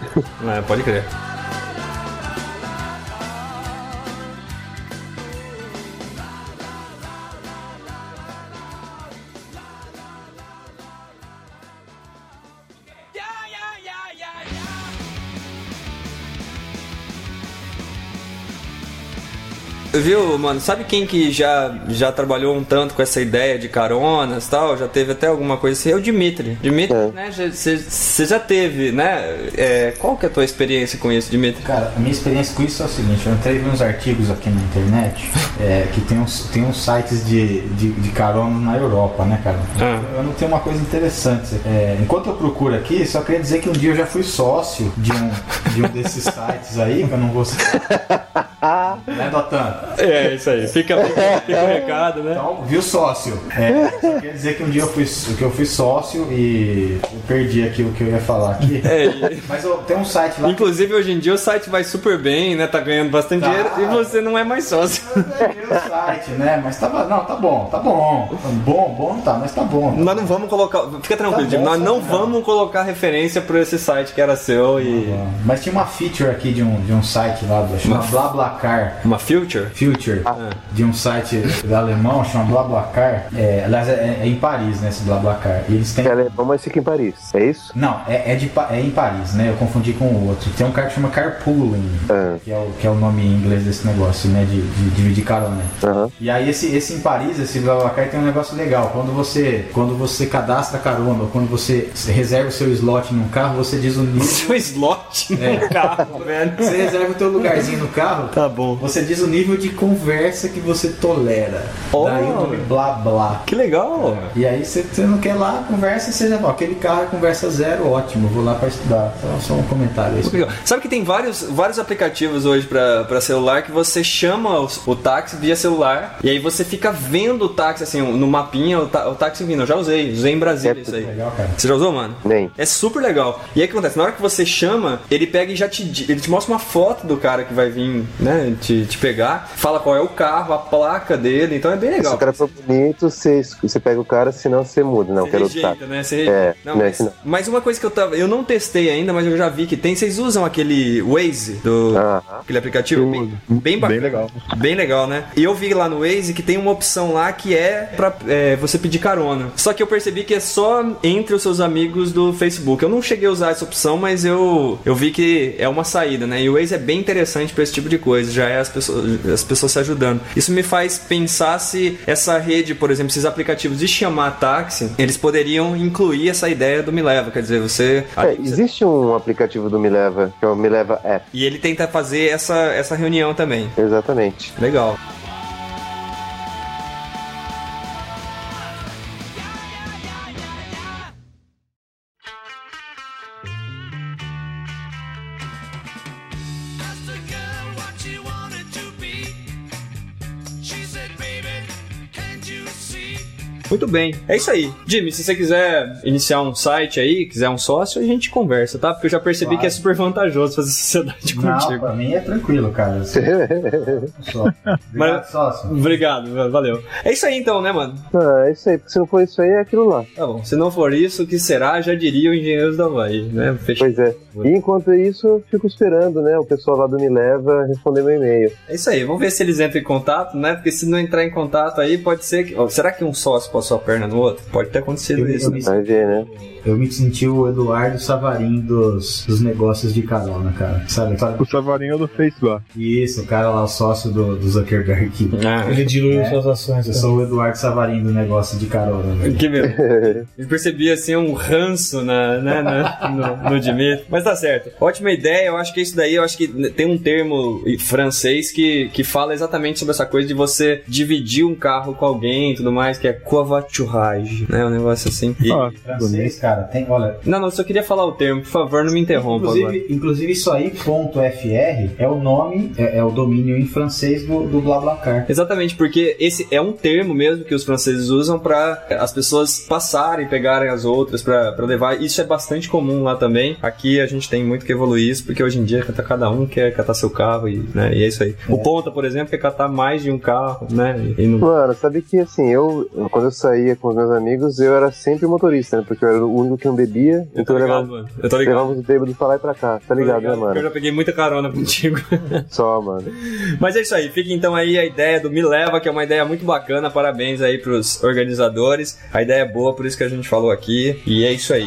É, pode crer. Viu, mano? Sabe quem que já, já trabalhou um tanto com essa ideia de caronas e tal? Já teve até alguma coisa assim? É o Dimitri. Dimitri, né? Você já teve, né? É, qual que é a tua experiência com isso, Dimitri? Cara, a minha experiência com isso é o seguinte: eu entrei nos artigos aqui na internet é, que tem uns, tem uns sites de, de, de carona na Europa, né, cara? Eu não tenho uma coisa interessante. É, enquanto eu procuro aqui, só queria dizer que um dia eu já fui sócio de um, de um desses sites aí, que eu não vou citar. né, Dotan? É, isso aí. Fica, fica, o recado, né? Então, viu, sócio? É, só queria dizer que um dia eu fui, que eu fui sócio e eu perdi aqui o que eu ia falar aqui. Mas ó, tem um <laughs> site lá. É, Inclusive, hoje em dia o site vai super bem, né? Tá ganhando bastante Tá. dinheiro e você não é mais sócio. site, né? Mas tá não, tá bom, tá bom. Tá Bom, bom tá, mas tá bom. Nós não vamos colocar. Fica tranquilo, Tá Jimmy. bom, Nós tá não bom. Tá vamos colocar referência pra esse site que era seu e. Mas tinha uma feature aqui de um, de um site lá, do- chama BlaBlaCar. Uma future? <laughs> Future, de um site alemão, chama BlaBlaCar. É, aliás, é, é em Paris, né, esse BlaBlaCar. E eles têm... É alemão, mas fica em Paris, é isso? Não, é, é de, Pa- é em Paris, né? Eu confundi com o outro. Tem um cara que chama Carpooling, Ah, que, é o, que é o nome em inglês desse negócio, né? De, de dividir carona. E aí esse, esse em Paris, esse BlaBlaCar tem um negócio legal. Quando você, quando você cadastra carona, ou quando você reserva o seu slot num carro, você diz o <laughs> nível... Seu Um slot no É. carro, velho. Você reserva o teu lugarzinho no carro, Tá bom. você diz o nível de conversa que você tolera. Oh. Daí o nome blá blá. Que legal! E aí você, você não quer lá, conversa, você já fala, aquele carro é conversa zero, ótimo, vou lá pra estudar. Só, só um comentário aí. Legal. Sabe que tem vários, vários aplicativos hoje pra pra celular que você chama os- o, táxi via celular e aí você fica vendo o táxi, assim, no mapinha, o, tá- o táxi vindo. Eu já usei, usei em Brasília isso aí. Legal, cara. Você já usou, mano? Nem. É super legal. E aí o que acontece? Na hora que você chama, ele pega e já te di- ele te mostra uma foto do cara que vai vir, né, te, te pegar, fala qual é o carro, a placa dele, então é bem Se legal. o cara for bonito, você, es- você pega o cara, senão você muda. Não, Você quero outro rejeita, táxi. né? Você rejeita. É, não, né, mas, que não. mas uma coisa que eu tava. Eu não testei ainda, mas eu já vi que tem. Vocês usam aquele Waze do Aham. aquele aplicativo? Bem, bem bacana. Bem legal. Bem legal, né? E eu vi lá no Waze que tem uma opção lá que é pra é, você pedir carona. Só que eu percebi que é só entre os seus amigos do Facebook. Eu não cheguei a usar essa opção, mas eu, eu vi que é uma saída, né? E o Waze é bem interessante pra esse tipo de coisa. Já é as pessoas, as pessoas se ajudando. Isso me faz pensar se essa rede, por exemplo, esses aplicativos de chamar táxi, eles poderiam incluir essa ideia do Me Leva, quer dizer, você... É, existe um aplicativo do Me Leva, que é o Me Leva App. E ele tenta fazer essa, essa reunião também. Exatamente. <laughs> Legal. Muito bem. É isso aí. Jimmy, se você quiser iniciar um site aí, quiser um sócio, a gente conversa, tá? Porque eu já percebi Claro. que é super vantajoso fazer <laughs> sociedade Não, contigo. pra mim é tranquilo, cara. Eu sou- sou- Ah, Obrigado, Mas- sócio. Obrigado, va- valeu. É isso aí então, né, mano? Ah, é isso aí, porque se não for isso aí, é aquilo lá. Tá bom. Se não for isso, o que será? Já diria o Engenheiros da Havaí, né? Fechou. Pois é. E enquanto isso, eu fico esperando, né? O pessoal lá do Me Leva responder meu e-mail. É isso aí. Vamos ver se eles entram em contato, né? Porque se não entrar em contato aí, pode ser que. ó, será que um sócio passou a perna no outro? Pode ter acontecido Eu- isso. eu- né? Vai ver, né? Eu me senti o Eduardo Savarin dos, dos negócios de carona, cara. Sabe? Tá. sabe? O Savarinho do Facebook. Isso, o cara lá, o sócio do, do Zuckerberg. Ah, Ele diluiu É. suas ações. Eu sou o Eduardo Savarin do negócio de né? carona, velho. que meu. Eu percebi assim um ranço na, né, na- no, no Dimitri. Mas tá certo. Ótima ideia, eu acho que isso daí, eu acho que tem um termo em francês que, que fala exatamente sobre essa coisa de você dividir um carro com alguém e tudo mais, que é covoiturage, né? Um negócio assim. E- Ó, Francês, cara, tem. Olha, Não, não, só queria falar o termo, por favor, não me interrompa agora. Inclusive, inclusive isso aí, ponto .fr, é o nome, é, é o domínio em francês do, do BlaBlaCar. Exatamente, porque esse é um termo mesmo que os franceses usam pra eh, as pessoas passarem, pegarem as outras pra pra levar. Isso é bastante comum lá também. Aqui a gente tem muito que evoluir isso, porque hoje em dia cata- cada um quer catar seu carro e, né, e é isso aí. O Ponta, por exemplo, quer catar mais de um carro, né? E, e não... Mano, sabe que assim, eu, quando eu saía com os meus amigos, eu era sempre motorista, né? Porque eu era o único que não bebia, Eu então tô eu ligado, levava, mano. Eu tô ligado. levava os bêbados pra lá e pra cá. Tá ligado, Tô porque né, Eu mano? já peguei muita carona contigo. <laughs> Só, mano. Mas é isso aí, fica então aí a ideia do Me Leva, que é uma ideia muito bacana. Parabéns aí pros organizadores. A ideia é boa, por isso que a gente falou aqui. E é isso aí.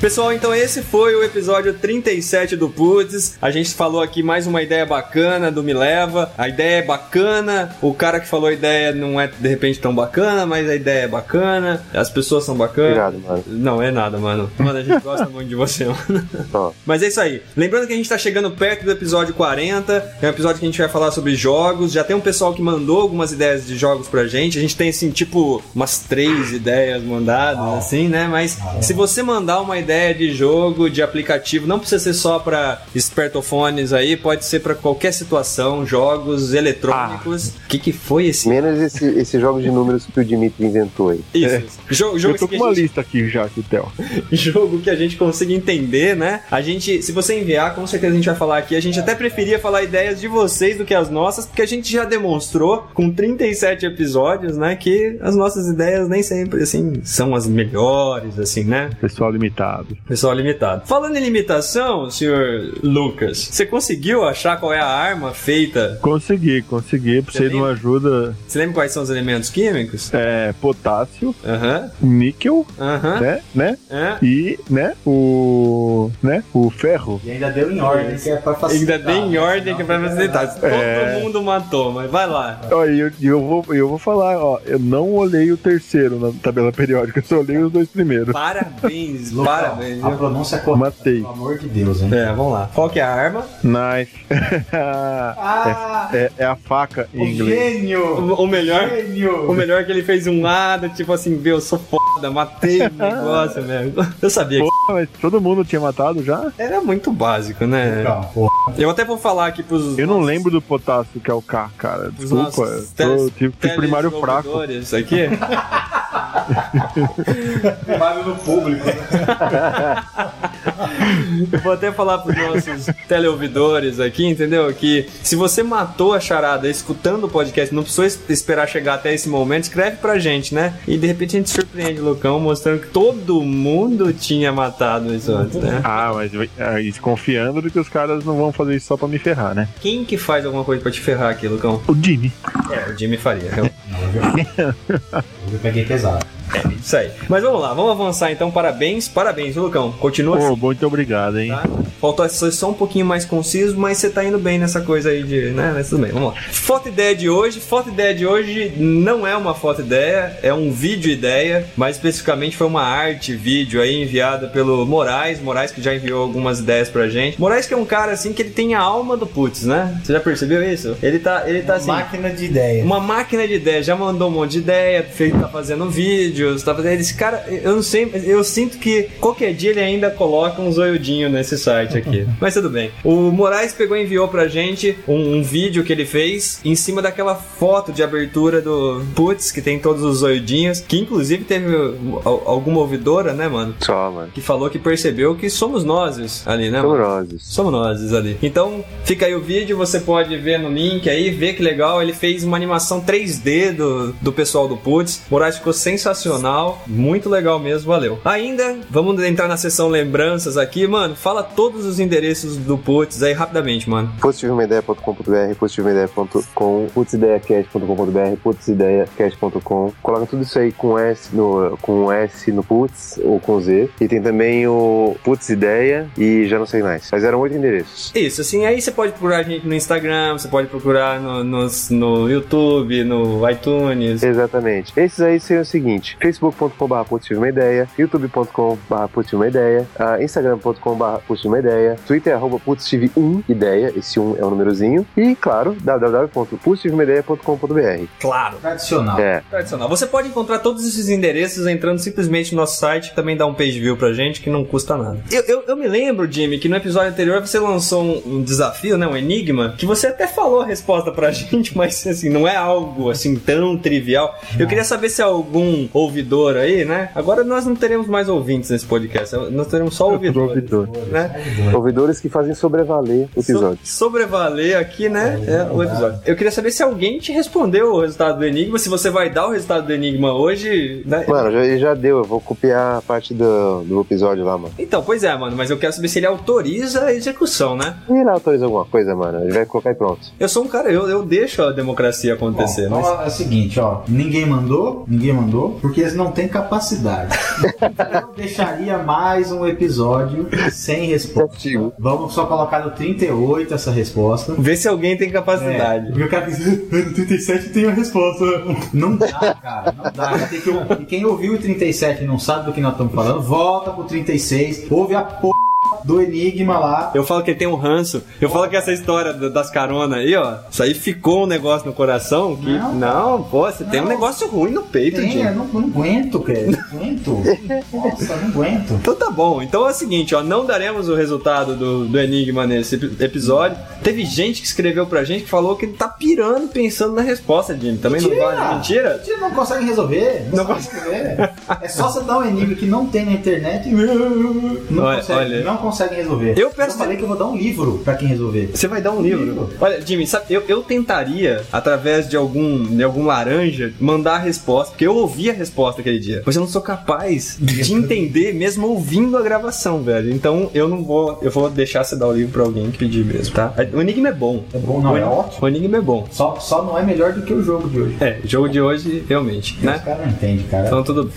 Pessoal, então esse foi o episódio 37 do Putz. A gente falou aqui mais uma ideia bacana do Me Leva. A ideia é bacana, o cara que falou a ideia não é de repente tão bacana, mas a ideia é bacana, as pessoas são bacanas. Obrigado, mano. Não, é nada, mano. Mano, a gente gosta muito de você, <laughs> mano. Ó. Mas é isso aí. Lembrando que a gente tá chegando perto do episódio 40. É um episódio que a gente vai falar sobre jogos. Já tem um pessoal que mandou algumas ideias de jogos pra gente. A gente tem, assim, tipo, umas três ideias mandadas, assim, né? Mas se você mandar uma ideia de jogo, de aplicativo, não precisa ser só pra espertofones aí, pode ser pra qualquer situação, jogos eletrônicos. Ah. O que que foi esse? É. Menos esse, esse jogo de números que o Dimitri inventou aí. Isso. isso. Jogo, jogo eu tô que com a uma gente- lista aqui já, aqui, Theo. <laughs> jogo que a gente consiga entender, né? A gente, se você enviar, com certeza a gente vai falar aqui. A gente até preferia falar ideias de vocês do que as nossas, porque a gente já demonstrou com 37 episódios, né, que as nossas ideias nem sempre assim são as melhores, assim, né? Pessoal limitado. Pessoal limitado. Falando em limitação, senhor Lucas, você conseguiu achar qual é a arma feita? Consegui, consegui. Você Precisei de uma ajuda. Você lembra quais são os elementos químicos? É potássio, Aham. níquel, Aham. É? né? Né? aham. E, né? O. Né? O ferro. E ainda deu em ordem, que é pra facilitar. Ainda bem em ordem Não, que é pra facilitar. Todo É. mundo matou, mas vai lá. Ó, e eu, e eu, vou, eu vou falar, ó. Eu não olhei o terceiro na tabela periódica, eu só olhei os dois primeiros. Parabéns, Lucão, parabéns. A viu? pronúncia é correta, Matei. pelo amor de Deus, hein? É, vamos lá. Qual que é a arma? Nice. Ah, é, <laughs> é a faca em o inglês. O, gênio! o melhor, Gênio! o melhor é que ele fez um lado, tipo assim, meu, eu sou foda, matei o negócio, mesmo. Eu sabia que Porra, mas todo mundo tinha matado já? era muito básico, né? Lucão, porra. Eu até vou falar aqui pros Eu não lembro do potássio que é o K, cara. Os Desculpa. nossos Eu teles- tô- tive, tive primário fraco. telejogadores aqui. Vale no público. Eu Vou até falar pros nossos teleouvidores aqui, entendeu? Que se você matou a charada escutando o podcast, não precisou es- esperar chegar até esse momento, escreve pra gente, né? E de repente a gente surpreende o Lucão mostrando que todo mundo tinha matado isso antes, né? Ah, mas eu- ah, e desconfiando de que os caras não vão fazer isso só pra me ferrar, né? Quem que faz alguma coisa pra te ferrar aqui, Lucão? O Jimmy. É, o Jimmy Faria. Eu peguei pesado. É isso aí. Mas vamos lá, vamos avançar então. Parabéns, parabéns, Lucão. Continua assim. Pô, muito obrigado, hein? Tá? Faltou ser só um pouquinho mais conciso, mas você tá indo bem nessa coisa aí de. né? Mas tudo bem, vamos lá. Foto ideia de hoje. Foto ideia de hoje não é uma foto ideia, é um vídeo ideia, mas especificamente foi uma arte vídeo aí enviada pelo Moraes. Moraes que já enviou algumas ideias pra gente. Moraes que é um cara assim que ele tem a alma do putz, né? Você já percebeu isso? Ele tá, ele tá assim. Máquina de ideia. Uma máquina de ideia, já mandou um monte de ideia, fez, tá fazendo vídeos, tá fazendo. Esse cara, eu não sei, mas eu sinto que qualquer dia ele ainda coloca um zoiudinho nesse site aqui. mas tudo bem. O Moraes pegou e enviou pra gente um, um vídeo que ele fez em cima daquela foto de abertura do Putz, que tem todos os zoiudinhos, que inclusive teve uh, al- alguma ouvidora, né, mano? Só, mano. Que falou que percebeu que somos nós ali, né? mano? Dolorosos. Somos nós ali. Então, fica aí o vídeo, você pode ver no link aí, ver que legal. Ele fez uma animação 3D do, do pessoal do Putz. Moraes ficou sensacional, muito legal mesmo, valeu. Ainda, vamos entrar na sessão lembranças aqui, mano. Fala todos os endereços do Putz aí rapidamente, mano. Positivemaideia.com.br, positivemaideia.com, putzideiacast.com.br, putzideiacast.com. Coloca tudo isso aí com S no, com S no putz ou com Z. E tem também o putz ideia e já não sei mais. Mas eram oito endereços. Isso, assim, aí você pode procurar a gente no Instagram, você pode procurar no, nos- no YouTube, no iTunes. Exatamente. Esses aí seriam o seguinte: facebook.com.br putzideiacast, youtube.com.br putzideiacast, ah, instagram.com.br putzideiacast, twitter arroba putztive1 ideia, esse um é o numerozinho, e claro, www.putztivemaideia.com.br. Claro. Ah. Tradicional. <laughs> É. Tradicional. Você pode encontrar todos esses endereços entrando simplesmente no nosso site, também dá um page view pra gente, que não custa nada. Eu, eu, eu me lembro, Jimmy, que no episódio anterior você lançou um, um desafio, né? Um enigma, que você até falou a resposta pra <laughs> gente, mas assim, não é algo assim tão trivial. Eu queria saber se algum ouvidor aí, né? Agora nós não teremos mais ouvintes nesse podcast, nós teremos só ouvidores. Ouvidor. Né? Ouvidores que fazem sobrevaler o episódio. So- sobrevaler aqui, né? É o episódio. Eu queria saber se alguém te respondeu o resultado do Enigma, se você vai dar o resultado do Enigma hoje. né? Mano, já, ele já deu, eu vou copiar a parte do, do episódio lá, mano. Então, pois é, mano, mas eu quero saber se ele autoriza a execução, né? E ele autoriza alguma coisa, mano. Ele vai colocar e pronto. Eu sou um cara, eu, eu deixo a democracia Bom, acontecer, né? então mas. é o seguinte, ó. Ninguém mandou, ninguém mandou, porque eles não têm capacidade. <laughs> Eu deixaria mais um episódio sem resposta. Castigo. Vamos só colocar no 38 essa resposta. Vê se alguém tem É, capacidade. porque o cara diz, "Ah, no 37 tem a resposta. Não dá, cara, não dá. Tem que ouvir. E quem ouviu o 37 e não sabe do que nós estamos falando, volta pro 36, ouve a porra do Enigma lá. Eu falo que ele tem um ranço. Eu falo que essa história da- das caronas aí, ó. Isso aí ficou um negócio no coração que. Não, Não. pô, você tem um Não. negócio ruim no peito, Tem, gente. eu não, não aguento, cara. Não <laughs> aguento. Nossa, não aguento. Então tá bom. Então é o seguinte, ó, não daremos o resultado do, do Enigma nesse epi- episódio. Teve gente que escreveu pra gente que falou que ele tá pirando pensando na resposta, Jimmy. Também não vale. Mentira? Mentira, não consegue resolver. Não, consegue resolver. É só você dar um enigma que não tem na internet e. Não, Olha, consegue, olha. não consegue resolver. Eu peço- falei que eu vou dar um livro pra quem resolver. Você vai dar um livro. Olha, Jimmy, sabe, eu, eu tentaria, através de algum, de algum laranja, mandar a resposta, porque eu ouvi a resposta aquele dia. Mas eu não sou capaz de entender, mesmo ouvindo a gravação, velho. Então eu não vou. Eu vou deixar você dar o livro pra alguém que pedir mesmo, tá? O Enigma é bom. É bom, não, o, é en- ótimo. o Enigma é bom. Só, só não é melhor do que o jogo de hoje. É, jogo de hoje, realmente, né? Os caras não entendem, cara. Então tudo.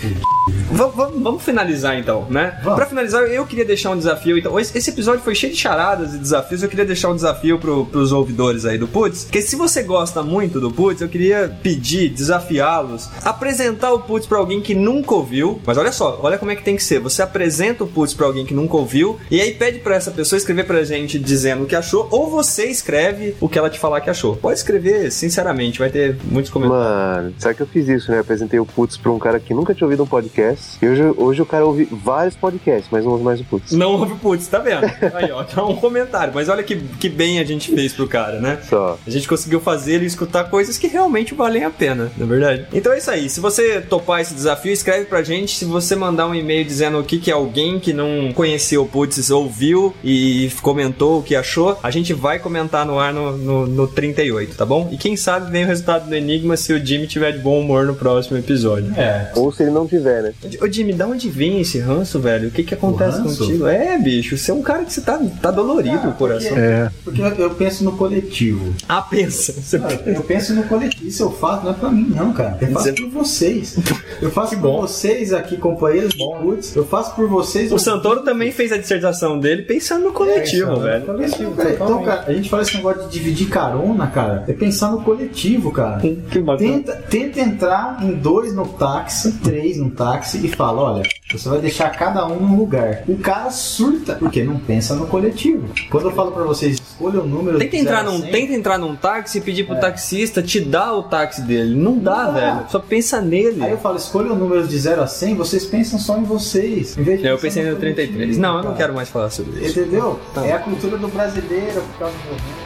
Vamos, vamos- vamos finalizar então, né? Vamos. Pra finalizar, eu queria deixar um desafio. Então, esse esse episódio foi cheio de charadas e desafios. Eu queria deixar um desafio pro, pros ouvidores aí do Putz. Porque se você gosta muito do Putz, eu queria pedir, desafiá-los, apresentar o Putz pra alguém que nunca ouviu. Mas olha só, olha como é que tem que ser. Você apresenta o Putz pra alguém que nunca ouviu e aí pede pra essa pessoa escrever pra gente dizendo o que achou, ou você escreve o que ela te falar que achou. Pode escrever, sinceramente, vai ter muitos comentários. Mano, sabe que eu fiz isso, né? Eu apresentei o putz pra um cara que nunca tinha ouvido um podcast. E hoje, hoje o cara ouve vários podcasts, mas não ouve mais o putz. Não ouve o Putz. Putz, tá vendo? Aí, ó, tá um comentário. Mas olha que, que bem a gente fez pro cara, né? Só. A gente conseguiu fazer ele escutar coisas que realmente valem a pena, na verdade. Então é isso aí. Se você topar esse desafio, escreve pra gente. Se você mandar um e-mail dizendo o que, que alguém que não conhecia o Putz ouviu e comentou o que achou, a gente vai comentar no ar no, no, no 38, tá bom? E quem sabe vem o resultado do Enigma se o Jimmy tiver de bom humor no próximo episódio. É. Ou se ele não tiver, né? Ô Jimmy, da onde vem esse ranço, velho? O que que acontece O ranço? Ah, contigo? É, bicho, você é um cara que você tá, tá dolorido o coração. É. Porque eu- eu penso no coletivo. Ah, pensa. Você- Cara, Eu penso no coletivo. Isso eu faço, não é pra mim, não, cara. Eu faço por vocês. Eu faço por vocês aqui, companheiros. Putz, eu faço por vocês. O Santoro também fez a dissertação dele pensando É, no coletivo, Pensando no velho. coletivo, cara. Então, cara, a gente fala esse negócio de dividir carona, cara. É pensar no coletivo, cara. Que bacana. Tenta, tenta entrar em dois no táxi, três no táxi e fala: olha, você vai deixar cada um num lugar. O cara surta, porque não pensa no coletivo. Quando eu falo pra vocês, escolha o número. Tenta de entrar, zero a num, cem, tenta entrar num táxi e pedir pro taxista te dar o táxi dele. Não dá, É. Não dá. velho. Só pensa nele. Aí eu falo, escolha o número de 0 a 100, vocês pensam só em vocês. Em vez de É, Eu pensar pensei no coletivo, 33. Não, eu não cara. quero mais falar sobre isso. Entendeu? Tá. É a cultura do brasileiro tá por causa do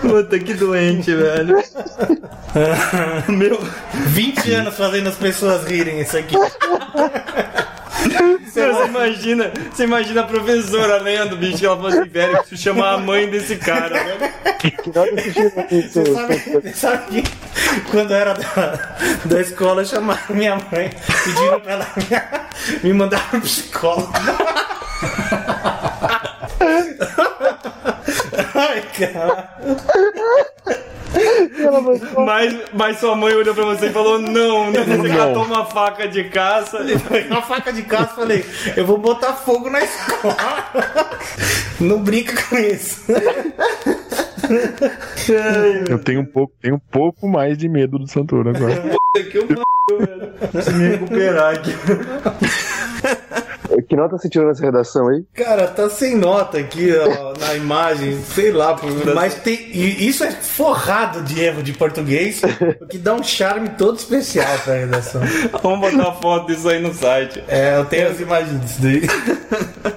Puta, que doente, velho. 20 anos fazendo as pessoas rirem isso aqui. é Você imagina, você imagina a professora lendo, bicho, que ela falou assim, velho, eu preciso chamar a mãe desse cara, velho. Que nada que isso. Você sabe, você <laughs> sabe que quando eu era da, da escola, chamaram minha mãe, pediram pra ela me, me mandar pro psicólogo. <laughs> Ai, cara. Mas, mas sua mãe olhou pra você e falou, não, né? Você catou uma faca de caça e foi... Uma faca de casa, falei, eu vou botar fogo na escola. <laughs> Não brinca com isso. Eu tenho um pouco, tenho um pouco mais de medo do Santoro agora. que eu velho. Preciso me recuperar aqui. Que nota você tirou nessa redação aí? Cara, tá sem nota aqui ó, na imagem, sei lá, por- mas tem. e Isso é forrado de erro de português, o que dá um charme todo especial pra redação. Vamos botar uma foto disso aí no site. É, eu tenho as imagens disso daí.